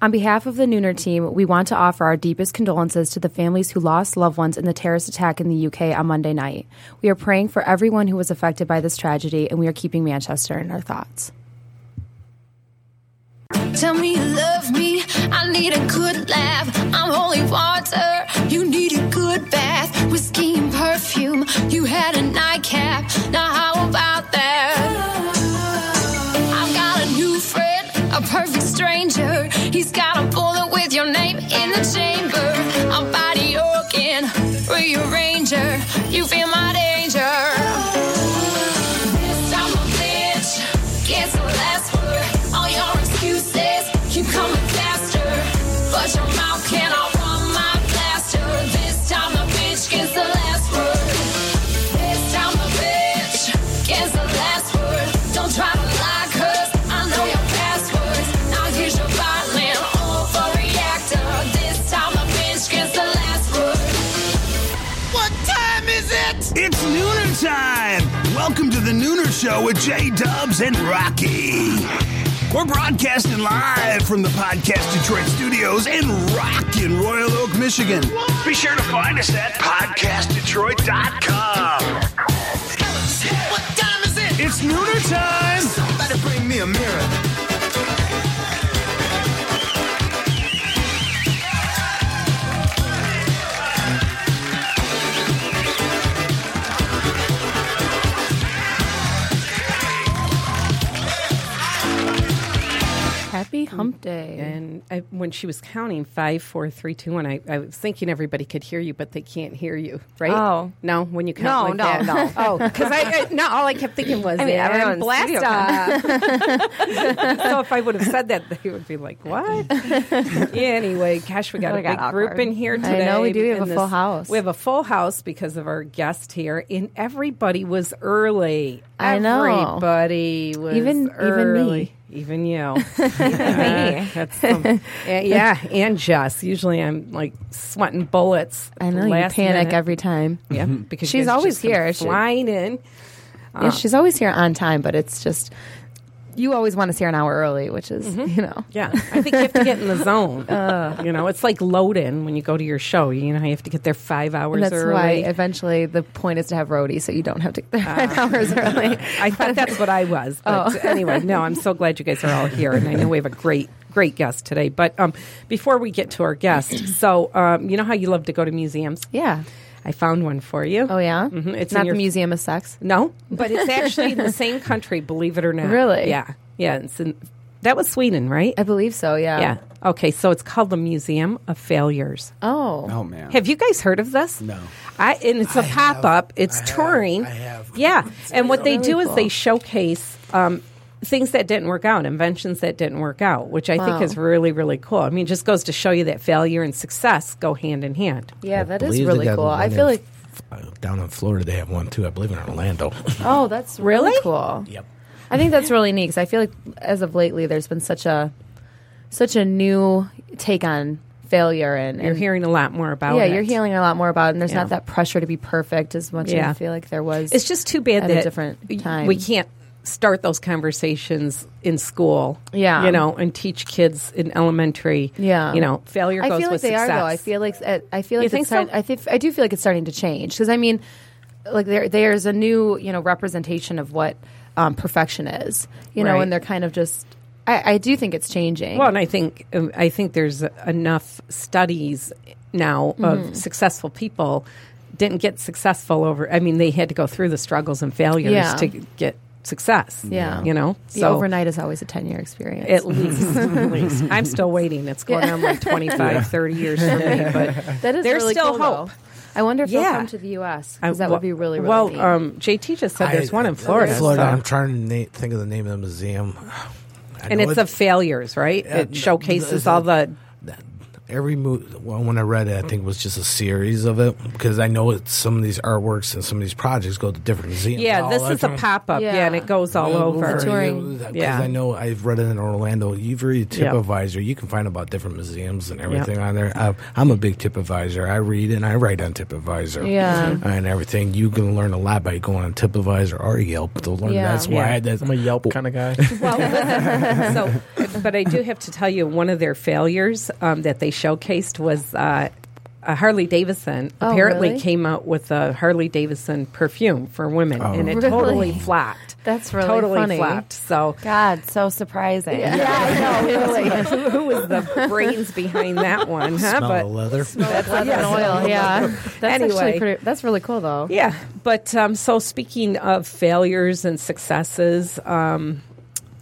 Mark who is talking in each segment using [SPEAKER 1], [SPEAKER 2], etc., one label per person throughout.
[SPEAKER 1] On behalf of the Nooner team, we want to offer our deepest condolences to the families who lost loved ones in the terrorist attack in the UK on Monday night. We are praying for everyone who was affected by this tragedy, and we are keeping Manchester in our thoughts.
[SPEAKER 2] Tell me you love me. I need a good laugh. I'm holy water. You need a good bath. Whiskey and perfume. You had a nightcap. Now, how about that? I've got a new friend, a perfect stranger. He's got a bullet with your name in the chamber. I'm body organ, rearranger. You feel my danger. This I'm a bitch. Guess the last word. All your excuses keep coming faster, but your mouth cannot run my plaster. This time a bitch gets the last word. This time a bitch gets the last word. Don't try to lie, 'cause I know your passwords. Now here's your violin overreactor. This time a bitch gets the last word.
[SPEAKER 3] What time is it?
[SPEAKER 4] It's Nooner time! Welcome to the Nooner Show with Jay Dubs and Rocky. We're broadcasting live from the Podcast Detroit studios in rockin' Royal Oak, Michigan. Be sure to find us at podcastdetroit.com.
[SPEAKER 3] What time is it?
[SPEAKER 4] It's Nooner time!
[SPEAKER 3] Better bring me a mirror.
[SPEAKER 1] Happy Hump Day.
[SPEAKER 5] Mm-hmm. And I, when she was counting five, four, three, two, one, I, I was thinking everybody could hear you, but they can't hear you, right?
[SPEAKER 6] Oh.
[SPEAKER 5] no, when you count
[SPEAKER 6] No,
[SPEAKER 5] like
[SPEAKER 6] no,
[SPEAKER 5] that.
[SPEAKER 6] no.
[SPEAKER 5] Oh, because I, I no, all I kept thinking was,
[SPEAKER 6] I mean,
[SPEAKER 5] "And
[SPEAKER 6] everyone in the
[SPEAKER 5] blast
[SPEAKER 6] studio
[SPEAKER 5] off." so if I would have said that, they would be like, "What?" yeah. Anyway, gosh, we got a
[SPEAKER 6] Would've
[SPEAKER 5] big
[SPEAKER 6] got
[SPEAKER 5] group
[SPEAKER 6] awkward.
[SPEAKER 5] in here
[SPEAKER 1] know,
[SPEAKER 5] today.
[SPEAKER 1] we do. We have
[SPEAKER 5] and
[SPEAKER 1] a full house.
[SPEAKER 5] We have a full house because of our guest here, and everybody was early.
[SPEAKER 1] I know.
[SPEAKER 5] Everybody was
[SPEAKER 1] Even- even me.
[SPEAKER 5] early. even you. Yeah, that's some- yeah, yeah, and Jess. Usually I'm like sweating bullets. at
[SPEAKER 1] I
[SPEAKER 5] the
[SPEAKER 1] know you
[SPEAKER 5] last
[SPEAKER 1] panic
[SPEAKER 5] minute.
[SPEAKER 1] every time. Mm-hmm.
[SPEAKER 5] yeah, because you
[SPEAKER 1] She's
[SPEAKER 5] guys are
[SPEAKER 1] always
[SPEAKER 5] just gonna
[SPEAKER 1] here. She-
[SPEAKER 5] flying in. Ah.
[SPEAKER 1] Yeah, she's always here on time, but it's just you always want to see her an hour early, which is you know.
[SPEAKER 5] Mm-hmm. Yeah, I think you have to get in the zone.
[SPEAKER 1] Uh.
[SPEAKER 5] you know, it's like load in when you go to your show. You know, how you have to get there five hours
[SPEAKER 1] And that's
[SPEAKER 5] early. Ah.
[SPEAKER 1] why eventually the point is to have roadies so you don't have to get there five hours early. Oh.
[SPEAKER 5] I thought that's what I was. But anyway, no, I'm so glad you guys are all here, and I know we have a great, great guest today. But um, before we get to our guest, so um, you know how you love to go to museums.
[SPEAKER 1] Yeah.
[SPEAKER 5] I found one for you.
[SPEAKER 1] Oh yeah.
[SPEAKER 5] hmm it's in
[SPEAKER 1] not
[SPEAKER 5] your-
[SPEAKER 1] the Museum of Sex.
[SPEAKER 5] No, but it's actually in the same country. Believe it or not.
[SPEAKER 1] Really?
[SPEAKER 5] Yeah, yeah. It's in, that was Sweden, right?
[SPEAKER 1] I believe so. Yeah.
[SPEAKER 5] yeah. Okay, so it's called the Museum of Failures.
[SPEAKER 1] Oh.
[SPEAKER 7] Oh man.
[SPEAKER 5] Have you guys heard of this?
[SPEAKER 7] No.
[SPEAKER 5] I and it's a
[SPEAKER 7] I have.
[SPEAKER 5] pop up. It's
[SPEAKER 7] I have.
[SPEAKER 5] touring.
[SPEAKER 7] I have.
[SPEAKER 5] Yeah. and what they
[SPEAKER 1] really
[SPEAKER 5] do is
[SPEAKER 1] cool.
[SPEAKER 5] they showcase um, things that didn't work out, inventions that didn't work out, which I think
[SPEAKER 1] Wow.
[SPEAKER 5] is really really cool. I mean, it just goes to show you that failure and success go hand in hand.
[SPEAKER 1] Yeah, that is
[SPEAKER 7] believe they
[SPEAKER 1] really
[SPEAKER 7] got
[SPEAKER 1] cool.
[SPEAKER 7] one
[SPEAKER 1] I
[SPEAKER 7] in
[SPEAKER 1] feel like
[SPEAKER 7] Uh, Down in Florida, they have one too. I believe in Orlando.
[SPEAKER 1] oh, that's really,
[SPEAKER 5] Really?
[SPEAKER 1] cool.
[SPEAKER 7] yep.
[SPEAKER 1] I think that's really neat because I feel like as of lately, there's been such a such a new take on failure and,
[SPEAKER 5] You're
[SPEAKER 1] and-
[SPEAKER 5] hearing a lot more about
[SPEAKER 1] Yeah,
[SPEAKER 5] it.
[SPEAKER 1] you're hearing a lot more about, it, and there's
[SPEAKER 5] Yeah.
[SPEAKER 1] not that pressure to be perfect as much. as
[SPEAKER 5] Yeah.
[SPEAKER 1] I feel like there was.
[SPEAKER 5] It's just too bad
[SPEAKER 1] at a
[SPEAKER 5] that
[SPEAKER 1] different
[SPEAKER 5] y-
[SPEAKER 1] time.
[SPEAKER 5] we can't start those conversations in school.
[SPEAKER 1] Yeah.
[SPEAKER 5] you know, and teach kids in elementary.
[SPEAKER 1] Yeah.
[SPEAKER 5] you know, failure
[SPEAKER 1] I
[SPEAKER 5] goes
[SPEAKER 1] feel like
[SPEAKER 5] with
[SPEAKER 1] they
[SPEAKER 5] success.
[SPEAKER 1] are though. I feel like at- I feel like it's
[SPEAKER 5] think so?
[SPEAKER 1] start, I think I do feel like it's starting to change because I mean, like there there's a new you know representation of what um, perfection is. You know,
[SPEAKER 5] Right.
[SPEAKER 1] and they're kind of just. I, I do think it's changing.
[SPEAKER 5] Well, and I think um, I think there's enough studies now
[SPEAKER 1] Mm-hmm.
[SPEAKER 5] of successful people didn't get successful over. I mean, they had to go through the struggles and failures
[SPEAKER 1] Yeah.
[SPEAKER 5] to get success.
[SPEAKER 1] Yeah.
[SPEAKER 5] you know,
[SPEAKER 1] the overnight is always a ten year experience.
[SPEAKER 5] At least, at least. I'm still waiting. It's going on like 25, 30 years for me. But
[SPEAKER 1] that is
[SPEAKER 5] there's
[SPEAKER 1] really
[SPEAKER 5] still
[SPEAKER 1] cool,
[SPEAKER 5] hope.
[SPEAKER 1] though. I wonder if
[SPEAKER 5] Yeah.
[SPEAKER 1] they'll come to the U.S.
[SPEAKER 5] I-
[SPEAKER 1] because that
[SPEAKER 5] well-
[SPEAKER 1] would be really really
[SPEAKER 5] well.
[SPEAKER 1] neat.
[SPEAKER 5] Um, JT just said there's
[SPEAKER 7] I-
[SPEAKER 5] one in Florida,
[SPEAKER 7] Florida.
[SPEAKER 5] so-
[SPEAKER 7] I'm trying to na- think of the name of the museum. I
[SPEAKER 5] and
[SPEAKER 7] know
[SPEAKER 5] it's
[SPEAKER 7] it-
[SPEAKER 5] of failures, right? it
[SPEAKER 7] th-
[SPEAKER 5] showcases
[SPEAKER 7] there's
[SPEAKER 5] all
[SPEAKER 7] a-
[SPEAKER 5] the
[SPEAKER 7] every movie. Well, when I read it, I think it was just a series of it because I know it's some of these artworks and some of these projects go to different museums. Oh,
[SPEAKER 5] yeah.
[SPEAKER 7] all
[SPEAKER 5] This
[SPEAKER 7] the
[SPEAKER 5] is a
[SPEAKER 7] time.
[SPEAKER 5] pop up, yeah.
[SPEAKER 1] Yeah.
[SPEAKER 5] and it goes all
[SPEAKER 7] Well,
[SPEAKER 5] over.
[SPEAKER 7] for
[SPEAKER 1] touring.
[SPEAKER 7] you, that- 'cause
[SPEAKER 5] Yeah.
[SPEAKER 7] I know I've read it in Orlando. You've read
[SPEAKER 5] Yeah.
[SPEAKER 7] TripAdvisor. You can find about different museums and everything
[SPEAKER 5] Yeah.
[SPEAKER 7] on there. I, I'm a big TripAdvisor. I read and I write on TripAdvisor.
[SPEAKER 1] Yeah. Mhm.
[SPEAKER 7] and everything. You can learn a lot by going on TripAdvisor or Yelp. To learn
[SPEAKER 1] Yeah.
[SPEAKER 7] that's why
[SPEAKER 5] Yeah.
[SPEAKER 7] that's
[SPEAKER 8] I'm a Yelp kind of guy.
[SPEAKER 5] Well, so but I do have to tell you, one of their failures um, that they showcased was uh, a Harley Davidson.
[SPEAKER 1] Oh,
[SPEAKER 5] apparently,
[SPEAKER 1] really?
[SPEAKER 5] came out with a Harley Davidson perfume for women, and it
[SPEAKER 1] Really?
[SPEAKER 5] totally flopped.
[SPEAKER 1] That's really
[SPEAKER 5] totally
[SPEAKER 1] funny.
[SPEAKER 5] flopped. So.
[SPEAKER 1] God, so surprising.
[SPEAKER 5] I know, really. who, who was the brains behind that one? Huh?
[SPEAKER 7] Smell
[SPEAKER 5] But-
[SPEAKER 7] of leather.
[SPEAKER 1] That's an oil. Yeah. That's
[SPEAKER 5] Anyway.
[SPEAKER 1] actually pretty. That's really cool, though.
[SPEAKER 5] Yeah, but um, so speaking of failures and successes, um,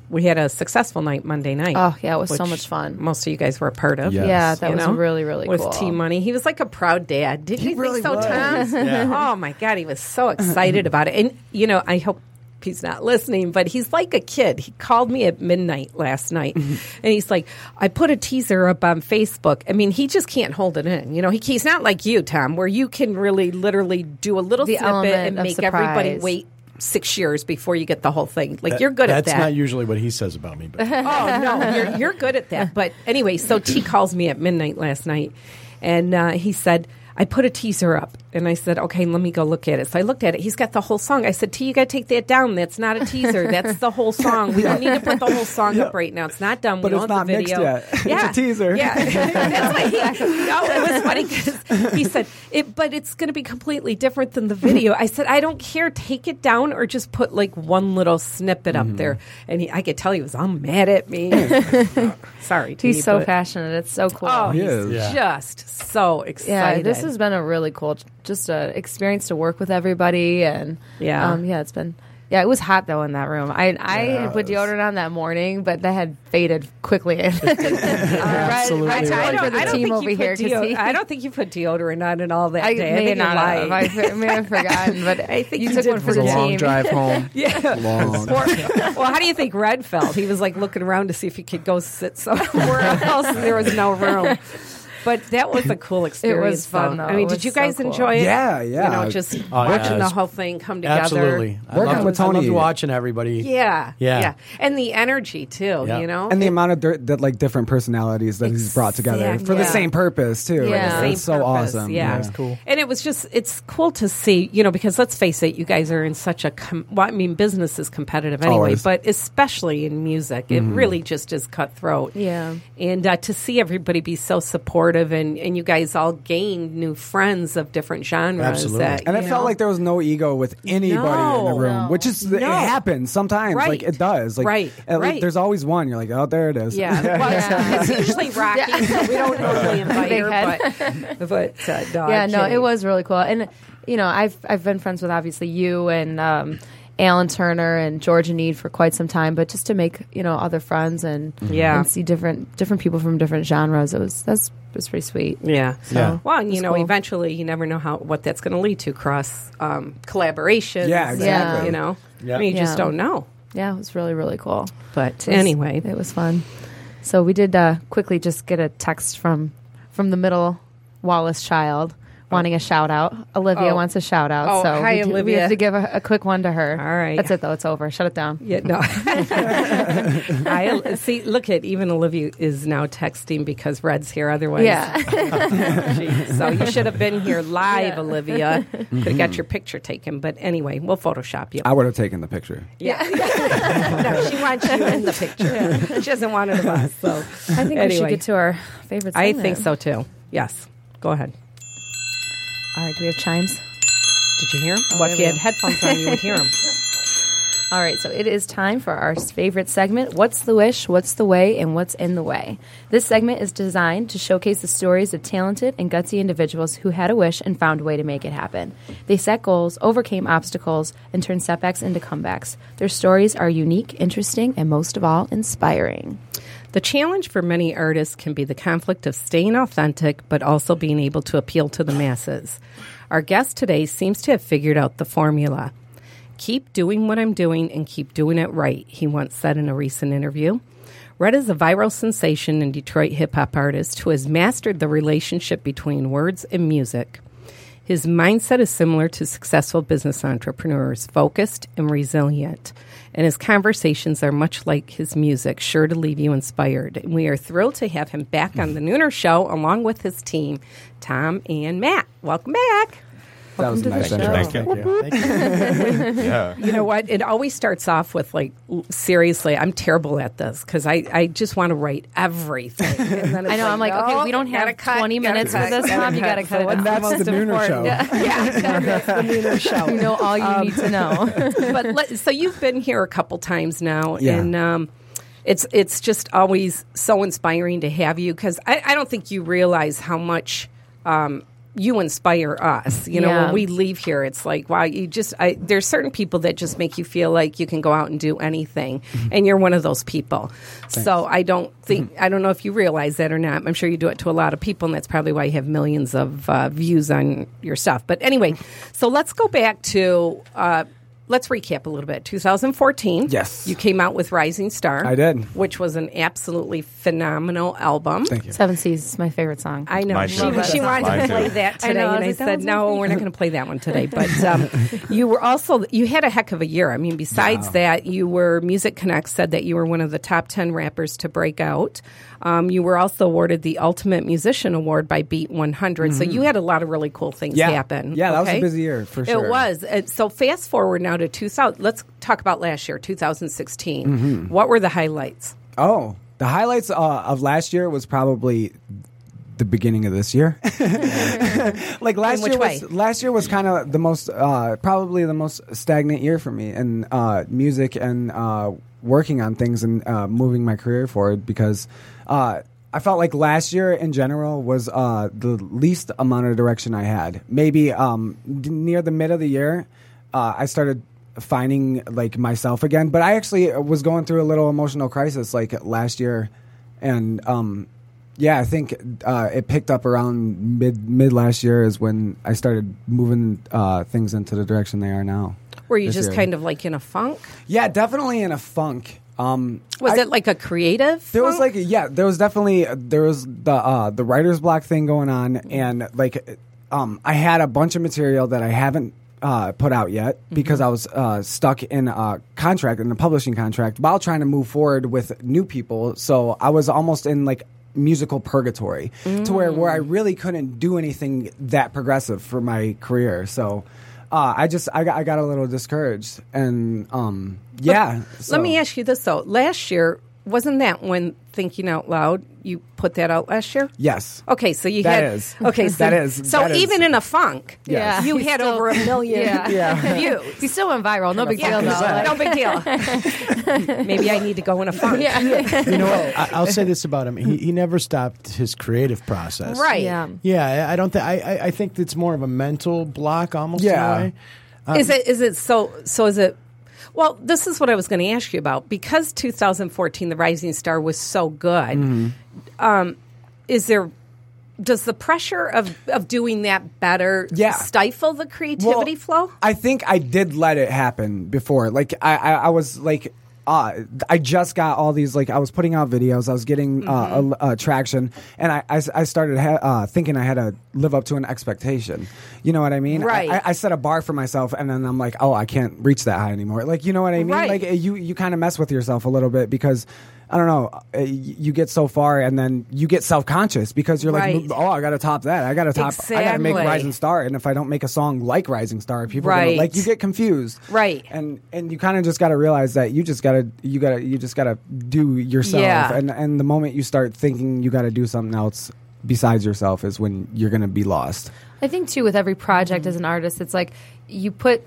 [SPEAKER 5] we had a successful night Monday night.
[SPEAKER 1] Oh, yeah, it was so
[SPEAKER 5] which
[SPEAKER 1] much fun.
[SPEAKER 5] Most of you guys were a part of.
[SPEAKER 6] Yeah.
[SPEAKER 1] Yeah,
[SPEAKER 6] Yes.
[SPEAKER 1] that
[SPEAKER 5] you
[SPEAKER 1] was
[SPEAKER 5] know,
[SPEAKER 1] really, really
[SPEAKER 5] with
[SPEAKER 1] cool.
[SPEAKER 5] T Money. He was like a proud dad. Did you
[SPEAKER 7] really
[SPEAKER 5] think so,
[SPEAKER 7] was.
[SPEAKER 5] Tom? Oh my God, he was so excited about it. And you know, I hope he's not listening, but he's like a kid. He called me at midnight last night, and
[SPEAKER 1] Mm-hmm.
[SPEAKER 5] he's like, "I put a teaser up on Facebook." I mean, he just can't hold it in. You know, he, he's not like you, Tom, where you can really, literally do a little
[SPEAKER 1] The
[SPEAKER 5] snippet
[SPEAKER 1] element
[SPEAKER 5] and
[SPEAKER 1] of
[SPEAKER 5] make everybody
[SPEAKER 1] surprise.
[SPEAKER 5] wait. Six years before you get the whole thing. Like you're good at
[SPEAKER 6] That's
[SPEAKER 5] that.
[SPEAKER 6] not usually what he says about me. But
[SPEAKER 5] Oh no, you're you're good at that. But anyway, so T calls me at midnight last night, and uh, he said. I put a teaser up and I said, okay, let me go look at it. So I looked at it. He's got the whole song. I said, T, you got to take that down. That's not a teaser. That's the whole song. We don't need to put the whole song up right now. It's not done.
[SPEAKER 6] But
[SPEAKER 5] we
[SPEAKER 6] it's
[SPEAKER 5] don't have
[SPEAKER 6] not
[SPEAKER 5] the
[SPEAKER 6] mixed
[SPEAKER 5] video.
[SPEAKER 6] yet. It's a teaser.
[SPEAKER 5] Yeah. That's what he, no, it was funny because he said, it, but it's going to be completely different than the video. I said, I don't care. Take it down or just put like one little snippet
[SPEAKER 6] Mm-hmm.
[SPEAKER 5] up there. And he, I could tell he was all mad at me. Sorry, T,
[SPEAKER 1] He's so
[SPEAKER 5] but-
[SPEAKER 1] passionate. It's so cool.
[SPEAKER 5] Oh,
[SPEAKER 6] He
[SPEAKER 5] he's
[SPEAKER 6] is. Yeah.
[SPEAKER 5] just so excited.
[SPEAKER 1] yeah, this has been a really cool, just a experience to work with everybody, and
[SPEAKER 5] Yeah.
[SPEAKER 1] um, yeah, it's been. Yeah, it was hot though in that room. I I had put
[SPEAKER 7] Yes.
[SPEAKER 1] deodorant on that morning, but that had faded quickly. Absolutely,
[SPEAKER 5] I,
[SPEAKER 1] right,
[SPEAKER 5] I,
[SPEAKER 1] right. for
[SPEAKER 5] don't,
[SPEAKER 1] the
[SPEAKER 5] I, don't
[SPEAKER 1] team
[SPEAKER 5] think
[SPEAKER 1] over
[SPEAKER 5] you
[SPEAKER 1] here
[SPEAKER 5] put deo-
[SPEAKER 1] 'cause he-
[SPEAKER 5] I don't think you put deodorant on and all that
[SPEAKER 1] I
[SPEAKER 5] day. I
[SPEAKER 1] may
[SPEAKER 5] think
[SPEAKER 1] not
[SPEAKER 5] you're
[SPEAKER 1] have. I
[SPEAKER 5] lying.
[SPEAKER 1] f- may have forgotten, but
[SPEAKER 5] I think
[SPEAKER 1] you,
[SPEAKER 5] you
[SPEAKER 1] took
[SPEAKER 5] did
[SPEAKER 1] one for
[SPEAKER 5] for
[SPEAKER 1] the
[SPEAKER 5] the
[SPEAKER 1] team.
[SPEAKER 5] long
[SPEAKER 6] drive home.
[SPEAKER 5] Yeah.
[SPEAKER 6] Long.
[SPEAKER 5] Or- well, how do you think Red felt? He was like looking around to see if he could go sit somewhere else, and there was no room. But that was a cool experience.
[SPEAKER 1] fun, though.
[SPEAKER 5] I mean,
[SPEAKER 1] It
[SPEAKER 5] did
[SPEAKER 1] was
[SPEAKER 5] you
[SPEAKER 1] so
[SPEAKER 5] guys
[SPEAKER 1] cool.
[SPEAKER 5] enjoy it?
[SPEAKER 6] Yeah, yeah.
[SPEAKER 5] You know, just
[SPEAKER 8] Oh, yeah,
[SPEAKER 5] watching the
[SPEAKER 8] it's-
[SPEAKER 5] whole thing come together.
[SPEAKER 8] Absolutely. I
[SPEAKER 6] Working
[SPEAKER 8] loved-
[SPEAKER 6] with
[SPEAKER 8] I
[SPEAKER 6] Tony.
[SPEAKER 8] loved watching everybody.
[SPEAKER 5] Yeah,
[SPEAKER 8] Yeah.
[SPEAKER 5] and the energy too.
[SPEAKER 8] Yeah.
[SPEAKER 5] You know,
[SPEAKER 9] and the amount of dirt, that like different personalities that he's brought together for the
[SPEAKER 5] Exactly.
[SPEAKER 9] same purpose too.
[SPEAKER 1] Yeah.
[SPEAKER 9] Like,
[SPEAKER 5] the
[SPEAKER 1] Same
[SPEAKER 9] it's so
[SPEAKER 5] purpose.
[SPEAKER 9] awesome.
[SPEAKER 5] Yeah,
[SPEAKER 8] That's cool.
[SPEAKER 5] And it was just it's cool to see, you know, because let's face it, you guys are in such a com- well, I mean, business is competitive anyway,
[SPEAKER 9] Always. Mm-hmm.
[SPEAKER 5] but especially in music, it really just is cutthroat.
[SPEAKER 1] Yeah.
[SPEAKER 5] and uh, to see everybody be so supportive and and you guys all gained new friends of different genres.
[SPEAKER 8] Absolutely.
[SPEAKER 5] That,
[SPEAKER 9] And
[SPEAKER 5] you
[SPEAKER 9] it felt
[SPEAKER 5] know-
[SPEAKER 9] like there was no ego with anybody in
[SPEAKER 5] No.
[SPEAKER 9] the room, which is it
[SPEAKER 5] No.
[SPEAKER 9] happens sometimes.
[SPEAKER 5] Right.
[SPEAKER 9] Like it does. Like
[SPEAKER 5] Right.
[SPEAKER 9] at le-
[SPEAKER 5] Right.
[SPEAKER 9] there's always one. You're like, oh, there it is.
[SPEAKER 5] Yeah, well, it's it's usually Rocky, so we don't normally invite
[SPEAKER 1] Big
[SPEAKER 5] her, but, but uh, no,
[SPEAKER 1] yeah,
[SPEAKER 5] I'm
[SPEAKER 1] no,
[SPEAKER 5] kidding.
[SPEAKER 1] it was really cool. And you know, I've I've been friends with obviously you and um, Alan Turner and Georgia Need for quite some time, but just to make you know other friends and
[SPEAKER 5] Yeah.
[SPEAKER 1] and see different different people from different genres, it was that's was pretty sweet.
[SPEAKER 5] Yeah.
[SPEAKER 8] Yeah.
[SPEAKER 5] Well, and, you
[SPEAKER 1] It's
[SPEAKER 5] know,
[SPEAKER 1] cool.
[SPEAKER 5] eventually you never know how what that's going to lead to cross um, collaborations.
[SPEAKER 9] Yeah,
[SPEAKER 5] and,
[SPEAKER 1] exactly.
[SPEAKER 5] You know,
[SPEAKER 8] Yeah.
[SPEAKER 5] I mean, you
[SPEAKER 1] Yeah.
[SPEAKER 5] just don't know.
[SPEAKER 1] Yeah, it was really really cool.
[SPEAKER 5] Oh. But
[SPEAKER 1] It was-
[SPEAKER 5] anyway,
[SPEAKER 1] it was fun. So we did uh, quickly just get a text from from the middle Wallace child. Wanting a shout out, Olivia
[SPEAKER 5] Oh.
[SPEAKER 1] wants a shout out.
[SPEAKER 5] Oh,
[SPEAKER 1] so
[SPEAKER 5] hi,
[SPEAKER 1] we, do- we
[SPEAKER 5] Olivia.
[SPEAKER 1] have to give a, a quick one to her.
[SPEAKER 5] All right.
[SPEAKER 1] that's it though. It's over. Shut it down.
[SPEAKER 5] yeah, no. I see. Look at even Olivia is now texting because Red's here. Otherwise,
[SPEAKER 1] Yeah.
[SPEAKER 5] Jeez. so you should have been here live, Olivia. Could have got your picture taken. But anyway, we'll Photoshop you.
[SPEAKER 9] Mm-hmm. I would have taken the picture.
[SPEAKER 5] Yeah. no, she wants you in the picture. She doesn't want it of us. So
[SPEAKER 1] I think we should
[SPEAKER 5] anyway,
[SPEAKER 1] get to our favorite.
[SPEAKER 5] I
[SPEAKER 1] segment.
[SPEAKER 5] think so too. Yes. Go ahead.
[SPEAKER 1] All right, do we have chimes?
[SPEAKER 5] Did you hear him? well, if you
[SPEAKER 1] Oh, there
[SPEAKER 5] had
[SPEAKER 1] we
[SPEAKER 5] headphones on, you would hear him.
[SPEAKER 1] All right, so it is time for our favorite segment What's the Wish, What's the Way, and What's in the Way. This segment is designed to showcase the stories of talented and gutsy individuals who had a wish and found a way to make it happen. They set goals, overcame obstacles, and turned setbacks into comebacks. Their stories are unique, interesting, and most of all, inspiring.
[SPEAKER 5] The challenge for many artists can be the conflict of staying authentic, but also being able to appeal to the masses. Our guest today seems to have figured out the formula. Keep doing what I'm doing and keep doing it right, he once said in a recent interview. Red is a viral sensation and Detroit hip hop artist who has mastered the relationship between words and music. His mindset is similar to successful business entrepreneurs, focused and resilient. And his conversations are much like his music, sure to leave you inspired. And we are thrilled to have him back on the Nooner Show along with his team, Tom and Matt. Welcome back.
[SPEAKER 1] Welcome to
[SPEAKER 9] was a
[SPEAKER 1] the
[SPEAKER 9] nice
[SPEAKER 1] show.
[SPEAKER 9] intro.
[SPEAKER 8] Thank you. yeah.
[SPEAKER 5] You know what? It always starts off with like, l- seriously, I'm terrible at this because I, I just want to write everything. And then it's
[SPEAKER 1] I know. I'm like,
[SPEAKER 5] no,
[SPEAKER 1] okay, we don't
[SPEAKER 5] gotta
[SPEAKER 1] have
[SPEAKER 5] cut,
[SPEAKER 1] 20
[SPEAKER 5] gotta
[SPEAKER 1] minutes
[SPEAKER 5] cut,
[SPEAKER 1] for this,
[SPEAKER 5] gotta
[SPEAKER 1] Mom. You
[SPEAKER 5] cut.
[SPEAKER 1] got to cut it.
[SPEAKER 9] And
[SPEAKER 1] out.
[SPEAKER 9] that's the
[SPEAKER 1] Most
[SPEAKER 9] Nooner
[SPEAKER 1] important.
[SPEAKER 9] Show.
[SPEAKER 1] Yeah. You know all you
[SPEAKER 9] Um,
[SPEAKER 1] need to know.
[SPEAKER 5] but let, so you've been here a couple times now,
[SPEAKER 9] Yeah.
[SPEAKER 5] and um, it's it's just always so inspiring to have you because I, I don't think you realize how much. Um, you inspire us. You know,
[SPEAKER 1] Yeah.
[SPEAKER 5] when we leave here, it's like, wow, you just, I, there's certain people that just make you feel like you can go out and do anything. And you're one of those people. So I don't think,
[SPEAKER 9] Mm-hmm.
[SPEAKER 5] I don't know if you realize that or not. I'm sure you do it to a lot of people, and that's probably why you have millions of uh, views on your stuff. But anyway, so let's go back to, uh, let's recap a little bit. 2014.
[SPEAKER 9] Yes.
[SPEAKER 5] You came out with Rising Star.
[SPEAKER 9] I did.
[SPEAKER 5] Which was an absolutely phenomenal album.
[SPEAKER 9] Thank you.
[SPEAKER 1] Seven Seas is my favorite song.
[SPEAKER 5] I know
[SPEAKER 8] My
[SPEAKER 5] she,
[SPEAKER 8] too.
[SPEAKER 5] she wanted
[SPEAKER 8] My
[SPEAKER 5] to
[SPEAKER 8] too.
[SPEAKER 5] play that
[SPEAKER 1] I know, I
[SPEAKER 5] today,
[SPEAKER 1] was
[SPEAKER 5] and I
[SPEAKER 1] like, that
[SPEAKER 5] said,
[SPEAKER 1] one's
[SPEAKER 5] "No, we're not going to play that one today." But um, you were also you had a heck of a year. I mean, besides that, you were Music Connect said that you were one of the top ten rappers to break out. Um, you were also awarded the Ultimate Musician Award by Beat 100. So you had a lot of really cool things
[SPEAKER 9] Mm-hmm. Yeah.
[SPEAKER 5] happen.
[SPEAKER 9] Yeah, that was a
[SPEAKER 5] okay?
[SPEAKER 9] busy year, for sure.
[SPEAKER 5] It was. And so fast forward now to 2000. Let's talk about last year, 2016.
[SPEAKER 9] Mm-hmm.
[SPEAKER 5] What were the highlights?
[SPEAKER 9] Oh, the highlights uh, of last year was probably the beginning of this year. like last
[SPEAKER 5] In which
[SPEAKER 9] year was
[SPEAKER 5] way?
[SPEAKER 9] last year was kind of the most uh, probably the most stagnant year for me in uh, music and uh, working on things and uh, moving my career forward because uh, I felt like last year in general was uh, the least amount of direction I had. Maybe um, d- near the mid of the year, uh, I started finding like myself again. But I actually was going through a little emotional crisis like last year, and um, yeah, I think uh, it picked up around mid mid last year is when I started moving uh, things into the direction they are now.
[SPEAKER 5] Were you
[SPEAKER 9] This
[SPEAKER 5] just
[SPEAKER 9] year.
[SPEAKER 5] kind of like in a funk?
[SPEAKER 9] Yeah, definitely in a funk. Um,
[SPEAKER 5] Was
[SPEAKER 9] I-
[SPEAKER 5] it like a creative?
[SPEAKER 9] There was
[SPEAKER 5] funk?
[SPEAKER 9] like yeah, there was definitely there was the uh, the writer's block thing going on,
[SPEAKER 5] Mm-hmm.
[SPEAKER 9] and like um, I had a bunch of material that I haven't uh, put out yet
[SPEAKER 5] Mm-hmm.
[SPEAKER 9] because I was uh, stuck in a contract in a publishing contract while trying to move forward with new people. So I was almost in like musical purgatory to where where I
[SPEAKER 5] Mm.
[SPEAKER 9] really couldn't do anything that progressive for my career. So. Uh, I just I got, I got a little discouraged and um yeah.
[SPEAKER 5] Let
[SPEAKER 9] so-
[SPEAKER 5] me ask you this though. Last year, wasn't that when Thinking Out Loud you put that out last year?
[SPEAKER 9] Yes.
[SPEAKER 5] Okay, so you
[SPEAKER 9] That
[SPEAKER 5] had
[SPEAKER 9] is.
[SPEAKER 5] okay, so,
[SPEAKER 9] That is.
[SPEAKER 5] so
[SPEAKER 9] That is.
[SPEAKER 5] even in a funk,
[SPEAKER 9] Yes.
[SPEAKER 5] you had over a million
[SPEAKER 1] Yeah.
[SPEAKER 5] views.
[SPEAKER 1] He still went viral. No big deal, though.
[SPEAKER 5] Yeah, no
[SPEAKER 1] Like,
[SPEAKER 5] big deal. Maybe I need to go in a funk.
[SPEAKER 1] yeah.
[SPEAKER 6] You know what? I, I'll say this about him: he, he never stopped his creative process.
[SPEAKER 5] Right.
[SPEAKER 1] Yeah.
[SPEAKER 6] Yeah, I- I don't think. I, I I think it's more of a mental block, almost.
[SPEAKER 9] Yeah.
[SPEAKER 6] In a way. Um,
[SPEAKER 9] Um,
[SPEAKER 5] is it is it so so is it well this is what i was going to ask you about because 2014 the rising star was so good
[SPEAKER 9] Mm.
[SPEAKER 5] um, is there does the pressure of, of doing that better
[SPEAKER 9] Yeah.
[SPEAKER 5] stifle the creativity flow
[SPEAKER 9] I think I did let it happen before. Like I, I, I was like. Uh, I just got all these like I was putting out videos, I was getting uh, a, a traction, and I I, s- I started ha- uh, thinking I had to live up to an expectation. You know what I mean? I-
[SPEAKER 5] Right.
[SPEAKER 9] I, I set a bar for myself, and then I'm like, oh, I can't reach that high anymore. Like you know what I mean?
[SPEAKER 5] Right.
[SPEAKER 9] Like eh, you you kind of mess with yourself a little bit because I don't know, uh, y- you get so far, and then you get self conscious because you're
[SPEAKER 5] Right.
[SPEAKER 9] like, oh, I got to top that, I got to top, I got to make
[SPEAKER 5] Exactly.
[SPEAKER 9] Rising Star, and if I don't make a song like Rising Star, people are
[SPEAKER 5] Right.
[SPEAKER 9] gonna, like you get confused
[SPEAKER 5] Right.
[SPEAKER 9] and and you kind of just got to realize that you just got to you got to you just got to do yourself
[SPEAKER 5] Yeah.
[SPEAKER 9] and and the moment you start thinking you got to do something else besides yourself is when you're going to be lost
[SPEAKER 1] I think too with every project as an artist, it's like you put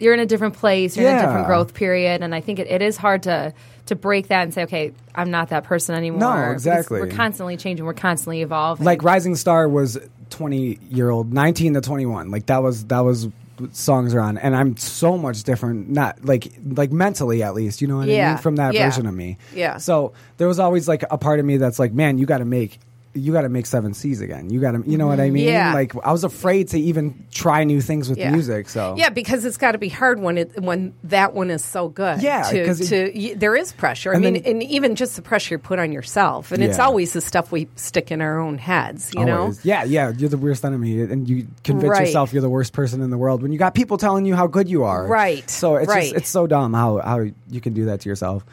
[SPEAKER 1] you're in a different place, you're in a
[SPEAKER 9] Yeah.
[SPEAKER 1] different growth period, and I think it, it is hard to to break that and say, okay, I'm not that person anymore. because
[SPEAKER 9] exactly.
[SPEAKER 1] We're constantly changing, we're constantly evolving.
[SPEAKER 9] like Rising Star was 20 year old 19 to 21 like that was that was what songs are on and I'm so much different not like like mentally at least you know what I
[SPEAKER 5] Yeah.
[SPEAKER 9] mean from that
[SPEAKER 5] Yeah.
[SPEAKER 9] version of me
[SPEAKER 5] Yeah.
[SPEAKER 9] so there was always like a part of me that's like man you got to make you got to make seven C's again you got to you know what I mean
[SPEAKER 5] Yeah.
[SPEAKER 9] like I was afraid to even try new things with music so
[SPEAKER 5] yeah because it's got to be hard when it when that one is so good
[SPEAKER 9] Yeah,
[SPEAKER 5] to,
[SPEAKER 9] 'cause it-
[SPEAKER 5] to y there is pressure i
[SPEAKER 9] And
[SPEAKER 5] mean
[SPEAKER 9] then-
[SPEAKER 5] and even just the pressure you put on yourself and it's
[SPEAKER 9] Yeah.
[SPEAKER 5] always the stuff we stick in our own heads you know
[SPEAKER 9] Always. Yeah, yeah. You're the worst enemy, and you convince
[SPEAKER 5] Right.
[SPEAKER 9] yourself you're the worst person in the world when you got people telling you how good you are.
[SPEAKER 5] Right.
[SPEAKER 9] So it's
[SPEAKER 5] Right.
[SPEAKER 9] just, it's so dumb how how you can do that to yourself,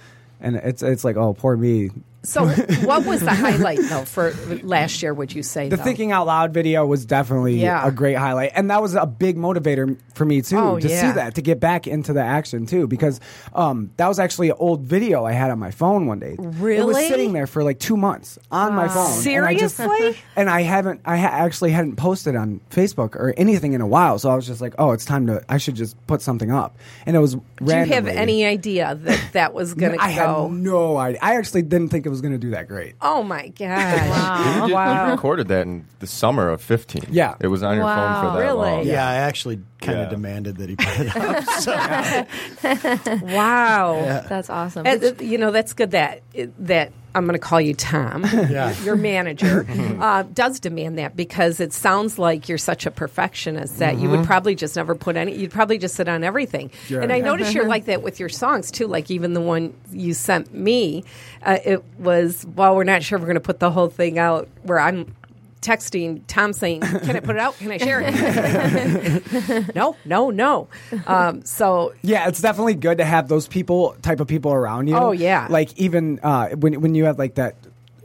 [SPEAKER 9] and it's it's like oh poor me.
[SPEAKER 5] So, what was the highlight though for last year? Would you say
[SPEAKER 9] The
[SPEAKER 5] though?
[SPEAKER 9] thinking out loud video was definitely
[SPEAKER 5] Yeah.
[SPEAKER 9] a great highlight, and that was a big motivator for me too
[SPEAKER 5] Oh,
[SPEAKER 9] to
[SPEAKER 5] yeah.
[SPEAKER 9] see that to get back into the action too because um, that was actually an old video I had on my phone one day. it was
[SPEAKER 5] Really?
[SPEAKER 9] sitting there for like two months on my phone. and I,
[SPEAKER 5] Seriously?
[SPEAKER 9] just, and I haven't, I ha- actually hadn't posted on Facebook or anything in a while, so I was just like, oh, it's time to, I should just put something up, and it was.
[SPEAKER 5] Do you have
[SPEAKER 9] randomly.
[SPEAKER 5] any idea that that was going to
[SPEAKER 9] I
[SPEAKER 5] go?
[SPEAKER 9] had no idea. I actually didn't think it was going to do that great.
[SPEAKER 5] oh my god!
[SPEAKER 8] You,
[SPEAKER 5] Uh, wow!
[SPEAKER 8] did- you recorded that in the summer of 15.
[SPEAKER 9] Yeah.
[SPEAKER 8] It was on your phone
[SPEAKER 5] Wow.
[SPEAKER 8] for that
[SPEAKER 5] Really?
[SPEAKER 8] long.
[SPEAKER 5] Yeah.
[SPEAKER 6] Yeah, I actually kind of
[SPEAKER 8] Yeah.
[SPEAKER 6] demanded that he put it up. So
[SPEAKER 5] Wow!
[SPEAKER 1] That's awesome.
[SPEAKER 5] Uh, uh, you know, that's good that that I'm going to call you Tom,
[SPEAKER 6] Yeah.
[SPEAKER 5] your manager, uh, does demand that because it sounds like you're such a perfectionist that you would probably just never put any, you'd probably just sit on everything. And I notice you're like that with your songs too, like even the one you sent me, uh, it was, well, we're not sure if we're going to put the whole thing out where I'm texting Tom saying, can I put it out? Can I share it? no, no, no. Um, so
[SPEAKER 9] Yeah, it's definitely good to have those people, type of people around you.
[SPEAKER 5] Oh, yeah.
[SPEAKER 9] like even uh, when when you have like that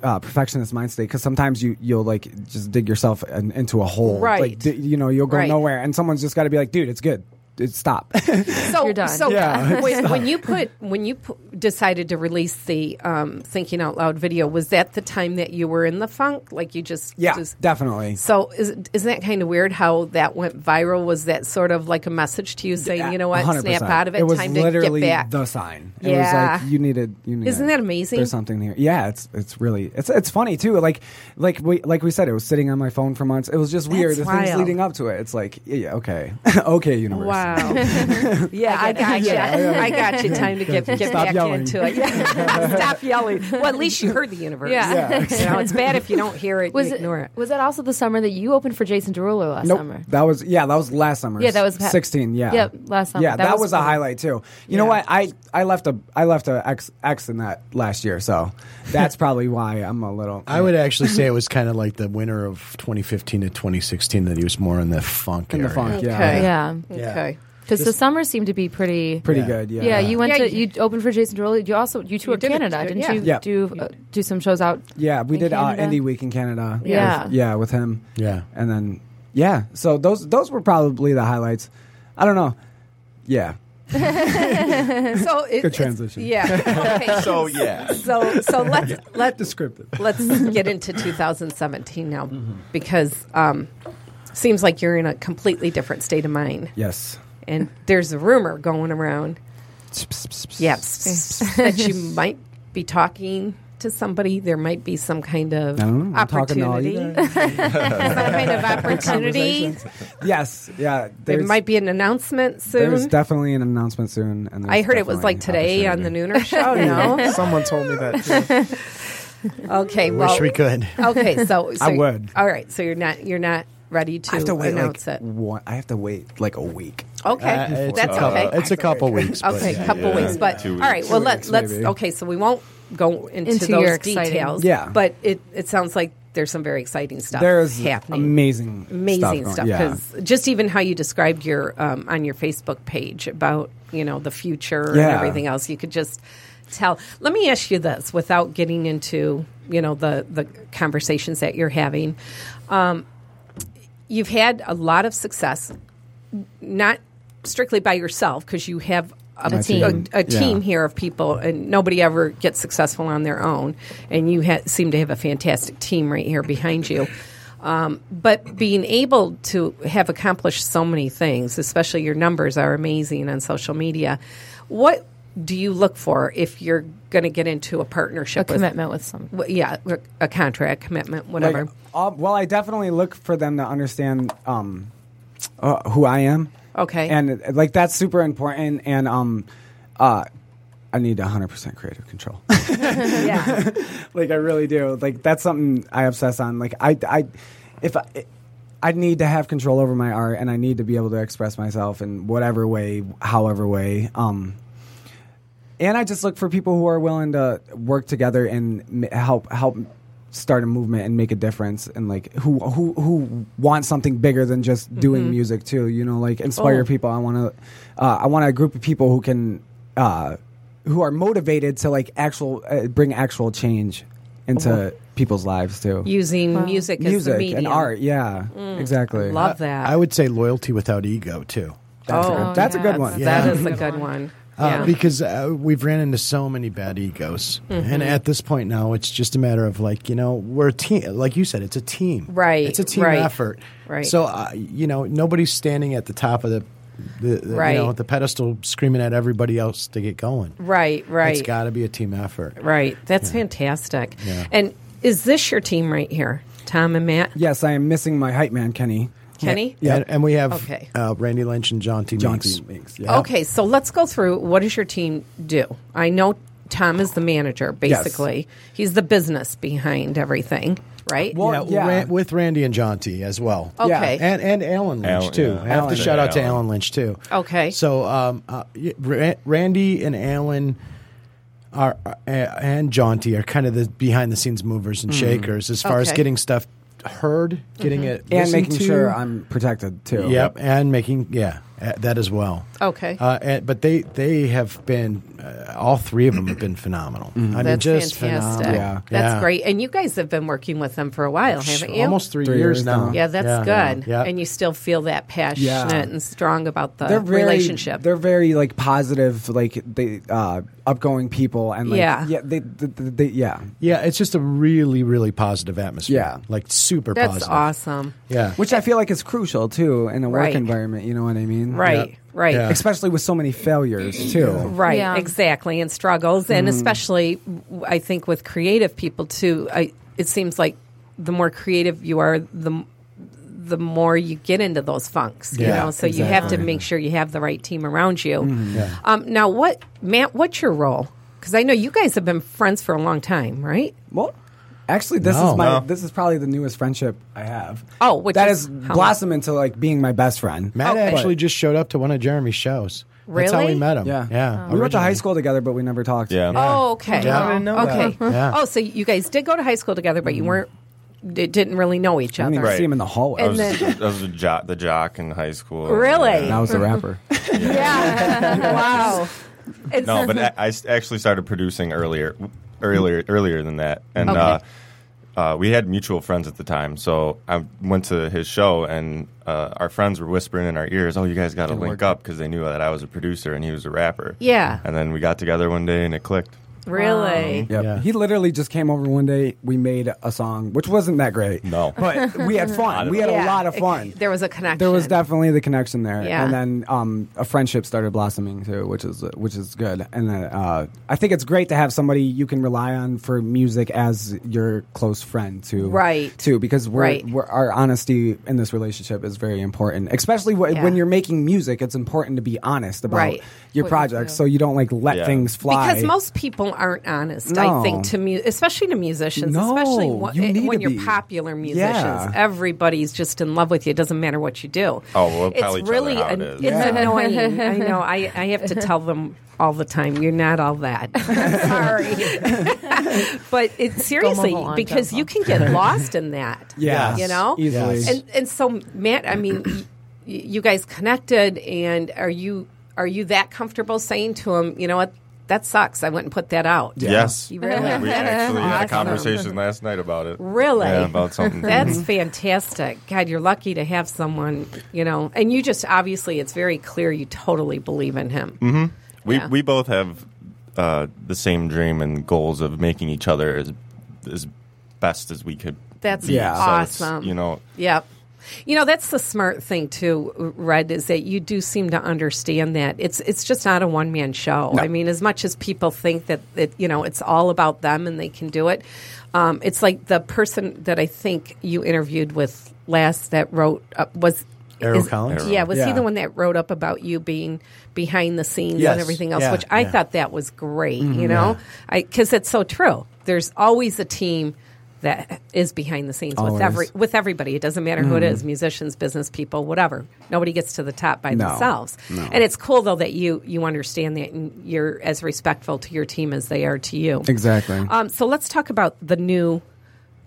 [SPEAKER 9] uh, perfectionist mind state, because sometimes you you'll like just dig yourself in, into a hole,
[SPEAKER 5] Right.
[SPEAKER 9] Like, di- you know, you'll go
[SPEAKER 5] Right.
[SPEAKER 9] nowhere, and someone's just got to be like, dude, it's good. Dude, stop.
[SPEAKER 5] so
[SPEAKER 1] You're done.
[SPEAKER 5] So
[SPEAKER 9] Yeah.
[SPEAKER 5] when, when you put when you pu- decided to release the um, thinking out loud video, was that the time that you were in the funk? Like you just
[SPEAKER 9] yeah,
[SPEAKER 5] Just,
[SPEAKER 9] definitely.
[SPEAKER 5] so is isn't that kind of weird how that went viral? Was that sort of like a message to you saying, you know what,
[SPEAKER 9] 100%.
[SPEAKER 5] snap out of it,
[SPEAKER 9] It was
[SPEAKER 5] time to get
[SPEAKER 9] literally
[SPEAKER 5] back?
[SPEAKER 9] the sign.
[SPEAKER 5] Yeah.
[SPEAKER 9] It was like you needed. You needed
[SPEAKER 5] Isn't that amazing?
[SPEAKER 9] There's something here. Yeah, it's it's really it's it's funny too. Like like we like we said, it was sitting on my phone for months. It was just weird. The things
[SPEAKER 5] wild.
[SPEAKER 9] leading up to it. It's like yeah, yeah, okay, okay, universe.
[SPEAKER 5] Wow. yeah, I, got you. I got you. Time to get, get
[SPEAKER 9] Stop
[SPEAKER 5] back
[SPEAKER 9] yelling.
[SPEAKER 5] into it. Stop yelling. Well, at least you heard the universe.
[SPEAKER 1] Yeah. Yeah,
[SPEAKER 5] You know, it's bad if you don't hear it,
[SPEAKER 1] was
[SPEAKER 5] you
[SPEAKER 1] it,
[SPEAKER 5] ignore it.
[SPEAKER 1] was that also the summer that you opened for Jason Derulo last
[SPEAKER 9] Nope.
[SPEAKER 1] summer?
[SPEAKER 9] That was yeah. That was last summer.
[SPEAKER 1] Yeah, that was pa-
[SPEAKER 9] sixteen. Yeah.
[SPEAKER 1] Yep, last summer.
[SPEAKER 9] Yeah,
[SPEAKER 1] That
[SPEAKER 9] that,
[SPEAKER 1] was
[SPEAKER 9] was, a
[SPEAKER 1] fun.
[SPEAKER 9] highlight too. You know what? I I left a I left a X X in that last year, so that's probably why I'm a little.
[SPEAKER 6] I would actually say it was kind of like the winter of 2015 to 2016 that he was more in the funk
[SPEAKER 9] in the
[SPEAKER 6] area.
[SPEAKER 9] funk. Yeah.
[SPEAKER 5] Okay.
[SPEAKER 1] Yeah,
[SPEAKER 6] Yeah.
[SPEAKER 5] Okay.
[SPEAKER 1] because the summer seemed to be pretty.
[SPEAKER 9] Pretty
[SPEAKER 6] Yeah.
[SPEAKER 9] good. Yeah.
[SPEAKER 1] yeah, you went
[SPEAKER 5] Yeah,
[SPEAKER 1] to
[SPEAKER 5] you-
[SPEAKER 1] you opened for Jason Derulo. You also you toured
[SPEAKER 5] did it,
[SPEAKER 1] Canada,
[SPEAKER 5] too,
[SPEAKER 1] didn't
[SPEAKER 5] yeah.
[SPEAKER 1] you?
[SPEAKER 9] Yeah.
[SPEAKER 1] Do uh, do some shows out.
[SPEAKER 9] Yeah, we
[SPEAKER 1] in
[SPEAKER 9] did uh,
[SPEAKER 1] Canada?
[SPEAKER 9] Indie Week in Canada.
[SPEAKER 1] Yeah.
[SPEAKER 9] with, yeah, with him.
[SPEAKER 6] Yeah.
[SPEAKER 9] and then yeah. So those those were probably the highlights. I don't know. Yeah,
[SPEAKER 5] So it,
[SPEAKER 9] Good
[SPEAKER 5] it's-
[SPEAKER 9] transition.
[SPEAKER 5] Yeah. Okay.
[SPEAKER 8] So, yeah.
[SPEAKER 5] So so let's let's
[SPEAKER 9] descriptive.
[SPEAKER 5] let's get into 2017 now
[SPEAKER 8] Mm-hmm.
[SPEAKER 5] because um, seems like you're in a completely different state of mind,
[SPEAKER 9] Yes.
[SPEAKER 5] and there's a rumor going around. Yeah, that you might be talking to somebody. There might be some kind of
[SPEAKER 9] I don't know. I'm talking to all you
[SPEAKER 5] opportunity. some kind of opportunity.
[SPEAKER 9] Yes. Yeah.
[SPEAKER 5] There
[SPEAKER 9] there's-
[SPEAKER 5] might be an announcement
[SPEAKER 9] There's
[SPEAKER 5] soon.
[SPEAKER 9] definitely an announcement soon. And
[SPEAKER 5] I
[SPEAKER 9] there's
[SPEAKER 5] heard it was
[SPEAKER 9] definitely
[SPEAKER 5] like today on the
[SPEAKER 9] opportunity.
[SPEAKER 5] Nooner show. Oh, No,
[SPEAKER 10] Someone told me that. Too.
[SPEAKER 5] okay.
[SPEAKER 6] Wish
[SPEAKER 5] Well,
[SPEAKER 6] we could.
[SPEAKER 5] okay, so, so
[SPEAKER 9] I would.
[SPEAKER 5] All right, so you're not you're not ready to,
[SPEAKER 9] I have to wait
[SPEAKER 5] announce
[SPEAKER 9] like
[SPEAKER 5] it.
[SPEAKER 9] one. I have to wait like a week.
[SPEAKER 5] Okay,
[SPEAKER 6] Uh, it's
[SPEAKER 5] that's
[SPEAKER 6] a couple,
[SPEAKER 5] okay.
[SPEAKER 6] It's a couple weeks. but
[SPEAKER 5] okay,
[SPEAKER 6] yeah.
[SPEAKER 5] couple
[SPEAKER 8] yeah.
[SPEAKER 5] weeks, but
[SPEAKER 8] Two
[SPEAKER 5] all right.
[SPEAKER 8] weeks.
[SPEAKER 5] Well,
[SPEAKER 9] Two
[SPEAKER 5] let,
[SPEAKER 9] weeks,
[SPEAKER 5] let's
[SPEAKER 9] maybe.
[SPEAKER 5] okay. So we won't go into,
[SPEAKER 1] Into
[SPEAKER 5] those
[SPEAKER 1] your exciting-
[SPEAKER 5] details.
[SPEAKER 9] Yeah.
[SPEAKER 5] but it it sounds like there's some very exciting stuff.
[SPEAKER 9] There's
[SPEAKER 5] happening.
[SPEAKER 9] amazing,
[SPEAKER 5] amazing
[SPEAKER 9] going-
[SPEAKER 5] stuff
[SPEAKER 9] yeah.
[SPEAKER 5] because just even how you described your um, on your Facebook page about you know the future and
[SPEAKER 9] Yeah.
[SPEAKER 5] everything else, you could just tell. Let me ask you this without getting into you know the the conversations that you're having. Um, you've had a lot of success, not strictly by yourself because you have. A,
[SPEAKER 1] A team.
[SPEAKER 5] a, a
[SPEAKER 9] Yeah.
[SPEAKER 5] team here of people, and nobody ever gets successful on their own. And you ha- seem to have a fantastic team right here behind you. Um, but being able to have accomplished so many things, especially your numbers are amazing on social media. What do you look for if you're going to get into a partnership?
[SPEAKER 1] A commitment with some.
[SPEAKER 5] With, w- yeah, a contract, commitment,
[SPEAKER 9] Like,
[SPEAKER 5] whatever.
[SPEAKER 9] uh, well, I definitely look for them to understand um, uh, who I am.
[SPEAKER 5] Okay.
[SPEAKER 9] and uh, like that's super important. And um, uh, I need 100 percent creative control.
[SPEAKER 5] yeah.
[SPEAKER 9] like I really do. Like that's something I obsess on. Like I, I, if I, I need to have control over my art, and I need to be able to express myself in whatever way, however way. Um, and I just look for people who are willing to work together and m- help help start a movement and make a difference and like who who who wants something bigger than just doing music too you know like inspire
[SPEAKER 5] Mm-hmm. Oh.
[SPEAKER 9] people i want to uh, i want a group of people who can uh, who are motivated to like actual uh, bring actual change into people's lives too.
[SPEAKER 5] Oh. using music as a
[SPEAKER 9] Music
[SPEAKER 5] medium. Mm.
[SPEAKER 9] and art, yeah, exactly.
[SPEAKER 5] Love that.
[SPEAKER 6] I would say loyalty without ego too. Uh,
[SPEAKER 9] That's,
[SPEAKER 5] Oh,
[SPEAKER 9] a, good, that's a
[SPEAKER 5] yes,
[SPEAKER 9] good one.
[SPEAKER 5] That
[SPEAKER 6] Yeah.
[SPEAKER 5] is a good one.
[SPEAKER 6] Uh,
[SPEAKER 5] Yeah.
[SPEAKER 6] Because uh, we've ran into so many bad egos,
[SPEAKER 5] Mm-hmm.
[SPEAKER 6] and at this point now, it's just a matter of like you know we're a team. Like you said, it's a team,
[SPEAKER 5] Right,
[SPEAKER 6] It's a team
[SPEAKER 5] right,
[SPEAKER 6] effort,
[SPEAKER 5] right.
[SPEAKER 6] So uh, you know nobody's standing at the top of the, the, the
[SPEAKER 5] Right.
[SPEAKER 6] you know the pedestal screaming at everybody else to get going.
[SPEAKER 5] Right, right.
[SPEAKER 6] It's got to be a team effort.
[SPEAKER 5] Right. That's fantastic.
[SPEAKER 6] Yeah.
[SPEAKER 5] And is this your team right here? Tom and Matt?
[SPEAKER 9] Yes, I am missing my hype man, Kenny.
[SPEAKER 5] Kenny?
[SPEAKER 6] Yeah, and, and we have
[SPEAKER 5] Okay.
[SPEAKER 6] uh, Randy Lynch and John T.
[SPEAKER 9] Jaunty
[SPEAKER 6] Meeks.
[SPEAKER 9] Minks, yeah.
[SPEAKER 5] Okay, so let's go through what does your team do? I know Tom is the manager, basically. He's the business behind everything, right?
[SPEAKER 9] Well,
[SPEAKER 6] Yeah,
[SPEAKER 9] yeah.
[SPEAKER 6] Ran- with Randy and Jaunty as well.
[SPEAKER 5] okay.
[SPEAKER 9] yeah,
[SPEAKER 6] and and Alan Lynch
[SPEAKER 8] Alan,
[SPEAKER 6] too.
[SPEAKER 8] yeah.
[SPEAKER 6] I have
[SPEAKER 8] Alan.
[SPEAKER 6] to shout out to
[SPEAKER 8] Yeah,
[SPEAKER 6] Alan
[SPEAKER 8] Alan.
[SPEAKER 6] Lynch too.
[SPEAKER 5] Okay.
[SPEAKER 6] So um, uh, y- Ra- Randy and Alan are are- and Jaunty are kind of the behind the scenes movers and shakers as far as
[SPEAKER 5] Mm. Okay.
[SPEAKER 6] getting stuff heard, getting
[SPEAKER 7] Mm-hmm.
[SPEAKER 6] it
[SPEAKER 9] and
[SPEAKER 6] listened
[SPEAKER 9] making
[SPEAKER 6] to.
[SPEAKER 9] sure I'm protected too.
[SPEAKER 6] Mm-hmm. Yep, and making yeah uh, that as well.
[SPEAKER 5] Okay.
[SPEAKER 6] uh, and, but they they have been uh, all three of them have been phenomenal. I mean,
[SPEAKER 5] That's
[SPEAKER 6] just
[SPEAKER 5] fantastic.
[SPEAKER 6] phenomenal.
[SPEAKER 9] Yeah.
[SPEAKER 5] That's
[SPEAKER 6] Mm-hmm. Yeah.
[SPEAKER 5] great. And you guys have been working with them for a while, haven't you?
[SPEAKER 6] Almost three,
[SPEAKER 9] Three
[SPEAKER 6] years,
[SPEAKER 9] years
[SPEAKER 6] now.
[SPEAKER 9] now.
[SPEAKER 5] Yeah, that's good.
[SPEAKER 6] Yeah.
[SPEAKER 5] And you still feel that passionate and strong about the
[SPEAKER 9] They're very,
[SPEAKER 5] relationship.
[SPEAKER 9] They're very like positive, like they uh, upgoing people, and like,
[SPEAKER 5] Yeah.
[SPEAKER 9] yeah, they, they, they, they- yeah.
[SPEAKER 6] Yeah, it's just a really, really positive atmosphere.
[SPEAKER 9] Yeah.
[SPEAKER 6] like super
[SPEAKER 5] That's
[SPEAKER 6] positive.
[SPEAKER 5] awesome.
[SPEAKER 6] Yeah,
[SPEAKER 9] Which I feel like is crucial too in a work
[SPEAKER 5] Right.
[SPEAKER 9] environment. You know what I mean?
[SPEAKER 5] Right,
[SPEAKER 6] Yeah.
[SPEAKER 5] right.
[SPEAKER 6] Yeah.
[SPEAKER 9] Especially with so many failures too. Mm.
[SPEAKER 5] Right,
[SPEAKER 1] Yeah.
[SPEAKER 5] exactly, and struggles, and especially w- I think with creative people too. I, it seems like the more creative you are, the m- the more you get into those funks. you
[SPEAKER 6] Yeah,
[SPEAKER 5] know, so you have to
[SPEAKER 6] exactly.
[SPEAKER 5] make sure you have the right team around you.
[SPEAKER 9] Mm,
[SPEAKER 5] Um, now, what Matt? What's your role? Because I know you guys have been friends for a long time, right?
[SPEAKER 9] Well, actually, this
[SPEAKER 6] No.
[SPEAKER 9] is my
[SPEAKER 6] No.
[SPEAKER 9] this is probably the newest friendship I have.
[SPEAKER 5] Oh, which
[SPEAKER 9] that
[SPEAKER 5] is
[SPEAKER 9] has
[SPEAKER 5] how-
[SPEAKER 9] blossomed into like being my best friend.
[SPEAKER 6] Matt
[SPEAKER 5] Okay.
[SPEAKER 6] actually just showed up to one of Jeremy's shows. That's how we
[SPEAKER 5] Really?
[SPEAKER 6] met him.
[SPEAKER 9] Yeah,
[SPEAKER 6] yeah.
[SPEAKER 9] We went to high
[SPEAKER 6] originally.
[SPEAKER 9] school together, but we never talked.
[SPEAKER 8] Yeah.
[SPEAKER 5] Oh, okay.
[SPEAKER 6] Yeah. I didn't know that.
[SPEAKER 5] okay.
[SPEAKER 6] Yeah.
[SPEAKER 5] Oh, so you guys did go to high school together, but you weren't. d- Didn't really know each
[SPEAKER 9] Mm-hmm. I
[SPEAKER 5] other.
[SPEAKER 9] didn't even
[SPEAKER 8] Right.
[SPEAKER 9] see him in the hallway.
[SPEAKER 8] I was, I was the, jock, the jock in high school.
[SPEAKER 5] Really?
[SPEAKER 9] I was the rapper.
[SPEAKER 1] Mm-hmm.
[SPEAKER 5] Yeah. wow. It's
[SPEAKER 8] No, but I, I s- actually started producing earlier, earlier, earlier than that, and
[SPEAKER 5] Okay.
[SPEAKER 8] uh, uh, we had mutual friends at the time. So I went to his show, and uh, our friends were whispering in our ears, "Oh, you guys got to link up," because they knew that I was a producer and he was a rapper.
[SPEAKER 5] Yeah.
[SPEAKER 8] And then we got together one day, and it clicked.
[SPEAKER 5] Really?
[SPEAKER 9] Yep.
[SPEAKER 6] Yeah.
[SPEAKER 9] He literally just came over one day. We made a song, which wasn't that great.
[SPEAKER 8] No.
[SPEAKER 9] But we had fun. We had a
[SPEAKER 5] Yeah.
[SPEAKER 9] lot of fun.
[SPEAKER 5] It- there was a connection.
[SPEAKER 9] There was definitely the connection there,
[SPEAKER 5] Yeah.
[SPEAKER 9] and then um, a friendship started blossoming too, which is which is good. And then, uh, I think it's great to have somebody you can rely on for music as your close friend too,
[SPEAKER 5] Right.
[SPEAKER 9] Too, because we're,
[SPEAKER 5] Right.
[SPEAKER 9] we're our honesty in this relationship is very important, especially wh-
[SPEAKER 5] Yeah.
[SPEAKER 9] when you're making music. It's important to be honest about
[SPEAKER 5] Right. What you
[SPEAKER 9] your projects,
[SPEAKER 5] do.
[SPEAKER 9] so you don't like let
[SPEAKER 8] Yeah.
[SPEAKER 9] things fly.
[SPEAKER 5] because most people aren't honest. I
[SPEAKER 9] No.
[SPEAKER 5] think to mu- especially to musicians,
[SPEAKER 9] No,
[SPEAKER 5] especially wh- eh,
[SPEAKER 9] you need
[SPEAKER 5] when
[SPEAKER 9] to
[SPEAKER 5] you're
[SPEAKER 9] be.
[SPEAKER 5] popular musicians,
[SPEAKER 9] Yeah.
[SPEAKER 5] everybody's just in love with you. It doesn't matter what you do.
[SPEAKER 8] Oh, we'll tell each
[SPEAKER 5] it's
[SPEAKER 8] other
[SPEAKER 5] really
[SPEAKER 8] how it
[SPEAKER 5] an-
[SPEAKER 8] is.
[SPEAKER 5] it's
[SPEAKER 8] Yeah.
[SPEAKER 5] annoying. I know. I, I have to tell them all the time. You're not all that. I'm sorry, but it seriously
[SPEAKER 1] along,
[SPEAKER 5] because
[SPEAKER 1] Jennifer.
[SPEAKER 5] you can get lost in that.
[SPEAKER 9] Yes.
[SPEAKER 5] you know
[SPEAKER 9] Easily.
[SPEAKER 6] Yes.
[SPEAKER 5] And and so Matt, I mean, y- you guys connected, and are you are you that comfortable saying to him, you know what, that sucks. I went and put that out.
[SPEAKER 8] Yes.
[SPEAKER 5] You really?
[SPEAKER 8] We actually had a
[SPEAKER 5] Awesome.
[SPEAKER 8] conversation last night about it.
[SPEAKER 5] Really?
[SPEAKER 8] Yeah, about something. Mm-hmm.
[SPEAKER 5] That's fantastic. God, you're lucky to have someone, you know, and you just obviously it's very clear you totally believe in him.
[SPEAKER 8] Mm-hmm. We
[SPEAKER 5] Yeah.
[SPEAKER 8] we both have uh, the same dream and goals of making each other as as best as we could.
[SPEAKER 5] That's
[SPEAKER 8] be.
[SPEAKER 9] Yeah.
[SPEAKER 8] So it's,
[SPEAKER 5] awesome.
[SPEAKER 8] you know,
[SPEAKER 5] Yep. You know that's the smart thing too, Red. Is that you do seem to understand that it's it's just not a one man show. I mean, as much as people think that it, you know it's all about them and they can do it, um, it's like the person that I think you interviewed with last that wrote uh, was
[SPEAKER 6] Errol
[SPEAKER 5] is-
[SPEAKER 6] Collins?
[SPEAKER 5] Yeah, was he
[SPEAKER 6] Yeah.
[SPEAKER 5] the one that wrote up about you being behind the scenes
[SPEAKER 6] Yes.
[SPEAKER 5] and everything else?
[SPEAKER 6] Yeah.
[SPEAKER 5] Which I
[SPEAKER 6] Yeah.
[SPEAKER 5] thought that was great.
[SPEAKER 9] Mm-hmm.
[SPEAKER 5] You know, because it's so true. There's always a team. That is behind the scenes with
[SPEAKER 9] Always. Mm-hmm.
[SPEAKER 5] every with everybody. It doesn't matter who it is, musicians, business people, whatever. Nobody gets to the top by
[SPEAKER 9] No.
[SPEAKER 5] themselves. And it's cool though that you you understand that and you're as respectful to your team as they are to you.
[SPEAKER 9] exactly.
[SPEAKER 5] Um, so let's talk about the new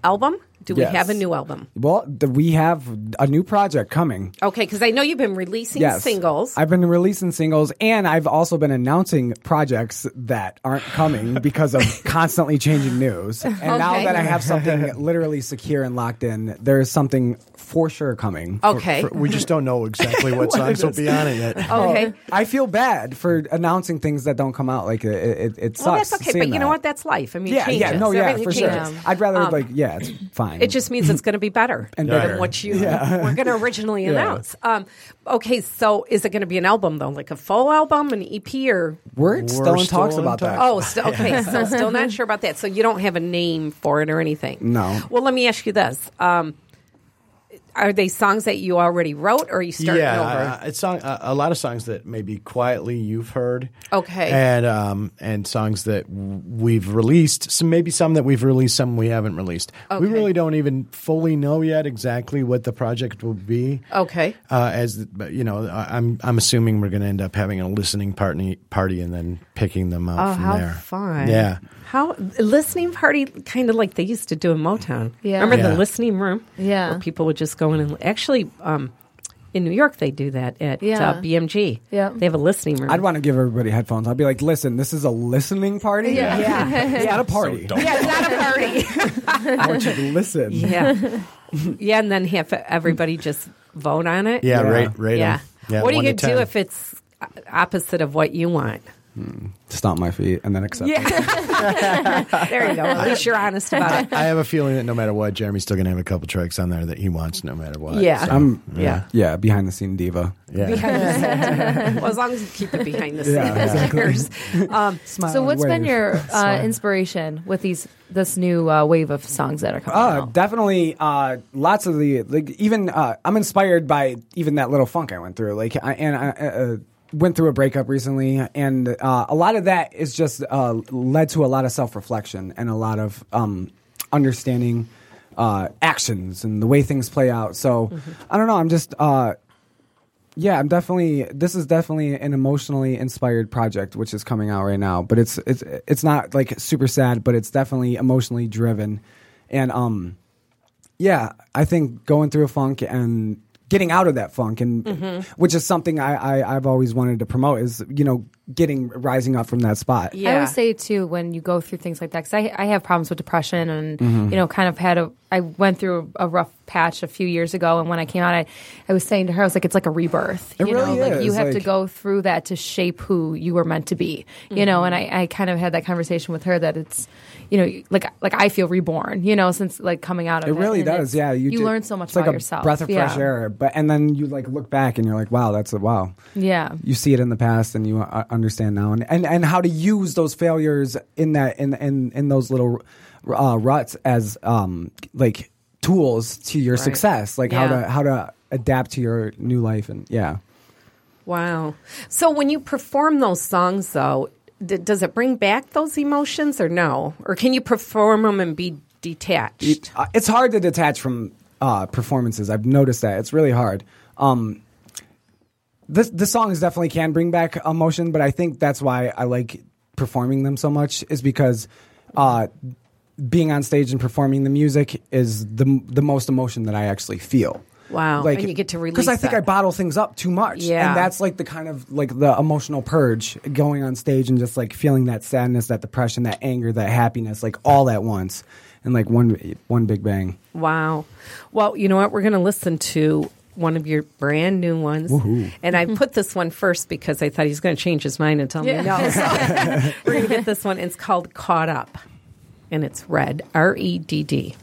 [SPEAKER 5] album. Do
[SPEAKER 9] Yes.
[SPEAKER 5] we have a new album?
[SPEAKER 9] Well, th- we have a new project coming.
[SPEAKER 5] Okay, because I know you've been releasing
[SPEAKER 9] Yes.
[SPEAKER 5] singles.
[SPEAKER 9] I've been releasing singles and I've also been announcing projects that aren't coming because of constantly changing news. And now
[SPEAKER 5] Okay.
[SPEAKER 9] that I have something literally secure and locked in, there is something for sure coming.
[SPEAKER 5] okay.
[SPEAKER 6] For- we just don't know exactly what songs will be on it yet.
[SPEAKER 5] okay.
[SPEAKER 9] I feel bad for announcing things that don't come out. Like it, it, it sucks.
[SPEAKER 5] Well, that's okay, but
[SPEAKER 9] seeing
[SPEAKER 5] you know
[SPEAKER 9] that.
[SPEAKER 5] what? That's life. I mean,
[SPEAKER 9] yeah,
[SPEAKER 5] it changes.
[SPEAKER 9] yeah, no, yeah,
[SPEAKER 5] Everything
[SPEAKER 9] for sure.
[SPEAKER 5] changes. Um,
[SPEAKER 9] I'd rather like, yeah, it's fine.
[SPEAKER 5] It just means it's going to be better
[SPEAKER 9] And
[SPEAKER 5] than
[SPEAKER 9] better.
[SPEAKER 5] what you were going to originally announce. Um, okay, so is it going to be an album though, like a full album, an EP, or
[SPEAKER 9] we're, still in
[SPEAKER 6] still
[SPEAKER 9] talks
[SPEAKER 6] in
[SPEAKER 9] about
[SPEAKER 6] talks.
[SPEAKER 9] that.
[SPEAKER 5] oh, so, okay, so still not sure about that. So you don't have a name for it or anything.
[SPEAKER 9] No.
[SPEAKER 5] Well, let me ask you this: um, Are they songs that you already wrote, or are you starting
[SPEAKER 6] yeah,
[SPEAKER 5] over?
[SPEAKER 6] uh, it's song, uh, a lot of songs that maybe quietly you've heard.
[SPEAKER 5] Okay.
[SPEAKER 6] And um and songs that w- we've released, some maybe some that we've released, some we haven't released. We
[SPEAKER 5] Okay.
[SPEAKER 6] really don't even fully know yet exactly what the project will be.
[SPEAKER 5] okay.
[SPEAKER 6] Uh, as the- but, you know, I- I'm I'm assuming we're going to end up having a listening party party and then picking them up
[SPEAKER 5] Oh,
[SPEAKER 6] from
[SPEAKER 5] how
[SPEAKER 6] there.
[SPEAKER 5] fun!
[SPEAKER 6] Yeah.
[SPEAKER 5] how listening party kind of like they used to do in Motown.
[SPEAKER 1] Yeah.
[SPEAKER 5] remember
[SPEAKER 6] Yeah.
[SPEAKER 5] the listening room?
[SPEAKER 1] Yeah.
[SPEAKER 5] where people would just go in and actually um, in New York they do that at
[SPEAKER 1] Yeah.
[SPEAKER 5] uh, BMG.
[SPEAKER 1] Yeah.
[SPEAKER 5] they have a listening room.
[SPEAKER 9] I'd want to give everybody headphones. I'd be like, listen, this is a listening party.
[SPEAKER 1] Yeah.
[SPEAKER 9] yeah. It's not a party.
[SPEAKER 5] yeah, it's not a party.
[SPEAKER 9] I want you to listen.
[SPEAKER 5] yeah, yeah, and then have everybody just vote on it.
[SPEAKER 6] Yeah,
[SPEAKER 9] Yeah.
[SPEAKER 6] Rate, rate 'em.
[SPEAKER 5] yeah.
[SPEAKER 6] yeah
[SPEAKER 5] what are you
[SPEAKER 6] one to
[SPEAKER 5] gonna do
[SPEAKER 6] 10.
[SPEAKER 5] if it's o- opposite of what you want?
[SPEAKER 9] Stomp my feet and then accept. it.
[SPEAKER 5] There you go. At least you're honest about it.
[SPEAKER 6] I have a feeling that no matter what, Jeremy's still going to have a couple tracks on there that he wants, no matter what.
[SPEAKER 5] Yeah.
[SPEAKER 6] So,
[SPEAKER 9] I'm-
[SPEAKER 5] yeah.
[SPEAKER 9] Yeah, behind the scene diva.
[SPEAKER 6] yeah.
[SPEAKER 5] well, as long as you keep it behind the scenes.
[SPEAKER 9] Yeah, exactly.
[SPEAKER 5] There's, um,
[SPEAKER 9] Smile
[SPEAKER 1] So
[SPEAKER 9] and
[SPEAKER 1] what's been
[SPEAKER 9] wave.
[SPEAKER 1] your uh, inspiration with these this new uh, wave of songs that are coming
[SPEAKER 9] Uh,
[SPEAKER 1] out?
[SPEAKER 9] definitely. Uh, lots of the like, even uh, I'm inspired by even that little funk I went through. Like, I, and I uh, went through a breakup recently, and uh, a lot of that is just uh, led to a lot of self reflection and a lot of um, understanding uh, actions and the way things play out. So, I don't know. I'm just. Uh, yeah, I'm definitely. This is definitely an emotionally inspired project, which is coming out right now. But it's it's it's not like super sad, but it's definitely emotionally driven, and um, yeah, I think going through a funk and getting out of that funk, and
[SPEAKER 1] Mm.
[SPEAKER 9] which is something I, I I've always wanted to promote is you know getting rising up from that spot.
[SPEAKER 5] yeah.
[SPEAKER 1] I would say too when you go through things like that because I, I have problems with depression and
[SPEAKER 9] Mm-hmm.
[SPEAKER 1] you know kind of had a I went through a rough patch a few years ago and when I came out I, I was saying to her I was like it's like a rebirth
[SPEAKER 9] It
[SPEAKER 1] you know
[SPEAKER 9] really
[SPEAKER 1] like you
[SPEAKER 9] is,
[SPEAKER 1] have to
[SPEAKER 9] like-
[SPEAKER 1] go through that to shape who you were meant to be you
[SPEAKER 9] Mm-hmm.
[SPEAKER 1] know and I, I kind of had that conversation with her that it's you know like like I feel reborn you know since like coming out of
[SPEAKER 9] It
[SPEAKER 1] it,
[SPEAKER 9] really
[SPEAKER 1] And it's-
[SPEAKER 9] does, yeah.
[SPEAKER 1] you,
[SPEAKER 9] do-
[SPEAKER 1] learn so much
[SPEAKER 9] it's like
[SPEAKER 1] about
[SPEAKER 9] a
[SPEAKER 1] yourself
[SPEAKER 9] breath of
[SPEAKER 1] yeah.
[SPEAKER 9] fresh air. But and then you like look back and you're like, wow, that's a wow.
[SPEAKER 1] yeah
[SPEAKER 9] you see it in the past and you uh, understand now and, and and how to use those failures in that in in, in those little uh, ruts as um like tools to your success like how
[SPEAKER 5] Yeah.
[SPEAKER 9] to how to adapt to your new life and yeah
[SPEAKER 5] Wow. So when you perform those songs, though, d- does it bring back those emotions or no? Or can you perform them and be detached?
[SPEAKER 9] It- uh, it's hard to detach from uh, performances. I've noticed that it's really hard. Um, this the songs definitely can bring back emotion, but I think that's why I like performing them so much is because uh, being on stage and performing the music is the the most emotion that I actually feel.
[SPEAKER 5] Wow. And you get to
[SPEAKER 9] because I
[SPEAKER 5] release
[SPEAKER 9] think
[SPEAKER 5] that.
[SPEAKER 9] I bottle things up too much,
[SPEAKER 5] Yeah.
[SPEAKER 9] and that's like the kind of like the emotional purge going on stage and just like feeling that sadness, that depression, that anger, that happiness, like all at once, and like one one big bang.
[SPEAKER 5] Wow. Well, you know what? We're going to listen to one of your brand new ones. And I put this one first because I thought he's going to change his mind and tell me no. So we're going to get this one. It's called Caught Up. And it's red, R E D D.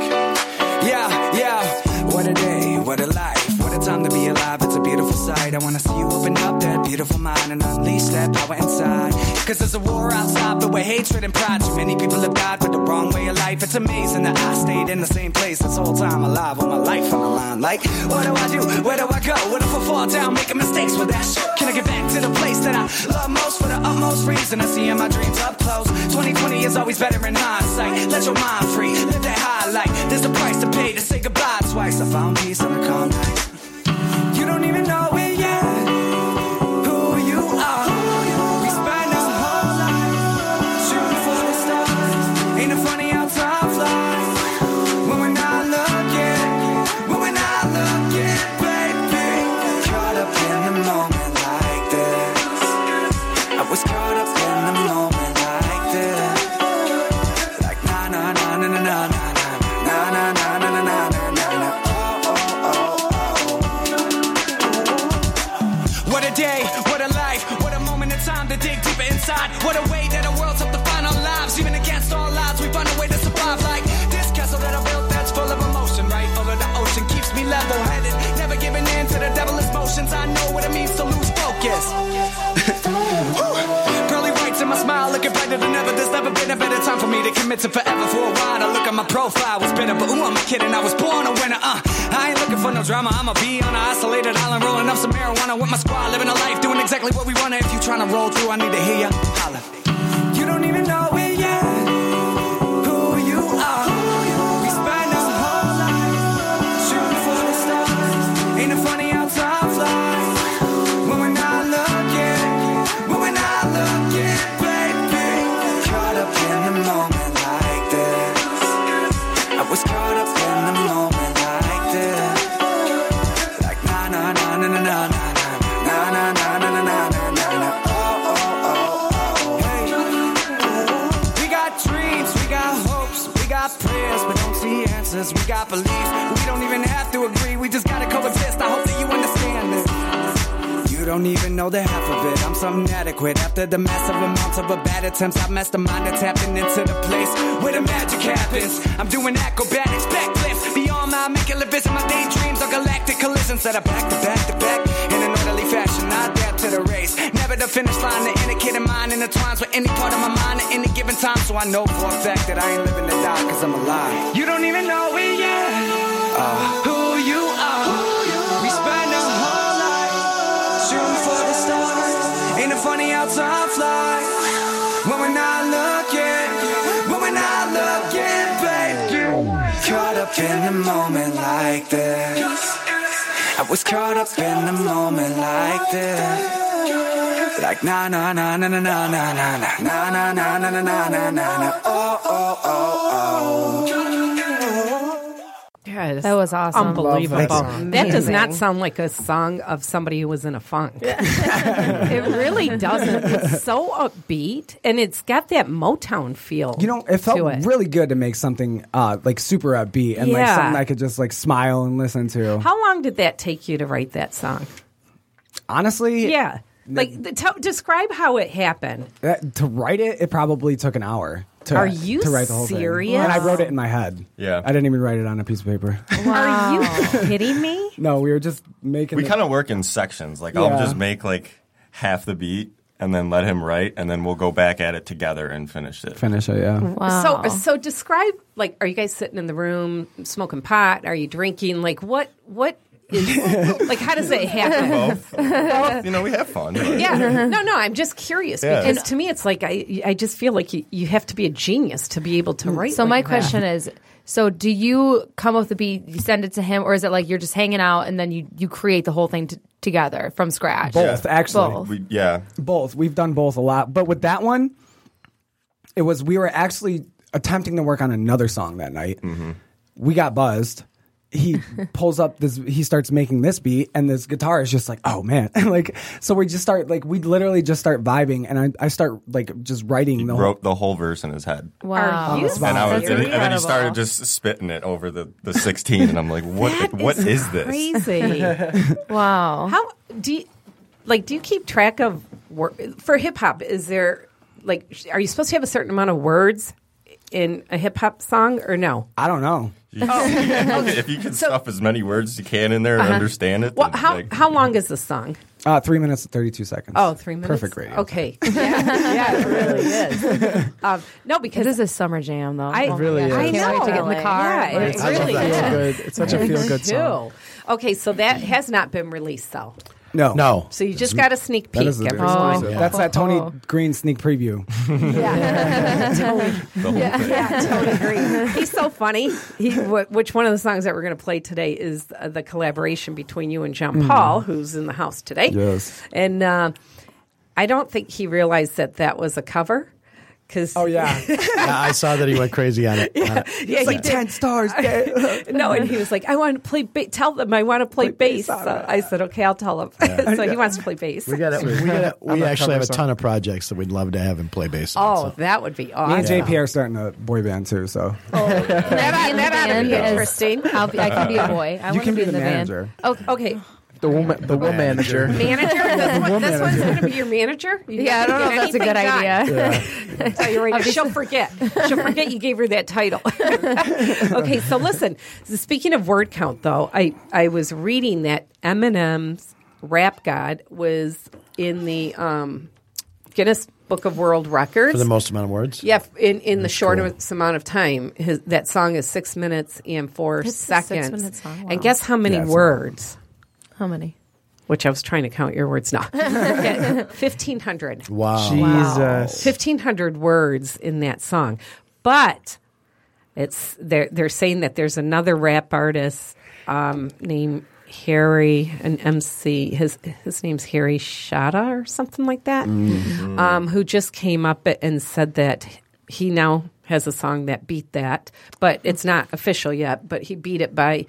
[SPEAKER 10] Yeah, yeah. What a day, what a life, what a time to be alive. It's a beautiful sight. I wanna see you open up that beautiful mind and unleash that power inside. Cause there's a war outside, filled with hatred and pride. Too many people have died with the wrong way of life. It's amazing that I stayed in the same place this whole time alive, all my life on the line. Like, what do I do? Where do I go? What if I fall down, making mistakes with that shit? Can I get back to the place that I love most for the utmost reason? I see in my dreams up close. 2020 is always better in hindsight. Let your mind free, live that high life. There's a price to pay to say goodbye found peace on the calm night. You don't even know it yet. Who you are. We spend our whole life shooting for the stars. Ain't it funny how time flies when we're not looking? When we're not looking, baby. Caught up in the moment like this. I was caught up in the moment like this. Like na na na na na na na na na na na na na na na na. Oh oh oh oh. What a day, what a life, what a moment in time to dig deeper inside. What a way that our world's up to find our lives, even against all odds, we find a way to survive. Like this castle that I built, that's full of emotion, right over the ocean keeps me level-headed, never giving in to the devilish motions. I know what it means to lose focus. Pearly whites in my smile, looking brighter than ever. There's never been a better time for me to commit to forever. For a while, I look at my profile, was bitter, but ooh, I'm a kid and I was born a winner. Uh, I ain't looking for no drama. I'ma be on an isolated island, rolling up some marijuana with my squad, living a life, doing exactly what we wanna. If you tryna roll through, I need to hear ya holler. You don't even know it yet. Who you are? We spend our whole lives shooting for the stars. Ain't it funny how time flies when we're not looking? When we're not looking, baby. Caught up in the moment like this. I was caught up in the moment like this. Like na na na na na na na na na na na na na na na na. Oh oh oh oh. Hey. We got dreams, we got hopes, we got prayers, but don't see answers. We got beliefs, we don't even have to agree. We just gotta coexist. I hope that you understand this. You don't even know the half of it. I'm something adequate. After the massive amounts of a bad attempts, I've masterminded tapping into the place where the magic happens. I'm doing acrobatics, backflips, beyond my make-a-live My daydreams are galactic collisions that are back to back to back in an orderly fashion. I adapt to the race, never the finish line. The inner kid in mind intertwines with any part of my mind at any given time. So I know for a fact that I ain't living to die because I'm alive. You don't even know it yet. Uh, who you are. We spend our whole life shooting for the stars. Ain't it funny how time flies when we're not looking? When we're not looking, baby. Caught up in the moment like this. I was caught up in the moment like this. Like na na na na na na na na na na na na na na na na na na oh oh oh oh
[SPEAKER 5] Yes.
[SPEAKER 1] That was awesome.
[SPEAKER 5] Unbelievable.
[SPEAKER 1] That's
[SPEAKER 5] That does not
[SPEAKER 1] amazing.
[SPEAKER 5] sound like a song of somebody who was in a funk. it really doesn't. It's so upbeat and it's got that Motown feel.
[SPEAKER 9] You know, it
[SPEAKER 5] to
[SPEAKER 9] felt
[SPEAKER 5] it.
[SPEAKER 9] really good to make something uh, like super upbeat and like
[SPEAKER 5] Yeah.
[SPEAKER 9] something I could just like smile and listen to.
[SPEAKER 5] How long did that take you to write that song?
[SPEAKER 9] Honestly,
[SPEAKER 5] Yeah. Like, the- tell describe how it happened.
[SPEAKER 9] that- uh, to write it, it probably took an hour. To,
[SPEAKER 5] Are you
[SPEAKER 9] to write the whole
[SPEAKER 5] serious?
[SPEAKER 9] Thing. And I wrote it in my head.
[SPEAKER 8] Yeah.
[SPEAKER 9] I didn't even write it on a piece of paper.
[SPEAKER 5] Are you kidding me?
[SPEAKER 9] no, we were just making.
[SPEAKER 8] We
[SPEAKER 9] it-
[SPEAKER 8] kind of work in sections. Like
[SPEAKER 9] Yeah.
[SPEAKER 8] I'll just make like half the beat and then let him write, and then we'll go back at it together and finish it.
[SPEAKER 9] finish it. Yeah.
[SPEAKER 1] Wow.
[SPEAKER 5] So, so describe like, are you guys sitting in the room smoking pot? Are you drinking? Like, what, what is, like, how does it happen?
[SPEAKER 8] Both. you know, we have fun. but-
[SPEAKER 5] Yeah, no, no. I'm just curious
[SPEAKER 8] Yeah.
[SPEAKER 5] because to me, it's like I, I just feel like you, you have to be a genius to be able
[SPEAKER 8] Mm.
[SPEAKER 5] to write.
[SPEAKER 1] So my
[SPEAKER 5] like that.
[SPEAKER 1] question is, so do you come up with the beat, you send it to him, or is it like you're just hanging out and then you you create the whole thing t- together from scratch?
[SPEAKER 9] Both, actually.
[SPEAKER 1] Both.
[SPEAKER 8] We, yeah.
[SPEAKER 9] both. We've done both a lot, but with that one, it was we were actually attempting to work on another song that night.
[SPEAKER 8] Mm-hmm.
[SPEAKER 9] We got buzzed. He pulls up this. He starts making this beat, and this guitar is just like, oh man, like. So we just start like we literally just start vibing, and I, I start like just writing the whole.
[SPEAKER 8] Wrote the whole verse in his head.
[SPEAKER 1] Wow.
[SPEAKER 5] Are
[SPEAKER 8] And, I
[SPEAKER 5] you
[SPEAKER 8] was,
[SPEAKER 5] That's
[SPEAKER 8] and then he
[SPEAKER 5] incredible.
[SPEAKER 8] started just spitting it over the, the 16, and I'm like, what?
[SPEAKER 5] That
[SPEAKER 8] What is, this?
[SPEAKER 5] Crazy.
[SPEAKER 1] Wow.
[SPEAKER 5] How do you like? Do you keep track of wor- for hip hop? Is there like sh- are you supposed to have a certain amount of words in a hip hop song or no? Oh.
[SPEAKER 9] I don't know.
[SPEAKER 8] if you can stuff as many words as you can in there and understand it,
[SPEAKER 5] Uh-huh. Well,
[SPEAKER 8] then,
[SPEAKER 5] how
[SPEAKER 8] like,
[SPEAKER 5] how long is the song?
[SPEAKER 9] Uh, three minutes and thirty-two seconds.
[SPEAKER 5] Oh, three minutes.
[SPEAKER 9] Perfect radio.
[SPEAKER 5] Okay. Yeah, yeah it really is. Um, no,
[SPEAKER 1] This
[SPEAKER 5] because
[SPEAKER 1] is a summer jam, though.
[SPEAKER 5] I
[SPEAKER 1] Oh my
[SPEAKER 5] really
[SPEAKER 1] gosh, I
[SPEAKER 5] is.
[SPEAKER 1] can't wait to get in the
[SPEAKER 5] Yeah,
[SPEAKER 1] car.
[SPEAKER 5] it
[SPEAKER 1] Like,
[SPEAKER 5] is.
[SPEAKER 1] I love
[SPEAKER 5] really
[SPEAKER 1] that.
[SPEAKER 5] is.
[SPEAKER 6] It's such a feel good song.
[SPEAKER 5] Too. Okay, so that has not been released though.
[SPEAKER 9] No.
[SPEAKER 6] No.
[SPEAKER 5] So you just got a sneak
[SPEAKER 9] That
[SPEAKER 5] peek,
[SPEAKER 9] is the
[SPEAKER 5] everyone.
[SPEAKER 9] biggest
[SPEAKER 1] Oh.
[SPEAKER 9] episode. That's that Tony Green sneak preview.
[SPEAKER 8] The whole thing.
[SPEAKER 5] Yeah, totally agree. He's so funny. He, wh- which one of the songs that we're going to play today is uh, the collaboration between you and Jean Paul, who's in the house today.
[SPEAKER 9] Mm. Yes.
[SPEAKER 5] And uh, I don't think he realized that that was a cover. Cause,
[SPEAKER 9] Oh yeah,
[SPEAKER 6] I I saw that he went crazy on it. On it.
[SPEAKER 5] yeah, he
[SPEAKER 9] like
[SPEAKER 5] did.
[SPEAKER 9] ten stars. Dave.
[SPEAKER 5] No, and he was like, I want to play, ba- tell them I want to play, bass.
[SPEAKER 9] bass on
[SPEAKER 5] So
[SPEAKER 9] it.
[SPEAKER 5] I said, okay, I'll tell them. so he wants to play bass.
[SPEAKER 6] We got We, gotta, we
[SPEAKER 9] a
[SPEAKER 6] actually have a
[SPEAKER 9] cover
[SPEAKER 6] ton of projects that we'd love to have him play bass on.
[SPEAKER 5] Oh,
[SPEAKER 6] so.
[SPEAKER 5] that would be
[SPEAKER 9] Me
[SPEAKER 5] awesome.
[SPEAKER 9] and JP are starting a boy band too, so
[SPEAKER 5] That, ought-
[SPEAKER 1] in the
[SPEAKER 5] that ought to
[SPEAKER 1] band
[SPEAKER 5] be
[SPEAKER 1] is-
[SPEAKER 5] interesting.
[SPEAKER 1] I'll be, I can be a boy. I
[SPEAKER 9] you
[SPEAKER 1] wanna
[SPEAKER 9] can be
[SPEAKER 1] in
[SPEAKER 9] the,
[SPEAKER 1] band.
[SPEAKER 9] manager.
[SPEAKER 5] Oh, okay.
[SPEAKER 11] The woman, the woman manager.
[SPEAKER 5] manager. This, one, this one's going to be your manager. You
[SPEAKER 1] Yeah, I don't know if that's a
[SPEAKER 5] anything
[SPEAKER 1] good idea.
[SPEAKER 5] done. I'll tell you right now, she'll forget. She'll forget you gave her that title. okay, so listen. Speaking of word count, though, I I was reading that Eminem's Rap God was in the um, Guinness Book of World Records
[SPEAKER 6] For the most amount of words?
[SPEAKER 5] yeah, f- in in the shortest amount of time, his, that song is six minutes and four
[SPEAKER 1] It's a
[SPEAKER 5] seconds.
[SPEAKER 1] six-minute song, wow.
[SPEAKER 5] And guess how many
[SPEAKER 9] Yeah, it's a lot.
[SPEAKER 5] words?
[SPEAKER 1] How many?
[SPEAKER 5] Which I was trying to count your words now. Fifteen hundred.
[SPEAKER 6] Wow.
[SPEAKER 11] Jesus.
[SPEAKER 5] 1500 words in that song but it's they're they're saying that there's another rap artist um, named Harry an MC his his name's Harry Shada or something like that um, who just came up and said that he now has a song that beat that but it's not official yet but he beat it by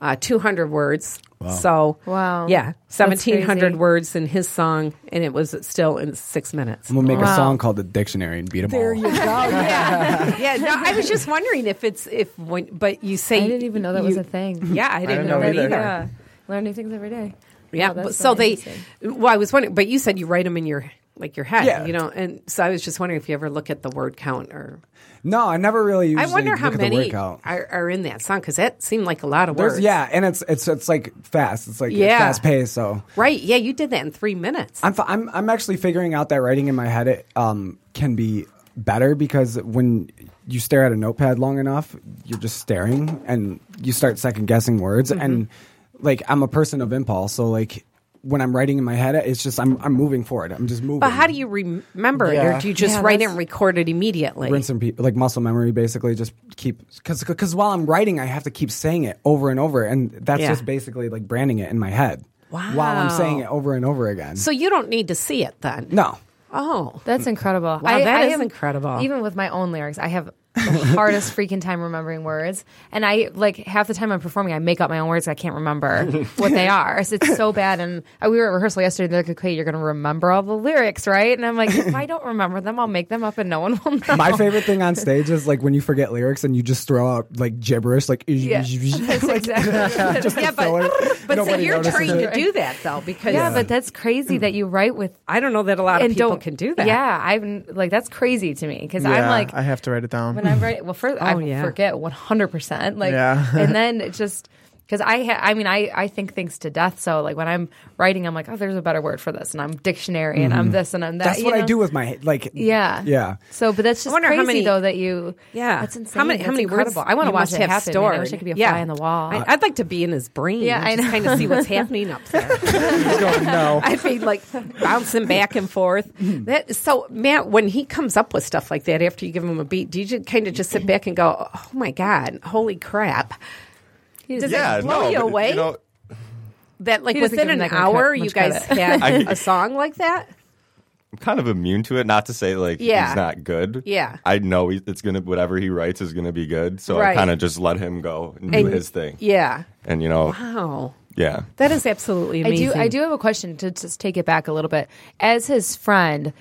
[SPEAKER 5] uh, 200 words so
[SPEAKER 1] Wow.
[SPEAKER 5] yeah
[SPEAKER 1] That's crazy.
[SPEAKER 5] 1700 words in his song and it was still in 6 minutes
[SPEAKER 9] I'm gonna make
[SPEAKER 1] Wow.
[SPEAKER 9] a song called "The Dictionary" and beat them all.
[SPEAKER 5] yeah, yeah. No, I was just wondering if it's if when, but you say
[SPEAKER 1] I didn't even know that was
[SPEAKER 5] you-
[SPEAKER 1] a thing.
[SPEAKER 5] Yeah, Mm-hmm. I didn't know, it either. Yeah,
[SPEAKER 1] Yeah. Learn new things every day. Wow,
[SPEAKER 5] but
[SPEAKER 1] that's
[SPEAKER 5] so
[SPEAKER 1] really
[SPEAKER 5] they.
[SPEAKER 1] interesting.
[SPEAKER 5] Well, I was wondering, but you said you write them in your like your head,
[SPEAKER 9] Yeah.
[SPEAKER 5] you know, and so I was just wondering if you ever look at the word count or.
[SPEAKER 9] No, I never really. Usually
[SPEAKER 5] I wonder
[SPEAKER 9] look
[SPEAKER 5] how
[SPEAKER 9] at the
[SPEAKER 5] many
[SPEAKER 9] workout.
[SPEAKER 5] are, are in that song because that seemed like a lot of
[SPEAKER 9] There's-
[SPEAKER 5] words.
[SPEAKER 9] yeah, and it's it's it's like fast. It's like
[SPEAKER 5] Yeah.
[SPEAKER 9] fast paced. So
[SPEAKER 5] right. Yeah, you did that in three minutes.
[SPEAKER 9] I'm, fi- I'm I'm actually figuring out that writing in my head it, um, can be better because when you stare at a notepad long enough, you're just staring and you start second guessing words. And
[SPEAKER 5] Mm-hmm.
[SPEAKER 9] like I'm a person of impulse, so like when I'm writing in my head, it's just I'm I'm moving forward. I'm just moving.
[SPEAKER 5] but how do you remember it, or
[SPEAKER 11] Yeah.
[SPEAKER 5] do you just
[SPEAKER 1] Yeah,
[SPEAKER 5] write it
[SPEAKER 1] that's-
[SPEAKER 5] and record it immediately?
[SPEAKER 9] rinse and repeat, like muscle memory, basically just keep because because while I'm writing, I have to keep saying it over and over, and that's
[SPEAKER 5] Yeah.
[SPEAKER 9] just basically like branding it in my head. While I'm
[SPEAKER 5] Wow.
[SPEAKER 9] saying it over and over again.
[SPEAKER 5] so you don't need to see it then.
[SPEAKER 9] no.
[SPEAKER 5] Oh,
[SPEAKER 1] That's incredible. Wow,
[SPEAKER 5] that is incredible.
[SPEAKER 1] Even with my own lyrics, I have the hardest freaking time remembering words. And I like half the time I'm performing, I make up my own words. I can't remember what they are. So it's so bad. And uh, we were at rehearsal yesterday. They're like, "Okay, you're going to remember all the lyrics, right?" And I'm like, "If I don't remember them, I'll make them up, and no one will know."
[SPEAKER 9] My favorite thing on stage is like when you forget lyrics and you just throw out like gibberish, like
[SPEAKER 1] Yeah. That's exactly.
[SPEAKER 5] yeah, but but so
[SPEAKER 9] Nobody
[SPEAKER 5] you're
[SPEAKER 9] notices
[SPEAKER 5] trained to
[SPEAKER 1] it.
[SPEAKER 5] do that though because
[SPEAKER 1] yeah, but that's crazy that you write with
[SPEAKER 5] I don't know that a lot of
[SPEAKER 1] and
[SPEAKER 5] people
[SPEAKER 1] don't
[SPEAKER 5] can do that.
[SPEAKER 1] Yeah, I'm like that's crazy to me because I'm
[SPEAKER 11] Yeah,
[SPEAKER 1] like
[SPEAKER 11] I have to write it down.
[SPEAKER 1] when I'm ready. Well, first I
[SPEAKER 5] Oh, yeah.
[SPEAKER 1] forget 100. percent Like,
[SPEAKER 11] Yeah.
[SPEAKER 1] and then it just because I, ha- I mean, I, I think things to death. So like when I'm writing, I'm like, oh, there's a better word for this, and I'm dictionary, and I'm this, and I'm that.
[SPEAKER 9] Mm-hmm. That's
[SPEAKER 1] you
[SPEAKER 9] what I
[SPEAKER 1] know?
[SPEAKER 9] do with my like.
[SPEAKER 1] Yeah,
[SPEAKER 9] Yeah.
[SPEAKER 1] So, but that's just
[SPEAKER 5] wonder how
[SPEAKER 1] crazy
[SPEAKER 5] many-
[SPEAKER 1] though that you.
[SPEAKER 5] Yeah,
[SPEAKER 1] that's insane.
[SPEAKER 5] How many? how
[SPEAKER 1] That's
[SPEAKER 5] many
[SPEAKER 1] incredible.
[SPEAKER 5] words?
[SPEAKER 1] I want to
[SPEAKER 5] you
[SPEAKER 1] watch
[SPEAKER 5] must
[SPEAKER 1] it
[SPEAKER 5] have
[SPEAKER 1] happen,
[SPEAKER 5] stored.
[SPEAKER 1] man. I wish I could be a
[SPEAKER 5] Yeah.
[SPEAKER 1] fly on the wall.
[SPEAKER 5] I, would like to be in his brain.
[SPEAKER 1] Yeah,
[SPEAKER 5] and
[SPEAKER 1] I
[SPEAKER 5] just
[SPEAKER 1] know.
[SPEAKER 5] kind of see what's happening up there.
[SPEAKER 11] no.
[SPEAKER 5] I'd be like bouncing back and forth. That so Matt, when he comes up with stuff like that after you give him a beat, do you just kind of just sit back and go, "Oh my god, holy crap"? Does
[SPEAKER 8] Yeah,
[SPEAKER 5] it blow
[SPEAKER 8] no,
[SPEAKER 5] you
[SPEAKER 8] but,
[SPEAKER 5] away?
[SPEAKER 8] You know,
[SPEAKER 5] that like
[SPEAKER 1] He doesn't
[SPEAKER 5] within
[SPEAKER 1] give
[SPEAKER 5] an
[SPEAKER 1] him that kind of
[SPEAKER 5] hour,
[SPEAKER 1] cre-
[SPEAKER 5] you
[SPEAKER 1] much
[SPEAKER 5] guys
[SPEAKER 1] credit.
[SPEAKER 5] had
[SPEAKER 8] I-
[SPEAKER 5] a song like that?
[SPEAKER 8] I'm kind of immune to it. Not to say like
[SPEAKER 5] Yeah.
[SPEAKER 8] he's not good.
[SPEAKER 5] Yeah.
[SPEAKER 8] I know he, it's gonna whatever he writes is gonna be good. So
[SPEAKER 5] Right.
[SPEAKER 8] I kind of just let him go and do
[SPEAKER 5] And-
[SPEAKER 8] his thing.
[SPEAKER 5] Yeah.
[SPEAKER 8] And you know,
[SPEAKER 5] Wow.
[SPEAKER 8] yeah.
[SPEAKER 5] That is absolutely
[SPEAKER 1] I
[SPEAKER 5] amazing.
[SPEAKER 1] do. I do have a question to just take it back a little bit. As his friend,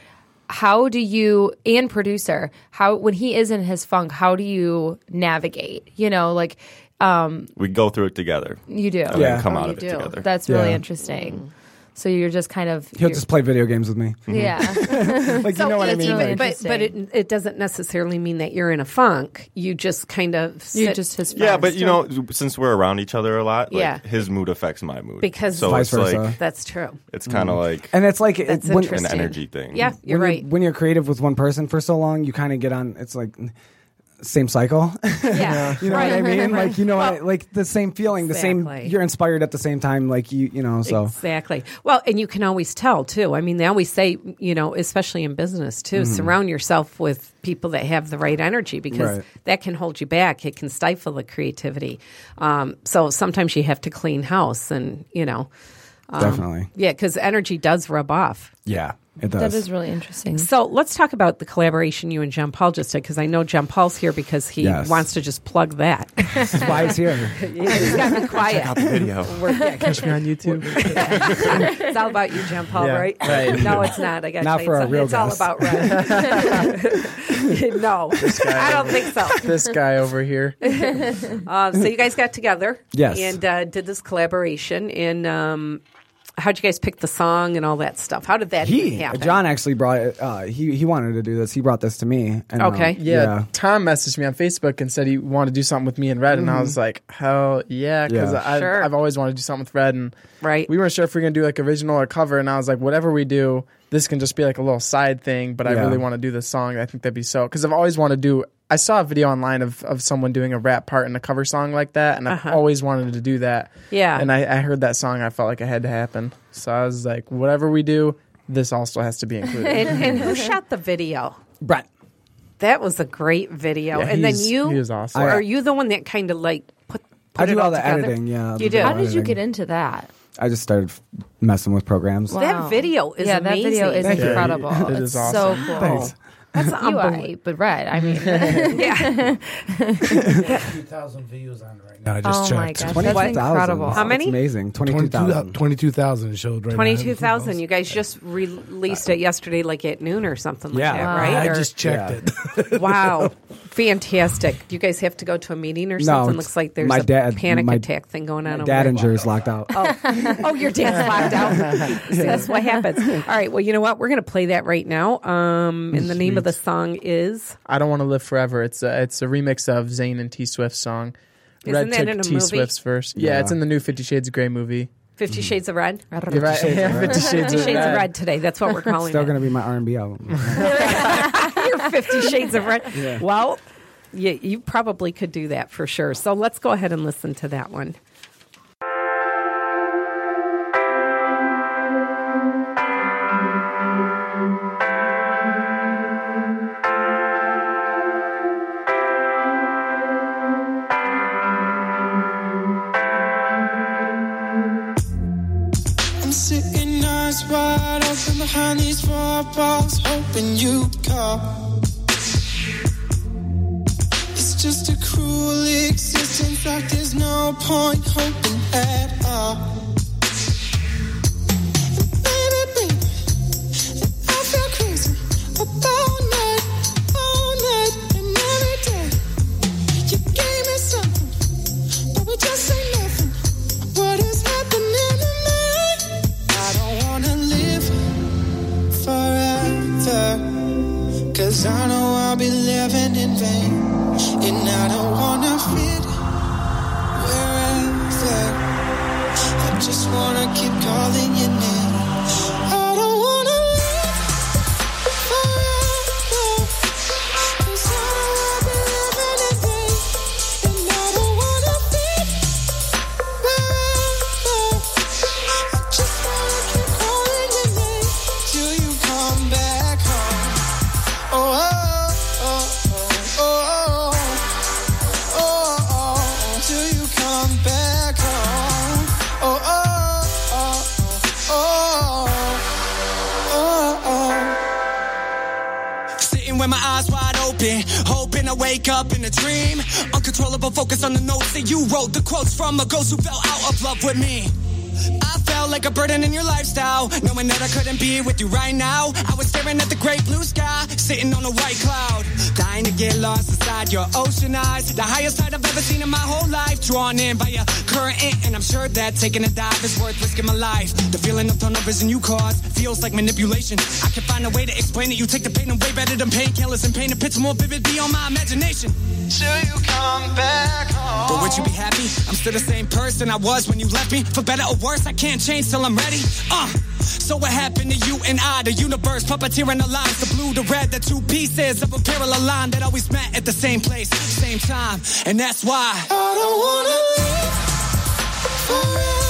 [SPEAKER 1] how do you and producer how when he is in his funk? How do you navigate? You know, like um,
[SPEAKER 8] We go through it together.
[SPEAKER 1] you do.
[SPEAKER 8] And
[SPEAKER 9] Yeah.
[SPEAKER 8] then come
[SPEAKER 5] Oh,
[SPEAKER 8] out
[SPEAKER 5] you
[SPEAKER 8] of it
[SPEAKER 5] do.
[SPEAKER 8] together.
[SPEAKER 1] That's really
[SPEAKER 9] Yeah.
[SPEAKER 1] interesting. So you're just kind of
[SPEAKER 9] He'll
[SPEAKER 1] you're-
[SPEAKER 9] just play video games with me.
[SPEAKER 1] yeah.
[SPEAKER 9] Like you know what I
[SPEAKER 5] it's
[SPEAKER 9] mean?
[SPEAKER 1] really
[SPEAKER 9] Like,
[SPEAKER 5] but but it, it doesn't necessarily mean that you're in a funk. You just kind of
[SPEAKER 1] you
[SPEAKER 5] sit-
[SPEAKER 1] just his friend.
[SPEAKER 8] yeah, but you know, since we're around each other a lot, like
[SPEAKER 5] Yeah.
[SPEAKER 8] his mood affects my mood.
[SPEAKER 5] Because-
[SPEAKER 8] so
[SPEAKER 9] Vice
[SPEAKER 8] it's
[SPEAKER 9] versa. Mm.
[SPEAKER 8] like
[SPEAKER 5] that's true.
[SPEAKER 8] it's kind of like
[SPEAKER 9] and it's like it-
[SPEAKER 5] That's
[SPEAKER 9] when,
[SPEAKER 8] an
[SPEAKER 5] interesting.
[SPEAKER 8] energy thing.
[SPEAKER 5] Yeah, you're
[SPEAKER 9] when
[SPEAKER 5] right.
[SPEAKER 9] You, when you're creative with one person for so long, you kind of get on. It's like same cycle.
[SPEAKER 5] Yeah.
[SPEAKER 9] you know what I mean? Like you know, what I- like the same feeling, the
[SPEAKER 5] Exactly.
[SPEAKER 9] same. You're inspired at the same time, like you, you know. So
[SPEAKER 5] Exactly. Well, and you can always tell too. I mean, they always say, you know, especially in business too,
[SPEAKER 9] Mhm.
[SPEAKER 5] surround yourself with people that have the right energy because
[SPEAKER 9] Right.
[SPEAKER 5] that can hold you back. It can stifle the creativity. Um, so sometimes you have to clean house, and you know, um,
[SPEAKER 9] Definitely.
[SPEAKER 5] yeah, because energy does rub off.
[SPEAKER 9] yeah, it does.
[SPEAKER 1] That is really interesting.
[SPEAKER 5] So let's talk about the collaboration you and John Paul just did because I know John Paul's here because he
[SPEAKER 9] Yes.
[SPEAKER 5] wants to just plug that. That's
[SPEAKER 9] why he's here.
[SPEAKER 5] he's got to be quiet.
[SPEAKER 9] Check out the video.
[SPEAKER 5] We're- yeah,
[SPEAKER 11] Catch me on YouTube.
[SPEAKER 5] it's all about you, John Paul,
[SPEAKER 11] Yeah,
[SPEAKER 5] right?
[SPEAKER 11] right.
[SPEAKER 5] No, it's not. I got
[SPEAKER 11] Not
[SPEAKER 5] you.
[SPEAKER 11] for
[SPEAKER 5] it's
[SPEAKER 11] our real
[SPEAKER 5] it's all
[SPEAKER 11] guys.
[SPEAKER 5] about Red. no, I don't think so.
[SPEAKER 11] this guy over here.
[SPEAKER 5] Uh, so you guys got together,
[SPEAKER 11] Yes.
[SPEAKER 5] and uh, did this collaboration. And um, how'd you guys pick the song and all that stuff? How did that
[SPEAKER 9] he
[SPEAKER 5] happen?
[SPEAKER 9] John actually brought it. Uh, he he wanted to do this. He brought this to me. And, uh,
[SPEAKER 11] yeah, Tom messaged me on Facebook and said he wanted to do something with me and Red, and I
[SPEAKER 5] Mm-hmm.
[SPEAKER 9] Mhm.
[SPEAKER 11] was like, hell yeah, because
[SPEAKER 9] Yeah.
[SPEAKER 11] I've,
[SPEAKER 9] Sure.
[SPEAKER 11] I've always wanted to do something with Red, and
[SPEAKER 5] right,
[SPEAKER 11] we weren't sure if we are gonna do like original or cover, and I was like, whatever we do, this can just be like a little side thing, but I
[SPEAKER 9] Yeah.
[SPEAKER 11] really want to do this song. I think that'd be so because I've always wanted to do. I saw a video online of, of someone doing a rap part in a cover song like that, and I've
[SPEAKER 5] Uh-huh.
[SPEAKER 11] always wanted to do that.
[SPEAKER 5] Yeah.
[SPEAKER 11] and I, I heard that song, I felt like it had to happen, so I was like, whatever we do, this also has to be included.
[SPEAKER 5] and, and who shot the video?
[SPEAKER 9] Brett.
[SPEAKER 5] That was a great video.
[SPEAKER 11] Yeah,
[SPEAKER 5] and then
[SPEAKER 11] he's-
[SPEAKER 5] you
[SPEAKER 11] he was awesome.
[SPEAKER 5] Are you the one that kind of like put? put
[SPEAKER 9] I
[SPEAKER 5] it
[SPEAKER 9] do all the
[SPEAKER 5] together?
[SPEAKER 9] editing, yeah, the
[SPEAKER 5] you do.
[SPEAKER 9] video How did you editing.
[SPEAKER 1] get into that?
[SPEAKER 9] I just started f- messing with programs.
[SPEAKER 1] Wow.
[SPEAKER 5] That video is
[SPEAKER 1] Oh. yeah, that video
[SPEAKER 5] amazing.
[SPEAKER 1] is
[SPEAKER 9] Thank you.
[SPEAKER 1] incredible.
[SPEAKER 9] Yeah, it
[SPEAKER 1] it's
[SPEAKER 9] is
[SPEAKER 1] so
[SPEAKER 9] awesome.
[SPEAKER 1] cool.
[SPEAKER 9] Thanks.
[SPEAKER 5] That's
[SPEAKER 1] you, I, but red. I mean, yeah.
[SPEAKER 12] Two thousand views on right
[SPEAKER 7] No, I
[SPEAKER 1] Oh
[SPEAKER 7] just
[SPEAKER 1] my
[SPEAKER 7] checked.
[SPEAKER 1] gosh, that's 22,000. incredible.
[SPEAKER 5] How many?
[SPEAKER 9] amazing.
[SPEAKER 7] 22,000 22,000 showed right now.
[SPEAKER 5] Twenty-two thousand. You guys just released it yesterday, like at noon or something like
[SPEAKER 7] Yeah.
[SPEAKER 5] that,
[SPEAKER 7] Wow.
[SPEAKER 5] right?
[SPEAKER 7] I
[SPEAKER 5] Or-
[SPEAKER 7] just checked
[SPEAKER 5] wow, fantastic! Do you guys have to go to a meeting or
[SPEAKER 9] No,
[SPEAKER 5] something?
[SPEAKER 9] it's-
[SPEAKER 5] Looks like there's
[SPEAKER 9] my
[SPEAKER 5] a
[SPEAKER 9] dad-
[SPEAKER 5] panic
[SPEAKER 9] my-
[SPEAKER 5] attack thing going on.
[SPEAKER 9] My
[SPEAKER 5] over
[SPEAKER 9] dad
[SPEAKER 5] there.
[SPEAKER 9] and Jerry's locked out.
[SPEAKER 5] Oh, oh, your dad's locked out. See, that's what happens. All right. Well, you know what? We're going to play that right now. Um, and the name of the song is.
[SPEAKER 11] I don't want to live forever. It's a, it's a remix of Zayn and T Swift's song.
[SPEAKER 5] Isn't that
[SPEAKER 11] took
[SPEAKER 5] in a
[SPEAKER 11] T
[SPEAKER 5] movie?
[SPEAKER 11] Swift's verse. Yeah,
[SPEAKER 5] Yeah.
[SPEAKER 11] it's in the new Fifty Shades of Grey movie.
[SPEAKER 5] Fifty Shades of Red.
[SPEAKER 11] You're right. Shades of Red.
[SPEAKER 5] Fifty Shades of Red today. That's what we're calling
[SPEAKER 9] Still
[SPEAKER 5] it.
[SPEAKER 9] going to be my R&B album.
[SPEAKER 5] You're Fifty Shades of Red.
[SPEAKER 9] Yeah.
[SPEAKER 5] Well, you, you probably could do that for sure. So let's go ahead and listen to that one.
[SPEAKER 12] I'm sitting eyes wide open behind these four walls, hoping you'd call. It's just a cruel existence, like there's no point hoping at all. And baby, baby, I feel crazy about night, all night, and every day. You gave me something, but we just ain't nothing. What is happening to me? I don't wanna live forever. Cause I know I'll be living in vain. And I don't wanna fit wherever. I just wanna keep calling your name. I don't wanna live forever. 'Cause I know I'll be living in vain. And I don't wanna fit wherever. I just wanna keep calling your name till you come back home. Oh, oh, oh, oh, oh, oh, oh, oh, till you come back home. Oh, oh, oh, oh, oh, oh.
[SPEAKER 10] Sitting with my eyes wide open, hoping I wake up in a dream. Uncontrollable focus on the notes that you wrote, the quotes from a ghost who fell out of love with me. I felt like a burden in your lifestyle, knowing that I couldn't be with you right now. I was staring at the great blue sky, sitting on a white cloud, dying to get lost inside your ocean eyes. The highest tide I've ever seen in my whole life, drawn in by a current, and I'm sure that taking a dive is worth risking my life. The feeling of turnovers and you cause feels like manipulation. I can find a way to explain it. You take the pain away better than painkillers and paint a picture more vivid beyond my imagination.
[SPEAKER 12] Till you come back home.
[SPEAKER 10] But would you be happy? I'm still the same person I was when you left me. For better or worse, I can't change till I'm ready. Uh, so what happened to you and I? The universe puppeteering the lines, the blue, the red, the two pieces of a parallel line that always met at the same place, same time, and that's why I don't wanna live forever.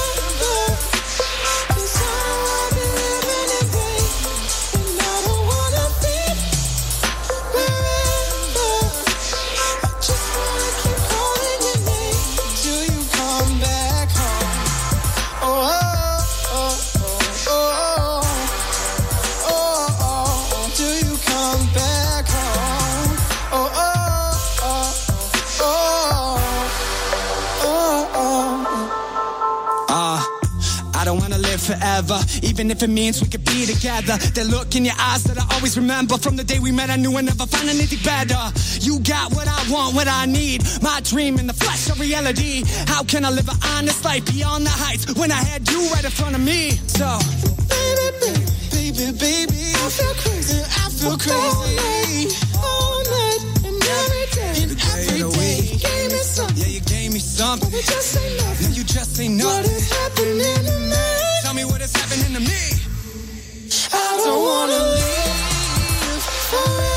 [SPEAKER 10] Uh, I don't wanna live forever, even if it means we could be together. That look in your eyes that I always remember from the day we met, I knew I'd never find anything better. You got what I want, what I need, my dream in the flesh of reality. How can I live an honest life beyond the heights when I had you right in front of me? So, baby, baby, baby, baby, I feel crazy, I feel crazy. All night, and every day, and every day. You gave me something, yeah, you gave me something. But it just ain't nothing. No, you just ain't nothing. What is happening to me? Tell me what is happening to me. I don't wanna live forever.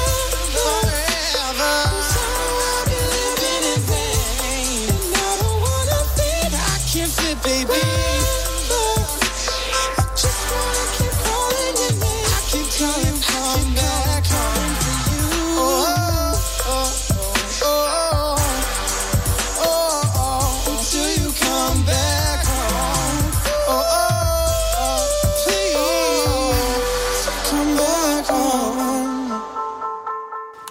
[SPEAKER 10] I can't fit, baby. I keep coming, coming back home for you. oh, oh, oh. Oh, until you come back home. Oh, oh, oh, please come back home.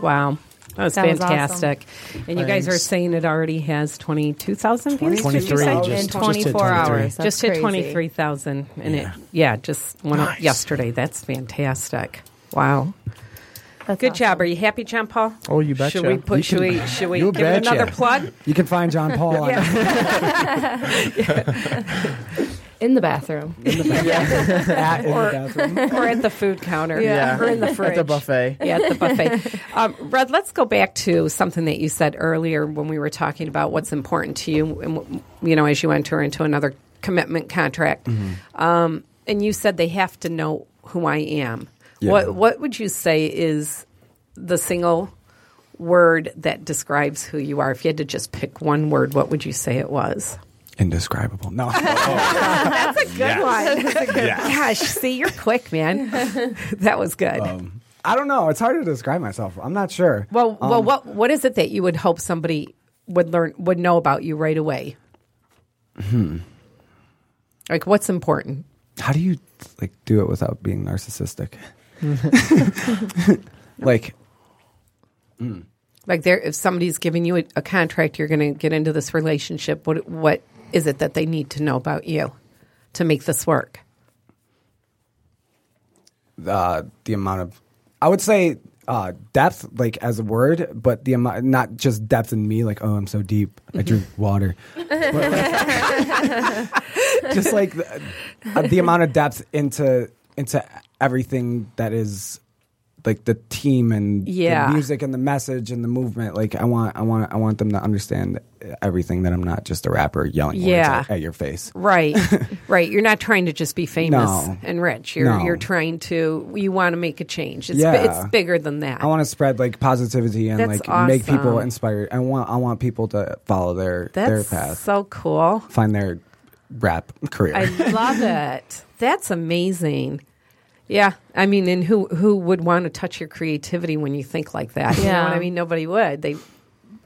[SPEAKER 5] Wow. That was
[SPEAKER 10] That was
[SPEAKER 5] fantastic. And you guys are
[SPEAKER 10] Thanks.
[SPEAKER 5] saying it already has 22,000 views? did you
[SPEAKER 6] 23,
[SPEAKER 5] say?
[SPEAKER 6] just-
[SPEAKER 5] in
[SPEAKER 6] just hit
[SPEAKER 5] 24 hours.
[SPEAKER 6] 23.
[SPEAKER 5] just hit
[SPEAKER 6] That's crazy.
[SPEAKER 5] 23,000. And
[SPEAKER 6] Yeah.
[SPEAKER 5] it, yeah, just went up
[SPEAKER 6] Nice.
[SPEAKER 5] yesterday. That's fantastic. Wow. Good job. Are you happy, John Paul?
[SPEAKER 9] Oh, you betcha.
[SPEAKER 5] Should we put?
[SPEAKER 9] You
[SPEAKER 5] should
[SPEAKER 9] can-
[SPEAKER 5] we? Should we
[SPEAKER 9] you
[SPEAKER 5] give it
[SPEAKER 9] betcha.
[SPEAKER 5] another plug?
[SPEAKER 9] You can find John
[SPEAKER 1] Um,
[SPEAKER 9] Paul on
[SPEAKER 1] in the bathroom.
[SPEAKER 9] At- in the
[SPEAKER 5] or,
[SPEAKER 9] bathroom.
[SPEAKER 5] or at the food counter.
[SPEAKER 11] Yeah.
[SPEAKER 5] Or in the
[SPEAKER 11] At the
[SPEAKER 5] fridge.
[SPEAKER 11] buffet.
[SPEAKER 5] Yeah, at the buffet. um, Red, let's go back to something that you said earlier when we were talking about what's important to you, and w- you know, as you enter into another commitment contract.
[SPEAKER 1] Mm-hmm.
[SPEAKER 9] Mm-hmm.
[SPEAKER 5] Um, and you said they have to know who I am.
[SPEAKER 13] Yeah.
[SPEAKER 5] What What would you say is the single word that describes who you are? If you had to just pick one word, what would you say it was?
[SPEAKER 9] Indescribable. No.
[SPEAKER 5] That's a good
[SPEAKER 9] Oh. Yes.
[SPEAKER 5] one.
[SPEAKER 9] That's a good Yes. one.
[SPEAKER 5] Gosh, see, you're quick, man. that was good.
[SPEAKER 9] I don't know. It's hard to describe myself. I'm not sure.
[SPEAKER 5] well, well,
[SPEAKER 9] Um,
[SPEAKER 5] what what is it that you would hope somebody would learn would know about you right away?
[SPEAKER 9] hmm.
[SPEAKER 5] Like, what's important?
[SPEAKER 9] How do you like do it without being narcissistic? like,
[SPEAKER 5] Like, there, if somebody's giving you a, a contract, you're going to get into this relationship. What what is it that they need to know about you to make this work?
[SPEAKER 9] uh, the amount of I would say uh, depth, like as a word, but the amount not just depth in me, like oh I'm so deep, I
[SPEAKER 5] Mm-hmm.
[SPEAKER 9] drink water. just like the, uh, the amount of depth into into everything that is like the team and
[SPEAKER 5] Yeah.
[SPEAKER 9] the music and the message and the movement. Like I want I want I want them to understand everything that I'm not just a rapper yelling words
[SPEAKER 5] Yeah.
[SPEAKER 9] at, at your face.
[SPEAKER 5] Right, right. You're not trying to just be famous
[SPEAKER 9] No.
[SPEAKER 5] and rich. You're
[SPEAKER 9] No.
[SPEAKER 5] you're trying to you want to make a change. It's
[SPEAKER 9] Yeah.
[SPEAKER 5] it's bigger than that.
[SPEAKER 9] I want to spread like positivity and
[SPEAKER 5] That's
[SPEAKER 9] like make people
[SPEAKER 5] awesome.
[SPEAKER 9] inspired. I want I want people to follow their their
[SPEAKER 5] That's
[SPEAKER 9] path,
[SPEAKER 5] so cool.
[SPEAKER 9] find their rap career.
[SPEAKER 5] I love it. That's amazing. Yeah, I mean, and who who would want to touch your creativity when you think like that? You know
[SPEAKER 9] Yeah.
[SPEAKER 5] what I mean? Nobody would. They,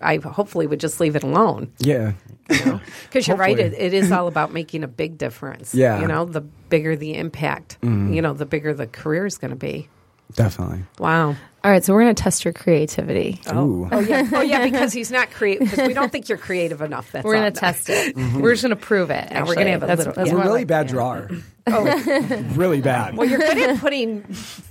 [SPEAKER 5] I hopefully would just leave it alone
[SPEAKER 9] yeah,
[SPEAKER 5] because you're right. It,
[SPEAKER 9] Hopefully.
[SPEAKER 5] it is all about making a big difference.
[SPEAKER 9] Yeah.
[SPEAKER 5] you know, the bigger the impact,
[SPEAKER 1] Mm-hmm.
[SPEAKER 9] Mhm.
[SPEAKER 5] you know, the bigger the career is going to be.
[SPEAKER 9] definitely.
[SPEAKER 5] Wow.
[SPEAKER 1] All right, so we're going to test your creativity.
[SPEAKER 9] Ooh.
[SPEAKER 5] Oh yeah, oh yeah, because he's not creative. Because we don't think you're creative enough. That's
[SPEAKER 1] We're
[SPEAKER 5] all.
[SPEAKER 1] gonna test it.
[SPEAKER 5] Mhm.
[SPEAKER 1] We're just gonna prove it.
[SPEAKER 5] Yeah, we're gonna have a
[SPEAKER 1] actually.
[SPEAKER 5] little.
[SPEAKER 1] that's
[SPEAKER 9] I'm
[SPEAKER 5] yeah.
[SPEAKER 9] a really bad drawer.
[SPEAKER 5] Oh.
[SPEAKER 9] really bad.
[SPEAKER 5] Well, you're good at putting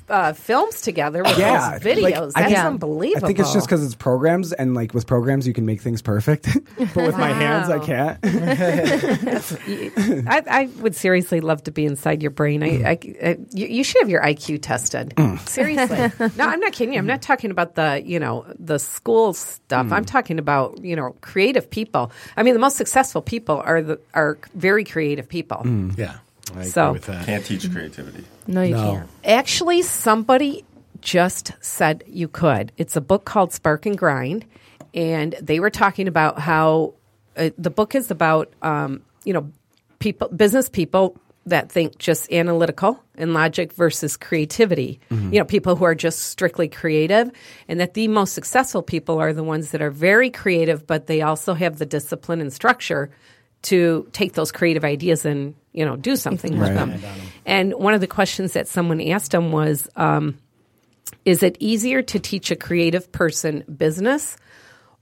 [SPEAKER 5] uh, films together with
[SPEAKER 9] Yeah,
[SPEAKER 5] those videos.
[SPEAKER 9] like, I
[SPEAKER 5] That's
[SPEAKER 9] think-
[SPEAKER 5] unbelievable.
[SPEAKER 9] I think it's just because it's programs, and like with programs, you can make things perfect. but with my hands, I
[SPEAKER 5] Wow.
[SPEAKER 9] can't.
[SPEAKER 5] I, I would seriously love to be inside your brain. I, I, I- you, you should have your IQ tested.
[SPEAKER 9] Mm.
[SPEAKER 5] Seriously. no, I'm not kidding you. I'm not talking about the, you know, the school stuff.
[SPEAKER 9] Mm.
[SPEAKER 5] I'm talking about, you know, creative people. I mean, the most successful people are the are very creative people.
[SPEAKER 9] Mm.
[SPEAKER 6] Yeah.
[SPEAKER 5] I agree So- with
[SPEAKER 6] that.
[SPEAKER 8] Can't teach creativity.
[SPEAKER 1] No, you
[SPEAKER 6] No.
[SPEAKER 1] can't.
[SPEAKER 5] Actually, somebody just said you could. It's a book called Spark and Grind, and they were talking about how uh, the book is about um, you know people, business people that think just analytical and logic versus creativity.
[SPEAKER 13] Mhm.
[SPEAKER 5] You know, people who are just strictly creative, and that the most successful people are the ones that are very creative, but they also have the discipline and structure to take those creative ideas and you know do something with
[SPEAKER 13] Right.
[SPEAKER 5] them.
[SPEAKER 13] Hand on 'em.
[SPEAKER 5] And one of the questions that someone asked him was um, Is it easier to teach a creative person business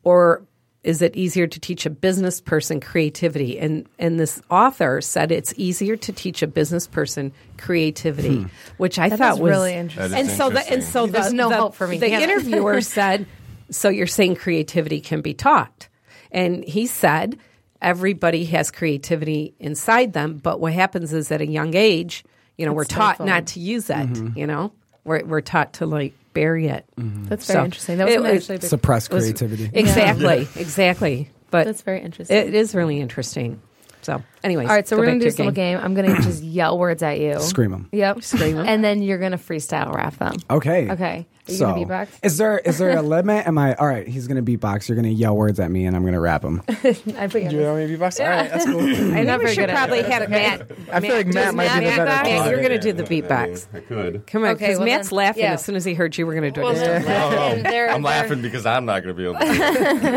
[SPEAKER 5] or is it easier to teach a business person creativity? And, and this author said it's easier to teach a business person creativity,
[SPEAKER 1] Hmm.
[SPEAKER 5] which I
[SPEAKER 1] That
[SPEAKER 5] thought
[SPEAKER 1] is
[SPEAKER 5] was
[SPEAKER 1] really interesting. That
[SPEAKER 5] And
[SPEAKER 1] is
[SPEAKER 5] so, the, and
[SPEAKER 1] interesting.
[SPEAKER 5] so the-
[SPEAKER 1] There's no
[SPEAKER 5] the-
[SPEAKER 1] hope for me,
[SPEAKER 5] The
[SPEAKER 1] Hannah.
[SPEAKER 5] interviewer said, So you're saying creativity can be taught? And he said, Everybody has creativity inside them, but what happens is at a young age, you know,
[SPEAKER 1] It's
[SPEAKER 5] we're taught
[SPEAKER 1] stifled.
[SPEAKER 5] not to use it,
[SPEAKER 11] Mm-hmm.
[SPEAKER 5] you know? We're, we're taught to like bury it.
[SPEAKER 1] That's very interesting. That was actually a big- Suppress
[SPEAKER 5] it was-
[SPEAKER 1] creativity. Yeah.
[SPEAKER 5] Exactly,
[SPEAKER 1] Yeah.
[SPEAKER 5] exactly. But
[SPEAKER 1] That's very interesting.
[SPEAKER 5] It is really interesting. So, anyways,
[SPEAKER 1] All right, so
[SPEAKER 5] go
[SPEAKER 1] we're
[SPEAKER 5] back
[SPEAKER 1] gonna do
[SPEAKER 5] your
[SPEAKER 1] this little game. I'm gonna just yell words at you.
[SPEAKER 9] Scream 'em.
[SPEAKER 1] Yep.
[SPEAKER 5] Scream 'em.
[SPEAKER 1] And then you're gonna freestyle rap them.
[SPEAKER 9] Okay.
[SPEAKER 1] Okay. Are you
[SPEAKER 9] so,
[SPEAKER 1] gonna beatbox?
[SPEAKER 9] is there is there a limit? Am I all right? He's gonna beatbox. You're gonna yell words at me, and I'm gonna rap them.
[SPEAKER 1] I think
[SPEAKER 11] Do you want me to beatbox? All right, that's cool.
[SPEAKER 5] I never should probably had a Matt.
[SPEAKER 11] I feel like Matt might be the better
[SPEAKER 5] Matt,
[SPEAKER 11] talent.
[SPEAKER 5] you're going to do the beatbox.
[SPEAKER 8] I could.
[SPEAKER 5] Come on,
[SPEAKER 1] Okay,
[SPEAKER 5] because
[SPEAKER 1] well
[SPEAKER 5] Matt's
[SPEAKER 1] then-
[SPEAKER 5] laughing
[SPEAKER 1] yeah.
[SPEAKER 5] as soon as he heard you were going to do
[SPEAKER 1] Well,
[SPEAKER 5] it.
[SPEAKER 1] then-
[SPEAKER 8] Oh,
[SPEAKER 1] And they're-
[SPEAKER 8] I'm laughing because I'm not going to be able to.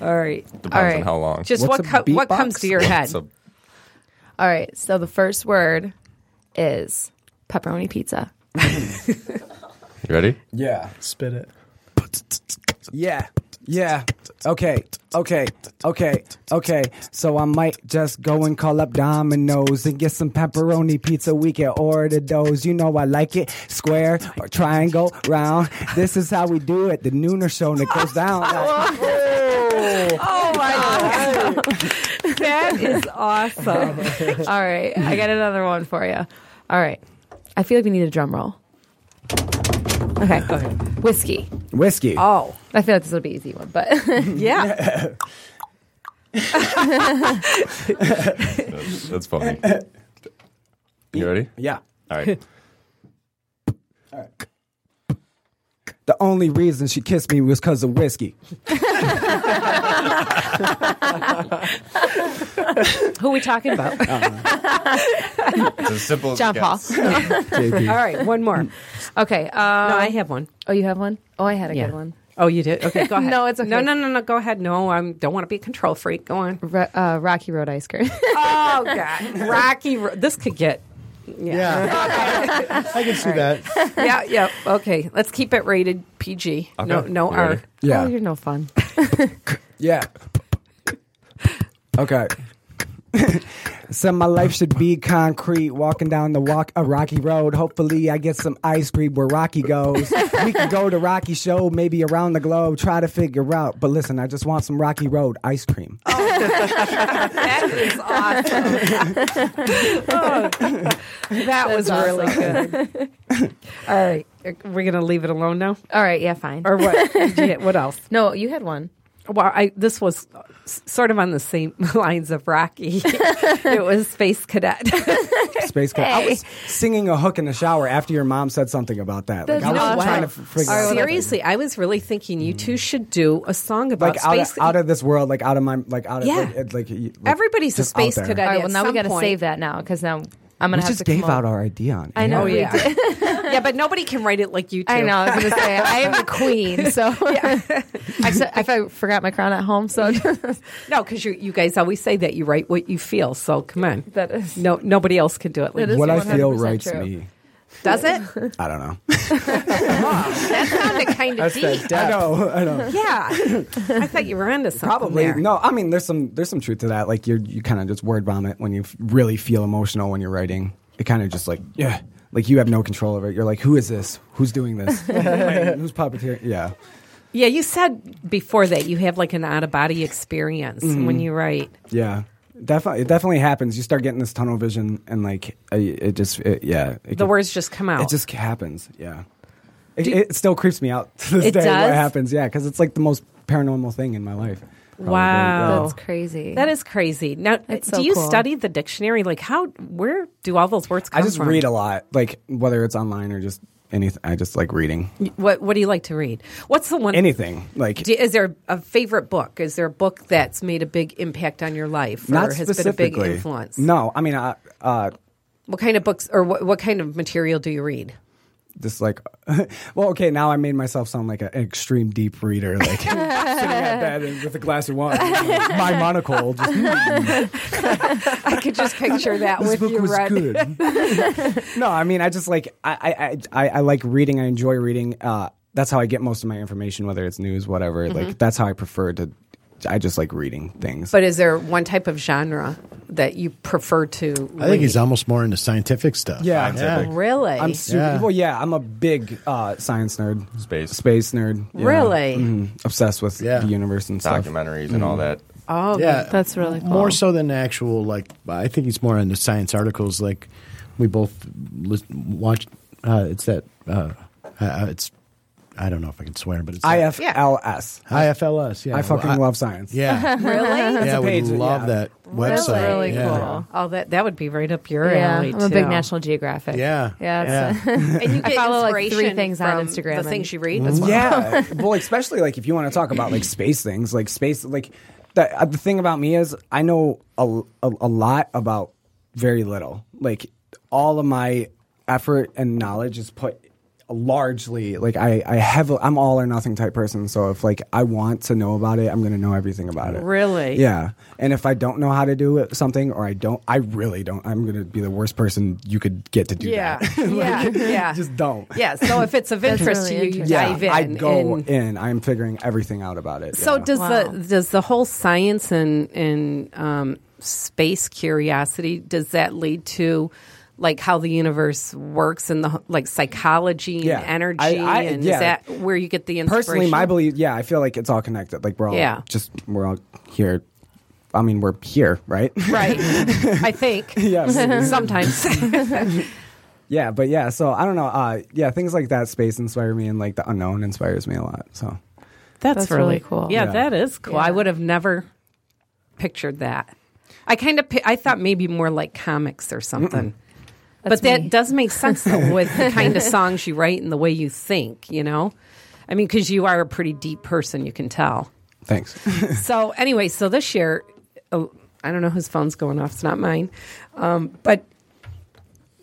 [SPEAKER 5] All right.
[SPEAKER 8] Depends
[SPEAKER 1] All right.
[SPEAKER 8] on how long.
[SPEAKER 5] Just What's what a co- what beatbox? comes to your head?
[SPEAKER 8] What's a-
[SPEAKER 1] All right. So the first word is pepperoni pizza.
[SPEAKER 8] you ready?
[SPEAKER 9] Yeah.
[SPEAKER 11] Spit it.
[SPEAKER 9] Yeah. Yeah. Okay. Okay. Okay. Okay. So I might just go and call up Domino's and get some pepperoni pizza. We can order those. You know I like it. Square or triangle, round. This is how we do it. The Nooner Show and it goes down.
[SPEAKER 5] Oh my god, that is awesome.
[SPEAKER 1] All right. I got another one for you. All right. I feel like we need a drum roll. Okay. Whiskey.
[SPEAKER 9] Whiskey.
[SPEAKER 5] Oh.
[SPEAKER 1] I feel like this would be an easy one, but
[SPEAKER 5] yeah.
[SPEAKER 8] That's, that's funny. You ready?
[SPEAKER 9] Yeah.
[SPEAKER 8] All right.
[SPEAKER 9] The only reason she kissed me was because of whiskey.
[SPEAKER 5] Who are we talking about?
[SPEAKER 8] It's as simple as
[SPEAKER 1] John
[SPEAKER 8] it
[SPEAKER 1] Paul.
[SPEAKER 8] gets.
[SPEAKER 5] All right, one more.
[SPEAKER 1] Okay. Um, no,
[SPEAKER 5] I have one.
[SPEAKER 1] Oh, you have one? Oh, I had a
[SPEAKER 5] Yeah.
[SPEAKER 1] good one.
[SPEAKER 5] Oh, you did? Okay, go ahead.
[SPEAKER 1] No, it's okay.
[SPEAKER 5] No, no, no, no. Go ahead. No, I don't want to be a control freak. Go on.
[SPEAKER 1] Ro- uh, Rocky Road ice cream.
[SPEAKER 5] Oh God, Rocky. Ro- This could get.
[SPEAKER 6] Yeah. I can see that.
[SPEAKER 5] Yeah, yeah. Okay, let's keep it rated PG. No,
[SPEAKER 6] Okay.
[SPEAKER 5] no
[SPEAKER 6] You
[SPEAKER 5] R.
[SPEAKER 6] ready? Yeah.
[SPEAKER 1] Oh, you're no fun.
[SPEAKER 9] Yeah. Okay. so my life should be concrete. Walking down the walk a rocky road. Hopefully, I get some ice cream where Rocky goes. we can go to Rocky show, maybe around the globe. Try to figure out. But listen, I just want some Rocky Road ice cream.
[SPEAKER 5] that is awesome. Oh, that was really good. Uh, All right, we're gonna leave it alone now.
[SPEAKER 1] All right, yeah, fine.
[SPEAKER 5] Or what? Yeah, what else?
[SPEAKER 1] No, you had one.
[SPEAKER 5] Well, I this was s- sort of on the same lines of Rocky. it was Space Cadet.
[SPEAKER 9] Space Cadet. I was singing a hook in the shower after your mom said something about that. Like, I was trying to f- figure out.
[SPEAKER 5] Seriously, I was really thinking you two should do a song about
[SPEAKER 9] Mm. Like out
[SPEAKER 5] space.
[SPEAKER 9] of, out of this world, like out of my, like out of,
[SPEAKER 5] Yeah.
[SPEAKER 9] like, it- like, you- like,
[SPEAKER 5] Everybody's a
[SPEAKER 9] just out
[SPEAKER 5] space
[SPEAKER 9] there.
[SPEAKER 5] cadet
[SPEAKER 1] All right,
[SPEAKER 5] at
[SPEAKER 1] well, now we
[SPEAKER 5] some
[SPEAKER 1] got to
[SPEAKER 5] point-
[SPEAKER 1] save that now because now I'm going
[SPEAKER 9] we
[SPEAKER 1] to have
[SPEAKER 9] just
[SPEAKER 1] to
[SPEAKER 9] gave
[SPEAKER 1] come up-
[SPEAKER 9] out our idea on.
[SPEAKER 1] I know,
[SPEAKER 5] Oh,
[SPEAKER 1] we
[SPEAKER 5] yeah.
[SPEAKER 1] did.
[SPEAKER 5] yeah, but nobody can write it like you two.
[SPEAKER 1] I know. I was going to say, I am the queen. So I, just, I, feel I forgot my crown at home. So
[SPEAKER 5] No, because you you guys always say that you write what you feel. So come on,
[SPEAKER 1] That is-
[SPEAKER 5] no nobody else can do it. Like
[SPEAKER 1] That is
[SPEAKER 9] what
[SPEAKER 5] you.
[SPEAKER 9] I feel
[SPEAKER 1] 100%
[SPEAKER 9] writes
[SPEAKER 1] true.
[SPEAKER 9] me.
[SPEAKER 5] does it?
[SPEAKER 9] I don't know.
[SPEAKER 5] That sounded kind of
[SPEAKER 11] That's
[SPEAKER 5] deep.
[SPEAKER 11] that depth.
[SPEAKER 9] I know. I know.
[SPEAKER 5] Yeah, I thought you were onto something.
[SPEAKER 9] Probably
[SPEAKER 5] there.
[SPEAKER 9] no. I mean, there's some there's some truth to that. Like you're you kind of just word vomit when you f- really feel emotional when you're writing. It kind of just like yeah, like you have no control over it. You're like, who is this? Who's doing this? Who's puppeteer? Yeah.
[SPEAKER 5] Yeah, you said before that you have like an out of body experience
[SPEAKER 9] Mhm.
[SPEAKER 5] when you write.
[SPEAKER 9] Yeah. Definitely, it definitely happens. You start getting this tunnel vision, and like I- it just, it, yeah, it
[SPEAKER 5] The words just come out.
[SPEAKER 9] It just happens. Yeah, it,
[SPEAKER 5] Do-
[SPEAKER 9] it still creeps me out to this
[SPEAKER 5] It
[SPEAKER 9] day.
[SPEAKER 5] does?
[SPEAKER 9] What happens? Yeah, because it's like the most paranormal thing in my life. probably. Yeah.
[SPEAKER 5] Wow,
[SPEAKER 1] crazy.
[SPEAKER 5] That is crazy. Now,
[SPEAKER 1] It's
[SPEAKER 5] do
[SPEAKER 1] so
[SPEAKER 5] you
[SPEAKER 1] cool.
[SPEAKER 5] study the dictionary? Like, how, where do all those words come
[SPEAKER 9] I just
[SPEAKER 5] from?
[SPEAKER 9] read a lot, like whether it's online or just anything. I just like reading
[SPEAKER 5] What What do you like to read? What's the one?
[SPEAKER 9] anything. Like
[SPEAKER 5] Do, is there a favorite book? Is there a book that's made a big impact on your life or
[SPEAKER 9] not
[SPEAKER 5] has been a big
[SPEAKER 9] specifically.
[SPEAKER 5] influence?
[SPEAKER 9] No, I mean, I, uh,
[SPEAKER 5] What kind of books or what, what kind of material do you read?
[SPEAKER 9] just like, well, okay. Now I made myself sound like an extreme deep reader, like sitting at bed and with a glass of wine, my monocle. Just, hmm.
[SPEAKER 5] I could just picture that
[SPEAKER 9] This
[SPEAKER 5] with
[SPEAKER 9] book
[SPEAKER 5] you
[SPEAKER 9] was
[SPEAKER 5] read.
[SPEAKER 9] no, I mean, I just like I I, I, I like reading. I enjoy reading. Uh, that's how I get most of my information, whether it's news, whatever.
[SPEAKER 5] Mhm.
[SPEAKER 9] Like that's how I prefer to. I just like reading things.
[SPEAKER 5] But is there one type of genre that you prefer to?
[SPEAKER 6] I think he's almost more into scientific stuff.
[SPEAKER 9] Yeah,
[SPEAKER 5] Really?
[SPEAKER 9] I'm super, Well, yeah, I'm a big uh, science nerd,
[SPEAKER 8] space
[SPEAKER 9] space nerd. yeah.
[SPEAKER 5] Really?
[SPEAKER 9] Mhm. Obsessed with the universe and stuff.
[SPEAKER 8] Documentaries and all that.
[SPEAKER 5] Oh,
[SPEAKER 6] yeah,
[SPEAKER 5] that's really cool.
[SPEAKER 1] Oh.
[SPEAKER 6] more so than actual like. I think he's more into science articles. Like we both lis- watch. Uh, it's that. Uh, uh, it's. I don't know if I can swear, but it's
[SPEAKER 9] IFLS.
[SPEAKER 6] IFLS. Yeah,
[SPEAKER 9] I fucking
[SPEAKER 6] Well,
[SPEAKER 9] love science.
[SPEAKER 6] Yeah,
[SPEAKER 5] Really? That's
[SPEAKER 6] Yeah,
[SPEAKER 5] a
[SPEAKER 6] we
[SPEAKER 5] page that-
[SPEAKER 6] love
[SPEAKER 5] yeah.
[SPEAKER 6] that website.
[SPEAKER 5] Really
[SPEAKER 6] yeah.
[SPEAKER 5] cool. Oh, that that would be right up your
[SPEAKER 1] Yeah,
[SPEAKER 5] alley.
[SPEAKER 1] I'm a big
[SPEAKER 5] too.
[SPEAKER 1] National Geographic.
[SPEAKER 6] Yeah.
[SPEAKER 1] Yeah. it's-
[SPEAKER 5] and you
[SPEAKER 1] I
[SPEAKER 5] get
[SPEAKER 1] follow like three
[SPEAKER 5] inspiration
[SPEAKER 1] things on
[SPEAKER 5] from
[SPEAKER 1] Instagram.
[SPEAKER 5] The
[SPEAKER 1] and-
[SPEAKER 5] things you read
[SPEAKER 9] Mm,
[SPEAKER 5] as well.
[SPEAKER 9] Yeah. well, especially like if you want to talk about like space things, like space, like the, uh, the thing about me is I know a, a, a lot about very little. Like all of my effort and knowledge is put largely like I, I have, a, I'm all or nothing type person. So if like I want to know about it, I'm going to know everything about it.
[SPEAKER 5] Really?
[SPEAKER 9] Yeah. And if I don't know how to do it, something or I don't, I really don't, I'm going to be the worst person you could get to do
[SPEAKER 5] Yeah.
[SPEAKER 9] that.
[SPEAKER 5] yeah. Yeah.
[SPEAKER 9] Just don't.
[SPEAKER 5] Yeah. So if it's of
[SPEAKER 9] That's
[SPEAKER 5] interest
[SPEAKER 9] really
[SPEAKER 5] to you, you
[SPEAKER 9] Yeah,
[SPEAKER 5] dive in.
[SPEAKER 9] I go
[SPEAKER 5] and-
[SPEAKER 9] in. I'm figuring everything out about it.
[SPEAKER 5] So
[SPEAKER 9] yeah.
[SPEAKER 5] does the does the whole science and and um, space curiosity does that lead to like how the universe works and the like psychology and
[SPEAKER 9] Yeah.
[SPEAKER 5] energy
[SPEAKER 9] I- I-
[SPEAKER 5] and
[SPEAKER 9] yeah.
[SPEAKER 5] is that where you get the inspiration?
[SPEAKER 9] personally my belief? Yeah, I feel like it's all connected. Like we're all
[SPEAKER 5] Yeah.
[SPEAKER 9] just we're all here. I mean, we're here, right?
[SPEAKER 5] right? I think
[SPEAKER 9] Yes.
[SPEAKER 5] sometimes.
[SPEAKER 9] yeah, but yeah. So I don't know. Uh, yeah, things like that. Space inspire me, and like the unknown inspires me a lot. So
[SPEAKER 5] That's,
[SPEAKER 9] really cool.
[SPEAKER 5] Yeah,
[SPEAKER 9] Yeah.
[SPEAKER 5] that is cool. I would have never pictured that. I kind of I thought maybe more like comics or something.
[SPEAKER 1] That's
[SPEAKER 5] but that
[SPEAKER 1] me.
[SPEAKER 5] does make sense though, with the kind of songs you write and the way you think, you know? I mean, because you are a pretty deep person, you can tell.
[SPEAKER 9] thanks.
[SPEAKER 5] so, anyway, so this year, uh, I don't know whose phone's going off, it's not mine. Um, but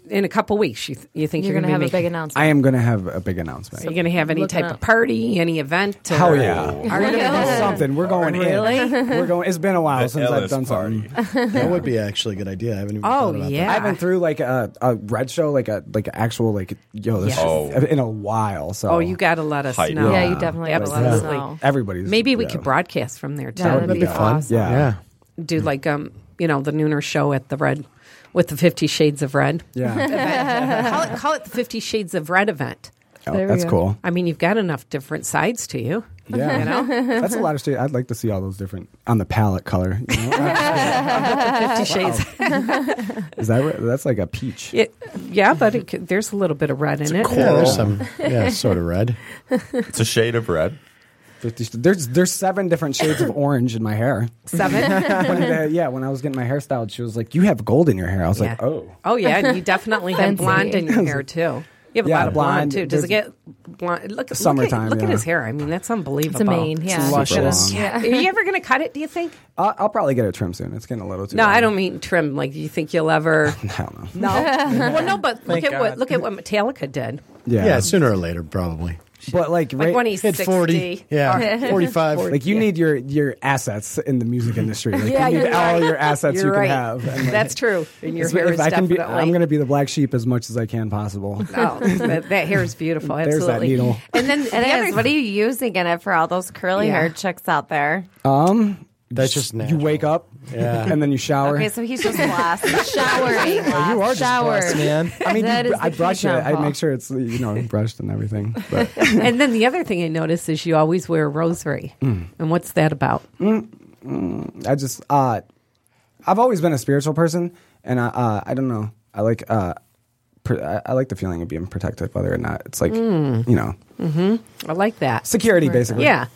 [SPEAKER 5] in a couple weeks, you, th- you think
[SPEAKER 1] You're
[SPEAKER 5] you're,
[SPEAKER 1] gonna
[SPEAKER 5] going to
[SPEAKER 1] have a big announcement.
[SPEAKER 9] I am gonna have a big announcement.
[SPEAKER 5] Are you going to have any
[SPEAKER 1] Looking
[SPEAKER 5] type of party, any event?
[SPEAKER 9] Hell
[SPEAKER 5] or-
[SPEAKER 9] yeah!
[SPEAKER 5] Are you
[SPEAKER 9] We're gonna do
[SPEAKER 5] gonna-
[SPEAKER 9] something. We're going in.
[SPEAKER 5] Really?
[SPEAKER 9] We're going. It's been a while
[SPEAKER 6] The
[SPEAKER 9] since I've
[SPEAKER 6] Ellis
[SPEAKER 9] done something.
[SPEAKER 6] That would be actually a good idea. I haven't even
[SPEAKER 5] Oh,
[SPEAKER 6] thought about
[SPEAKER 5] yeah.
[SPEAKER 9] I haven't threw like a, a red show, like a like an actual like yo this
[SPEAKER 5] Yes. Oh.
[SPEAKER 9] in a while. So
[SPEAKER 5] Oh, you got to let us
[SPEAKER 9] Hype.
[SPEAKER 5] know.
[SPEAKER 9] Yeah, you definitely
[SPEAKER 1] gotta let us
[SPEAKER 5] Absolutely.
[SPEAKER 1] know.
[SPEAKER 9] Everybody's-
[SPEAKER 5] Maybe we
[SPEAKER 9] yeah.
[SPEAKER 5] could broadcast from there too.
[SPEAKER 1] that'd be
[SPEAKER 9] fun. Yeah. Yeah.
[SPEAKER 5] Do like um, you know, the Nooner show at the Red with the Fifty Shades of Red.
[SPEAKER 9] Yeah.
[SPEAKER 5] call it call it the Fifty Shades of Red event.
[SPEAKER 9] Oh, There we that's go. cool.
[SPEAKER 5] I mean, you've got enough different sides to you.
[SPEAKER 9] Yeah.
[SPEAKER 5] You know?
[SPEAKER 9] That's a lot of shade. I'd like to see all those different on the palette color. you know?
[SPEAKER 5] Fifty Shades.
[SPEAKER 9] Is that right? that's like a peach?
[SPEAKER 5] It- yeah, but it, could- there's a little bit of red in it.
[SPEAKER 6] Yeah, there's some. Yeah, sort of red.
[SPEAKER 8] It's a shade of red.
[SPEAKER 9] 50, sh- there's there's seven different shades of orange in my hair.
[SPEAKER 5] Seven?
[SPEAKER 9] When the- yeah, when I was getting my hair styled, she was like, "You have gold in your hair." I was like,
[SPEAKER 5] Yeah.
[SPEAKER 9] "Oh."
[SPEAKER 5] Oh yeah, and you definitely have
[SPEAKER 1] Fancy.
[SPEAKER 5] blonde in your hair too. You have a
[SPEAKER 9] Yeah,
[SPEAKER 5] lot of blonde,
[SPEAKER 9] blonde.
[SPEAKER 5] too. Does it
[SPEAKER 9] There's-
[SPEAKER 5] get blonde? Look, Look,
[SPEAKER 9] Summertime,
[SPEAKER 5] at, look at
[SPEAKER 9] yeah.
[SPEAKER 5] his hair. I mean, that's unbelievable.
[SPEAKER 1] mane, yeah. Super
[SPEAKER 5] Luscious.
[SPEAKER 9] long.
[SPEAKER 5] Yeah. Are you ever going to cut it? Do you think?
[SPEAKER 9] I'll, I'll probably get it trimmed soon. It's getting a little too.
[SPEAKER 5] No,
[SPEAKER 9] long.
[SPEAKER 5] I don't mean trim. Like, do you think you'll ever?
[SPEAKER 9] Hell no.
[SPEAKER 5] No. well, no, but look
[SPEAKER 11] Thank
[SPEAKER 5] at what
[SPEAKER 11] God.
[SPEAKER 5] look at what Metallica did.
[SPEAKER 9] Yeah.
[SPEAKER 6] Yeah, sooner or later, probably.
[SPEAKER 9] But like,
[SPEAKER 5] Like
[SPEAKER 9] right-
[SPEAKER 5] when he's
[SPEAKER 6] Hit
[SPEAKER 5] 60.
[SPEAKER 6] 40. Yeah,
[SPEAKER 5] Or-
[SPEAKER 6] 45.
[SPEAKER 9] like you need your your assets in the music industry. Like,
[SPEAKER 5] Yeah,
[SPEAKER 9] you need
[SPEAKER 5] you're
[SPEAKER 9] all
[SPEAKER 5] right.
[SPEAKER 9] your assets
[SPEAKER 5] You're
[SPEAKER 9] you can
[SPEAKER 5] right.
[SPEAKER 9] have. And, like,
[SPEAKER 5] That's true. And your
[SPEAKER 9] if
[SPEAKER 5] hair is
[SPEAKER 9] I can
[SPEAKER 5] definitely.
[SPEAKER 9] be, I'm going to be the black sheep as much as I can possible.
[SPEAKER 5] Oh, that, that hair is beautiful.
[SPEAKER 9] There's that
[SPEAKER 5] Absolutely.
[SPEAKER 9] needle.
[SPEAKER 5] And then the
[SPEAKER 1] It
[SPEAKER 5] other
[SPEAKER 1] is. What are you using in it for all those curly
[SPEAKER 5] Yeah.
[SPEAKER 1] hair chicks out there?
[SPEAKER 9] Um,
[SPEAKER 6] That's just
[SPEAKER 9] you wake up,
[SPEAKER 6] Yeah.
[SPEAKER 9] and then you shower.
[SPEAKER 13] Okay, so he's just lost.
[SPEAKER 1] Showering.
[SPEAKER 9] Oh, you are just
[SPEAKER 13] Shower.
[SPEAKER 9] blessed, man. I mean,
[SPEAKER 13] That
[SPEAKER 9] you,
[SPEAKER 13] is
[SPEAKER 9] I
[SPEAKER 13] the
[SPEAKER 9] brush
[SPEAKER 13] key,
[SPEAKER 9] it.
[SPEAKER 13] John
[SPEAKER 9] I
[SPEAKER 13] Paul.
[SPEAKER 9] make sure it's you know brushed and everything. But
[SPEAKER 5] and then the other thing I noticed is you always wear a rosary.
[SPEAKER 9] Mm.
[SPEAKER 5] And what's that about?
[SPEAKER 9] Mm, I just uh, I've always been a spiritual person, and I uh, I don't know. I like uh, pr- I, I like the feeling of being protected, whether or not it's like
[SPEAKER 5] Mm.
[SPEAKER 9] you know
[SPEAKER 5] hmm I like that.
[SPEAKER 9] Security, Right. basically.
[SPEAKER 5] Yeah.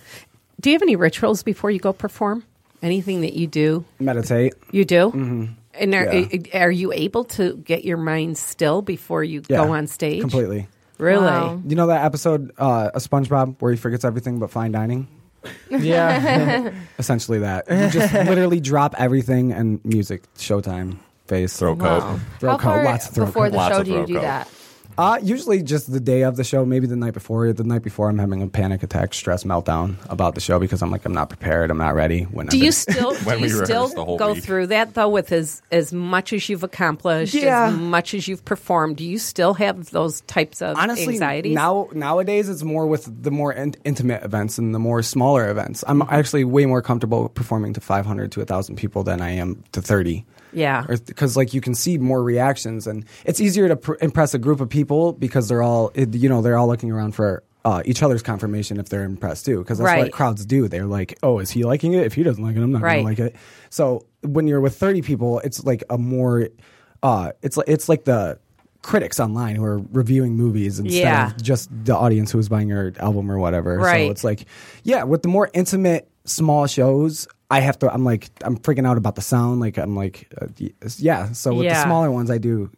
[SPEAKER 5] Do you have any rituals before you go perform? Anything that you do?
[SPEAKER 9] meditate.
[SPEAKER 5] You do?
[SPEAKER 9] Mm-hmm.
[SPEAKER 5] And are,
[SPEAKER 9] Yeah.
[SPEAKER 5] are you able to get your mind still before you
[SPEAKER 9] Yeah,
[SPEAKER 5] go on stage?
[SPEAKER 9] completely.
[SPEAKER 5] Really? Wow.
[SPEAKER 9] You know that episode uh, of SpongeBob where he forgets everything but fine dining?
[SPEAKER 11] Yeah.
[SPEAKER 9] Essentially that. You just literally drop everything and music, showtime, face. Throw
[SPEAKER 1] coat. Wow.
[SPEAKER 9] Throw
[SPEAKER 1] How
[SPEAKER 9] coat,
[SPEAKER 1] far
[SPEAKER 9] lots of throw
[SPEAKER 1] before
[SPEAKER 9] coat.
[SPEAKER 1] the Lots show of do you throw do coat. that?
[SPEAKER 9] Uh, usually just the day of the show, maybe the night before. The night before, I'm having a panic attack, stress meltdown about the show because I'm like, I'm not prepared, I'm not ready. When
[SPEAKER 5] Do
[SPEAKER 9] I'm
[SPEAKER 5] you still do you still go through that though with as as much as you've accomplished,
[SPEAKER 9] Yeah.
[SPEAKER 5] as much as you've performed? Do you still have those types of
[SPEAKER 9] honestly
[SPEAKER 5] anxieties?
[SPEAKER 9] now nowadays it's more with the more in- intimate events and the more smaller events i'm
[SPEAKER 5] Mm-hmm.
[SPEAKER 9] actually way more comfortable performing to 500 to 1000 people than i am to 30
[SPEAKER 5] Yeah.
[SPEAKER 9] because like you can see more reactions and it's easier to pr- impress a group of people because they're all it- you know they're all looking around for uh, each other's confirmation if they're impressed too because that's
[SPEAKER 5] Right.
[SPEAKER 9] what crowds do they're like oh is he liking it if he doesn't like it i'm not
[SPEAKER 5] Right.
[SPEAKER 9] gonna like it so when you're with 30 people it's like a more uh it's like it's like the critics online who are reviewing movies instead
[SPEAKER 5] Yeah.
[SPEAKER 9] of just the audience who is buying your album or whatever
[SPEAKER 5] Right.
[SPEAKER 9] so it's like yeah with the more intimate small shows i have to i'm like i'm freaking out about the sound like i'm like uh, y- yeah so with
[SPEAKER 5] Yeah.
[SPEAKER 9] the smaller ones i do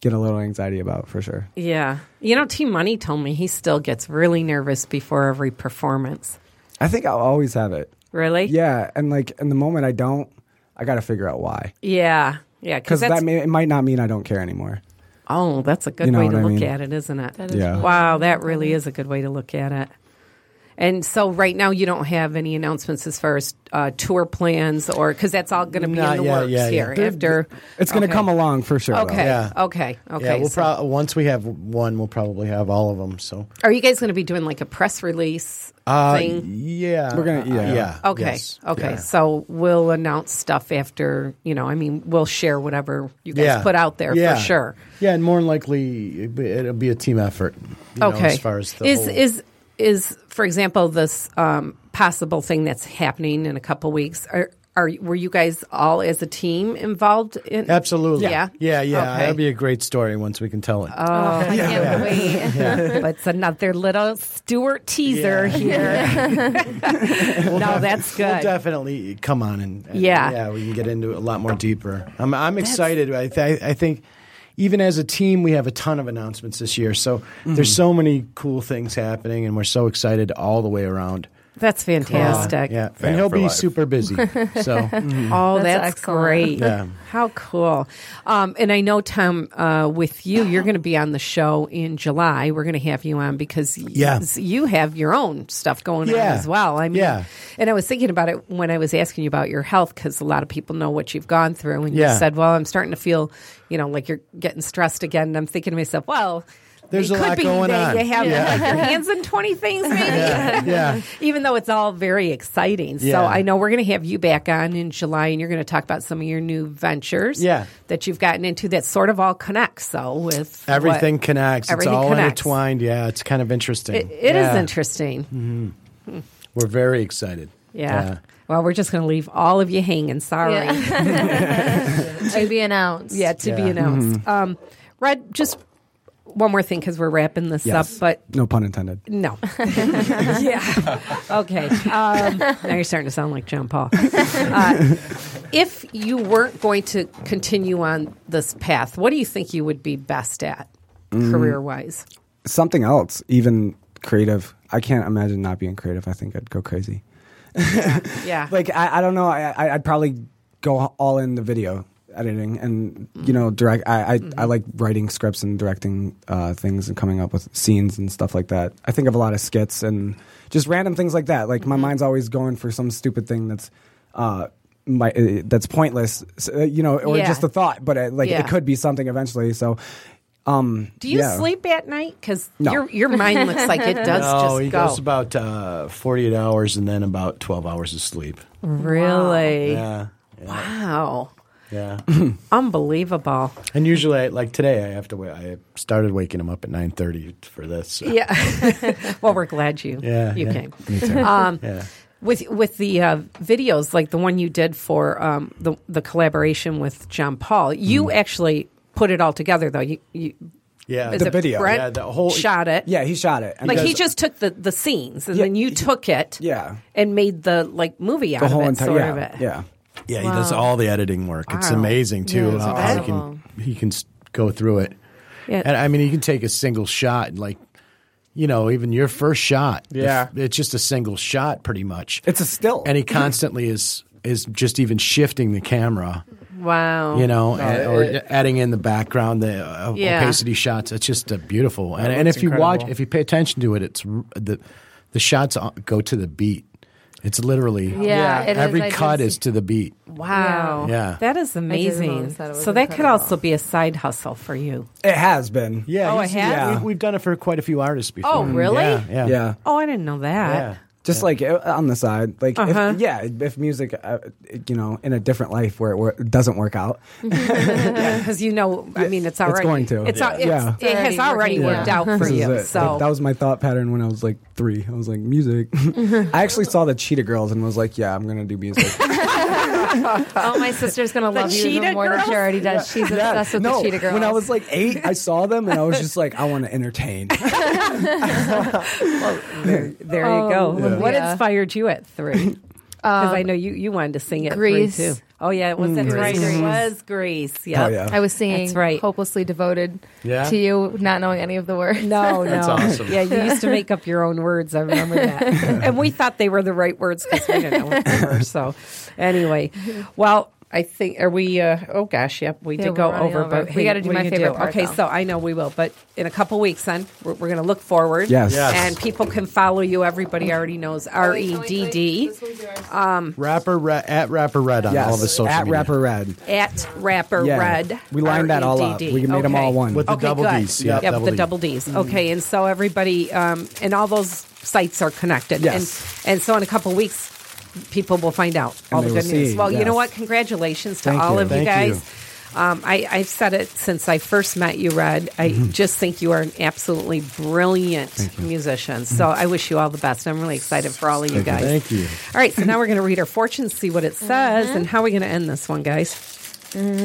[SPEAKER 9] get a little anxiety about for sure
[SPEAKER 5] Yeah. You know, T Money told me he still gets really nervous before every performance.
[SPEAKER 9] i think i'll always have it
[SPEAKER 5] Really?
[SPEAKER 9] yeah and like in the moment i don't i gotta figure out why
[SPEAKER 5] Yeah. Yeah.
[SPEAKER 9] because
[SPEAKER 5] that's,
[SPEAKER 9] that may, it might not mean i don't care anymore
[SPEAKER 5] oh, that's a good
[SPEAKER 9] You know
[SPEAKER 5] way
[SPEAKER 9] what
[SPEAKER 5] to
[SPEAKER 9] I
[SPEAKER 5] look
[SPEAKER 9] mean?
[SPEAKER 5] at it, isn't it?
[SPEAKER 9] That is Yeah. really
[SPEAKER 5] Wow, that really is a good way to look at it. And so, right now, you don't have any announcements as far as uh, tour plans, or because that's all going to be
[SPEAKER 6] Not
[SPEAKER 5] in the
[SPEAKER 6] yet,
[SPEAKER 5] works
[SPEAKER 6] yeah, yeah.
[SPEAKER 5] here
[SPEAKER 6] They're-
[SPEAKER 5] after.
[SPEAKER 9] it's gonna
[SPEAKER 5] Okay.
[SPEAKER 9] come along for sure though.
[SPEAKER 5] Okay. Okay. Okay.
[SPEAKER 6] Yeah, we'll
[SPEAKER 5] so-
[SPEAKER 6] prob- once we have one, we'll probably have all of them. So
[SPEAKER 5] Are you guys going to be doing like a press release
[SPEAKER 6] Uh,
[SPEAKER 5] thing?
[SPEAKER 6] yeah. We're gonna- yeah. Yeah,
[SPEAKER 5] Okay.
[SPEAKER 6] yes.
[SPEAKER 5] Okay.
[SPEAKER 6] Yeah.
[SPEAKER 5] So we'll announce stuff after you know. I mean, we'll share whatever you guys
[SPEAKER 6] yeah,
[SPEAKER 5] put out there
[SPEAKER 6] yeah.
[SPEAKER 5] for sure.
[SPEAKER 6] Yeah, and more than likely it'll be- it'll be a team effort. you know,
[SPEAKER 5] okay.
[SPEAKER 6] as far as the
[SPEAKER 5] is
[SPEAKER 6] whole-
[SPEAKER 5] is is for example this um, possible thing that's happening in a couple weeks? Are are were you guys all as a team involved? in
[SPEAKER 6] absolutely.
[SPEAKER 5] Yeah.
[SPEAKER 6] Yeah. Yeah.
[SPEAKER 5] Okay.
[SPEAKER 6] That'll be a great story once we can tell it.
[SPEAKER 5] Oh, I can't wait.
[SPEAKER 6] Yeah.
[SPEAKER 5] But it's another little Stewart teaser
[SPEAKER 6] Yeah.
[SPEAKER 5] here. no, that's
[SPEAKER 6] We'll
[SPEAKER 5] good.
[SPEAKER 6] definitely come on and, and-
[SPEAKER 5] Yeah.
[SPEAKER 6] yeah, we can get into it a lot more deeper. I'm I'm excited. I, th- I think even as a team, we have a ton of announcements this year. So
[SPEAKER 5] Mhm.
[SPEAKER 6] there's so many cool things happening, and we're so excited all the way around. Uh,
[SPEAKER 5] That's fantastic.
[SPEAKER 6] Yeah, yeah. and he'll be super busy. So mm-hmm. mm.
[SPEAKER 5] oh,
[SPEAKER 13] That's
[SPEAKER 5] that's,
[SPEAKER 13] excellent.
[SPEAKER 5] great.
[SPEAKER 6] Yeah.
[SPEAKER 5] How cool. Um, and I know, Tom, uh, with you, you're going to be on the show in July. We're going to have you on because y-
[SPEAKER 6] Yeah.
[SPEAKER 5] you have your own stuff going on
[SPEAKER 6] Yeah.
[SPEAKER 5] as well. I mean,
[SPEAKER 6] Yeah.
[SPEAKER 5] and I was thinking about it when I was asking you about your health because a lot of people know what you've gone through. And
[SPEAKER 6] Yeah.
[SPEAKER 5] you said, well, I'm starting to feel, you know, like you're getting stressed again. And I'm thinking to myself, well,
[SPEAKER 6] There's
[SPEAKER 5] it
[SPEAKER 6] a
[SPEAKER 5] could
[SPEAKER 6] lot
[SPEAKER 5] be
[SPEAKER 6] going
[SPEAKER 5] that
[SPEAKER 6] on.
[SPEAKER 5] You have
[SPEAKER 6] Yeah.
[SPEAKER 5] like your hands in 20 things, maybe.
[SPEAKER 6] Yeah, yeah.
[SPEAKER 5] Even though it's all very exciting. So
[SPEAKER 6] Yeah.
[SPEAKER 5] I know we're going to have you back on in July and you're going to talk about some of your new ventures
[SPEAKER 6] Yeah.
[SPEAKER 5] that you've gotten into that sort of all connects, though, with what-
[SPEAKER 6] everything connects.
[SPEAKER 5] Everything
[SPEAKER 6] it's all
[SPEAKER 5] connects.
[SPEAKER 6] intertwined. Yeah, it's kind of interesting.
[SPEAKER 5] It, it is
[SPEAKER 6] Yeah.
[SPEAKER 5] interesting.
[SPEAKER 6] Mhm. We're very excited.
[SPEAKER 5] Yeah. Well, we're just going to leave all of you hanging. Sorry.
[SPEAKER 13] to be announced.
[SPEAKER 5] Yeah, to be
[SPEAKER 6] Yeah.
[SPEAKER 5] announced.
[SPEAKER 6] Mhm.
[SPEAKER 5] Um, Red, just one more thing because we're wrapping this
[SPEAKER 9] Yes.
[SPEAKER 5] up, but
[SPEAKER 9] no pun intended
[SPEAKER 5] No. yeah. Okay. Um, now you're starting to sound like John Paul. Uh, if you weren't going to continue on this path, what do you think you would be best at
[SPEAKER 9] Mm.
[SPEAKER 5] career wise?
[SPEAKER 9] something else, even creative. I can't imagine not being creative. I think I'd go crazy.
[SPEAKER 5] Yeah.
[SPEAKER 9] like I, I don't know. I, I, I'd probably go all in the video editing and you know direct. I I,
[SPEAKER 5] Mm-hmm.
[SPEAKER 9] I like writing scripts and directing uh, things and coming up with scenes and stuff like that. I think of a lot of skits and just random things like that. Like
[SPEAKER 5] Mm-hmm.
[SPEAKER 9] my mind's always going for some stupid thing that's. Uh, my uh, that's pointless, so, uh, you know, or
[SPEAKER 5] Yeah.
[SPEAKER 9] just a thought, but uh, like
[SPEAKER 5] Yeah.
[SPEAKER 9] it could be something eventually. So Um,
[SPEAKER 5] Do you
[SPEAKER 9] yeah.
[SPEAKER 5] sleep at night? Because
[SPEAKER 6] No.
[SPEAKER 5] your your mind looks like it does
[SPEAKER 6] no,
[SPEAKER 5] just
[SPEAKER 6] he
[SPEAKER 5] go.
[SPEAKER 6] goes about uh, 48 hours and then about 12 hours of sleep.
[SPEAKER 5] Really?
[SPEAKER 6] Yeah.
[SPEAKER 5] Wow.
[SPEAKER 6] Yeah.
[SPEAKER 5] Unbelievable.
[SPEAKER 6] and usually, I, like today, I have to wait. I started waking him up at 9.30 for this. so-
[SPEAKER 5] Yeah. well, we're glad you
[SPEAKER 6] Yeah,
[SPEAKER 5] you
[SPEAKER 6] yeah.
[SPEAKER 5] came.
[SPEAKER 6] Me too.
[SPEAKER 5] Um,
[SPEAKER 6] Yeah.
[SPEAKER 5] With with the uh, videos, like the one you did for um, the the collaboration with John Paul, you actually put it all together, though. You, you
[SPEAKER 6] Mm. yeah,
[SPEAKER 5] is it Brent shot it.
[SPEAKER 9] Yeah, he shot it.
[SPEAKER 5] like he just took the, the scenes and then you took it,
[SPEAKER 9] yeah,
[SPEAKER 5] and made the like movie out
[SPEAKER 6] The
[SPEAKER 5] of
[SPEAKER 6] whole
[SPEAKER 5] it,
[SPEAKER 6] entire-
[SPEAKER 5] sort
[SPEAKER 6] yeah,
[SPEAKER 5] of it.
[SPEAKER 9] Yeah.
[SPEAKER 6] Yeah, he does
[SPEAKER 5] Wow.
[SPEAKER 6] all the editing work. It's
[SPEAKER 5] Wow.
[SPEAKER 6] amazing too
[SPEAKER 5] Yeah,
[SPEAKER 6] how,
[SPEAKER 5] it's
[SPEAKER 6] how he
[SPEAKER 5] incredible.
[SPEAKER 6] can he can s- go through it.
[SPEAKER 5] Yeah.
[SPEAKER 6] And I mean, he can take a single shot and like you know, even your first shot. the
[SPEAKER 11] Yeah.
[SPEAKER 6] f- it's just a single shot pretty much.
[SPEAKER 9] It's a still.
[SPEAKER 6] And he constantly is is just even shifting the camera,
[SPEAKER 5] Wow.
[SPEAKER 6] you know, and, or
[SPEAKER 5] it-
[SPEAKER 6] adding in the background the uh,
[SPEAKER 5] Yeah.
[SPEAKER 6] opacity shots. It's just a beautiful. And,
[SPEAKER 5] That
[SPEAKER 6] and
[SPEAKER 5] looks
[SPEAKER 6] if you watch
[SPEAKER 5] incredible.
[SPEAKER 6] if you pay attention to it, it's r- the the shots uh, go to the beat. It's literally
[SPEAKER 5] Yeah, it is.
[SPEAKER 6] every
[SPEAKER 5] I did
[SPEAKER 6] cut
[SPEAKER 5] see-
[SPEAKER 6] is to the beat.
[SPEAKER 5] Wow.
[SPEAKER 6] Yeah.
[SPEAKER 5] That is
[SPEAKER 13] didn't
[SPEAKER 5] amazing.
[SPEAKER 13] notice that. It was
[SPEAKER 5] so that could also be a side hustle for you.
[SPEAKER 9] It has been.
[SPEAKER 6] Yeah.
[SPEAKER 5] Oh,
[SPEAKER 6] he's-
[SPEAKER 5] it has?
[SPEAKER 6] we- We've done it for quite a few artists before.
[SPEAKER 5] Oh, really?
[SPEAKER 6] Yeah. Yeah.
[SPEAKER 9] Yeah.
[SPEAKER 5] Oh, I didn't know that.
[SPEAKER 9] Just like uh, on the side, like
[SPEAKER 5] Uh-huh.
[SPEAKER 9] if, yeah, if music, uh, it- you know, in a different life where it wor- doesn't work out,
[SPEAKER 5] Because you know, I mean, it's already
[SPEAKER 9] it's going to.
[SPEAKER 5] It's, al- it's-
[SPEAKER 13] Yeah.
[SPEAKER 5] it has
[SPEAKER 13] It's already
[SPEAKER 5] already
[SPEAKER 13] working
[SPEAKER 5] worked out for
[SPEAKER 9] This is
[SPEAKER 5] you.
[SPEAKER 9] it.
[SPEAKER 5] So
[SPEAKER 9] Like, that was my thought pattern when I was like three. I was like, music. I actually saw the Cheetah Girls and was like, yeah, I'm gonna do music.
[SPEAKER 13] oh, my sister's gonna
[SPEAKER 5] The
[SPEAKER 13] love you even
[SPEAKER 5] cheetah
[SPEAKER 13] more than she
[SPEAKER 5] girls?
[SPEAKER 13] already does. She's
[SPEAKER 9] Yeah,
[SPEAKER 13] obsessed with
[SPEAKER 9] no,
[SPEAKER 13] the cheetah girls.
[SPEAKER 9] When I was like eight, I saw them and I was just like, I want to entertain.
[SPEAKER 5] there, there you go.
[SPEAKER 13] Oh,
[SPEAKER 5] What
[SPEAKER 13] yeah.
[SPEAKER 5] inspired you at three? Because I know you, you wanted to sing at
[SPEAKER 13] Grease.
[SPEAKER 5] three too. Oh yeah, it was
[SPEAKER 13] Mm.
[SPEAKER 5] that
[SPEAKER 13] Grease.
[SPEAKER 5] right?
[SPEAKER 13] Grease.
[SPEAKER 5] It was Grease. Yeah.
[SPEAKER 13] Oh, yeah. I was singing
[SPEAKER 5] That's right.
[SPEAKER 13] hopelessly devoted
[SPEAKER 5] Yeah.
[SPEAKER 13] to you, not knowing any of the words.
[SPEAKER 5] Oh, No, no. Yeah, you used to make up your own words. I remember that. and we thought they were the right words because we didn't know what they were. So, anyway, well, I think, are we, uh, oh gosh, yep, we
[SPEAKER 13] Yeah,
[SPEAKER 5] did
[SPEAKER 13] we're
[SPEAKER 5] go
[SPEAKER 13] running
[SPEAKER 5] over,
[SPEAKER 13] over.
[SPEAKER 5] but
[SPEAKER 13] We gotta do
[SPEAKER 5] what
[SPEAKER 13] my
[SPEAKER 5] you
[SPEAKER 13] favorite part,
[SPEAKER 5] Okay,
[SPEAKER 13] though.
[SPEAKER 5] so I know we will, but in a couple weeks then, we're, we're going to look forward.
[SPEAKER 6] Yes. Yes.
[SPEAKER 5] And people can follow you. Everybody already knows R E D D. Um,
[SPEAKER 6] Rapper Red, at Rapper Red on
[SPEAKER 5] Yes,
[SPEAKER 6] all of his social
[SPEAKER 5] at
[SPEAKER 6] media.
[SPEAKER 9] Rapper Red.
[SPEAKER 5] at rapper
[SPEAKER 9] Yeah.
[SPEAKER 5] red.
[SPEAKER 9] We lined that all up.
[SPEAKER 5] R-E-D-D.
[SPEAKER 9] We made 'em all one. With the
[SPEAKER 5] okay,
[SPEAKER 9] double
[SPEAKER 5] good.
[SPEAKER 9] Ds. Yeah,
[SPEAKER 5] Yep,
[SPEAKER 9] double
[SPEAKER 5] the
[SPEAKER 9] D.
[SPEAKER 5] double D's. Okay, and so everybody um, and all those sites are connected.
[SPEAKER 9] Yes.
[SPEAKER 5] And, and so in a couple weeks, people will find out all
[SPEAKER 9] And
[SPEAKER 5] the
[SPEAKER 9] they
[SPEAKER 5] good
[SPEAKER 9] will
[SPEAKER 5] news.
[SPEAKER 9] see,
[SPEAKER 5] Well, you know
[SPEAKER 9] yes.
[SPEAKER 5] what? Congratulations to
[SPEAKER 9] Thank
[SPEAKER 5] all
[SPEAKER 9] you.
[SPEAKER 5] of you
[SPEAKER 9] Thank
[SPEAKER 5] guys.
[SPEAKER 9] you.
[SPEAKER 5] Um, I, I've said it since I first met you, Red. I
[SPEAKER 9] Mm-hmm.
[SPEAKER 5] just think you are an absolutely brilliant musician. So
[SPEAKER 9] Mm-hmm.
[SPEAKER 5] I wish you all the best. I'm really excited for all of you guys.
[SPEAKER 6] Thank you.
[SPEAKER 5] All right, so now we're going to read our fortune, see what it says,
[SPEAKER 13] Mhm.
[SPEAKER 5] and how are we going to end this one, guys?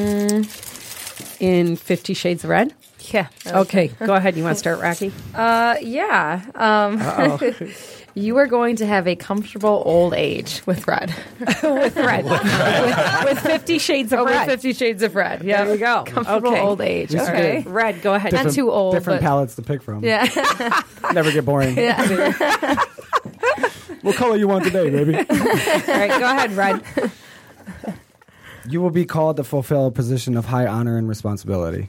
[SPEAKER 13] Mm-hmm.
[SPEAKER 5] In Fifty Shades of Red?
[SPEAKER 13] Yeah.
[SPEAKER 5] Okay, go ahead. You want to start, Rocky?
[SPEAKER 13] Uh, yeah. Um,
[SPEAKER 5] Uh-oh.
[SPEAKER 13] you are going to have a comfortable old age with red.
[SPEAKER 5] with red. with, with Fifty Shades of
[SPEAKER 13] Oh, with
[SPEAKER 5] Red.
[SPEAKER 13] 50 Shades of Red.
[SPEAKER 5] Yeah. There you go.
[SPEAKER 13] Comfortable
[SPEAKER 5] Okay.
[SPEAKER 13] old age.
[SPEAKER 5] We should
[SPEAKER 13] Okay.
[SPEAKER 5] do it. Red, go ahead.
[SPEAKER 13] Not
[SPEAKER 9] Different-
[SPEAKER 13] too old.
[SPEAKER 9] Different
[SPEAKER 13] but-
[SPEAKER 9] palettes to pick from.
[SPEAKER 13] Yeah.
[SPEAKER 9] Never get boring.
[SPEAKER 13] yeah.
[SPEAKER 9] What color you want today, baby?
[SPEAKER 5] All right, go ahead, Red.
[SPEAKER 9] You will be called to fulfill a position of high honor and responsibility.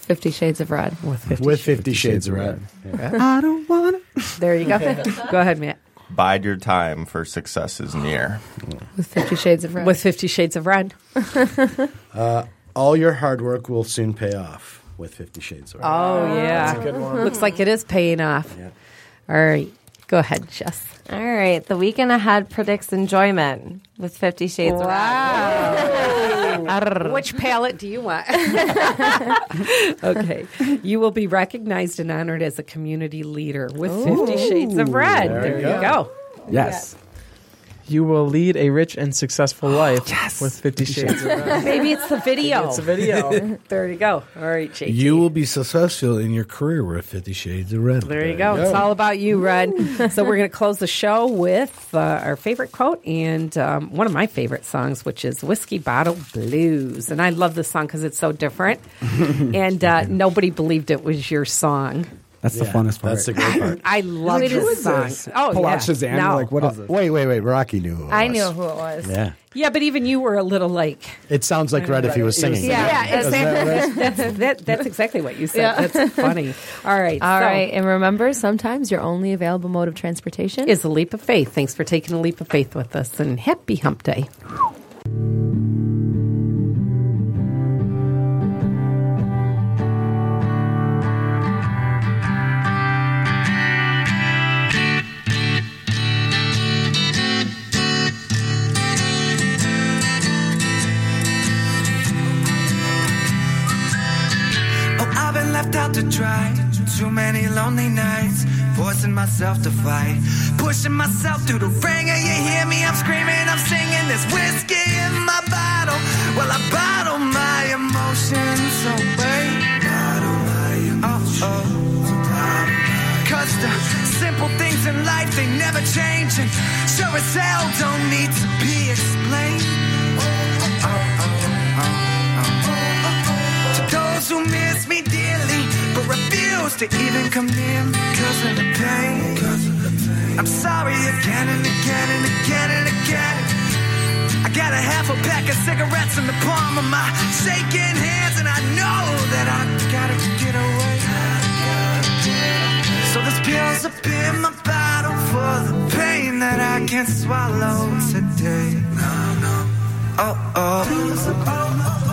[SPEAKER 13] Fifty Shades of Red.
[SPEAKER 5] With Fifty,
[SPEAKER 6] Shades, of Red.
[SPEAKER 9] I don't want
[SPEAKER 5] to. There you go. go ahead, Matt.
[SPEAKER 8] Bide your time for success is near.
[SPEAKER 13] With Fifty Shades of Red.
[SPEAKER 5] With Fifty Shades of Red.
[SPEAKER 6] Uh, all your hard work will soon pay off with Fifty Shades of Red.
[SPEAKER 5] Oh, yeah.
[SPEAKER 13] That's a good one.
[SPEAKER 5] Looks like it is paying off. All right, go ahead, Jess.
[SPEAKER 14] All right. The weekend ahead predicts enjoyment with Fifty Shades of Red.
[SPEAKER 5] Which palette do you want? okay. You will be recognized and honored as a community leader with 50 Shades of Red. There, you go.
[SPEAKER 9] Yes.
[SPEAKER 11] You will lead a rich and successful
[SPEAKER 5] Oh,
[SPEAKER 11] life with Fifty Shades of Red.
[SPEAKER 5] Maybe it's the video.
[SPEAKER 11] It's a video.
[SPEAKER 5] there you go. All right, JT.
[SPEAKER 7] You will be successful in your career with Fifty Shades of Red.
[SPEAKER 5] There you go. It's all about you, Red. so we're going to close the show with uh, our favorite quote and um, one of my favorite songs, which is "Whiskey Bottle Blues," and I love this song because it's so different. and uh, nobody believed it was your song.
[SPEAKER 9] That's the
[SPEAKER 6] Yeah,
[SPEAKER 9] funnest part.
[SPEAKER 6] That's the great part.
[SPEAKER 5] I love
[SPEAKER 13] Who
[SPEAKER 5] this
[SPEAKER 13] is
[SPEAKER 5] song.
[SPEAKER 13] this?
[SPEAKER 5] Oh,
[SPEAKER 9] Pull
[SPEAKER 5] yeah.
[SPEAKER 9] out Shazam.
[SPEAKER 5] No.
[SPEAKER 9] Like, what is this?
[SPEAKER 6] Wait, wait, wait. Rocky knew. Who it
[SPEAKER 13] I
[SPEAKER 6] was.
[SPEAKER 13] knew who it was.
[SPEAKER 6] Yeah.
[SPEAKER 5] Yeah, but even you were a little like.
[SPEAKER 6] It sounds like Red if he was singing.
[SPEAKER 5] Yeah,
[SPEAKER 6] Is that right?
[SPEAKER 5] exactly. that's, that, that's exactly what you said.
[SPEAKER 13] Yeah.
[SPEAKER 5] That's funny. All right.
[SPEAKER 13] All right,
[SPEAKER 5] so-
[SPEAKER 13] and remember, sometimes your only available mode of transportation
[SPEAKER 5] Is a leap of faith. Thanks for taking a leap of faith with us and happy hump day.
[SPEAKER 4] Oh, left out to dry. Too many lonely nights, forcing myself to fight, pushing myself through the ringer. You hear me? I'm screaming, I'm singing. There's whiskey in my bottle. Well, I bottle my emotions away. Oh, oh. Cause the simple things in life, they never change. And sure as hell don't need to be explained. Oh, oh, oh, oh, oh. To those who miss me dearly, but refuse to even come near me because of the pain. I'm sorry again and again and again and again. I got a half a pack of cigarettes in the palm of my shaking hands, and I know that I gotta get away. So this pill's up in my bottle for the pain that I can't swallow today. Oh, oh.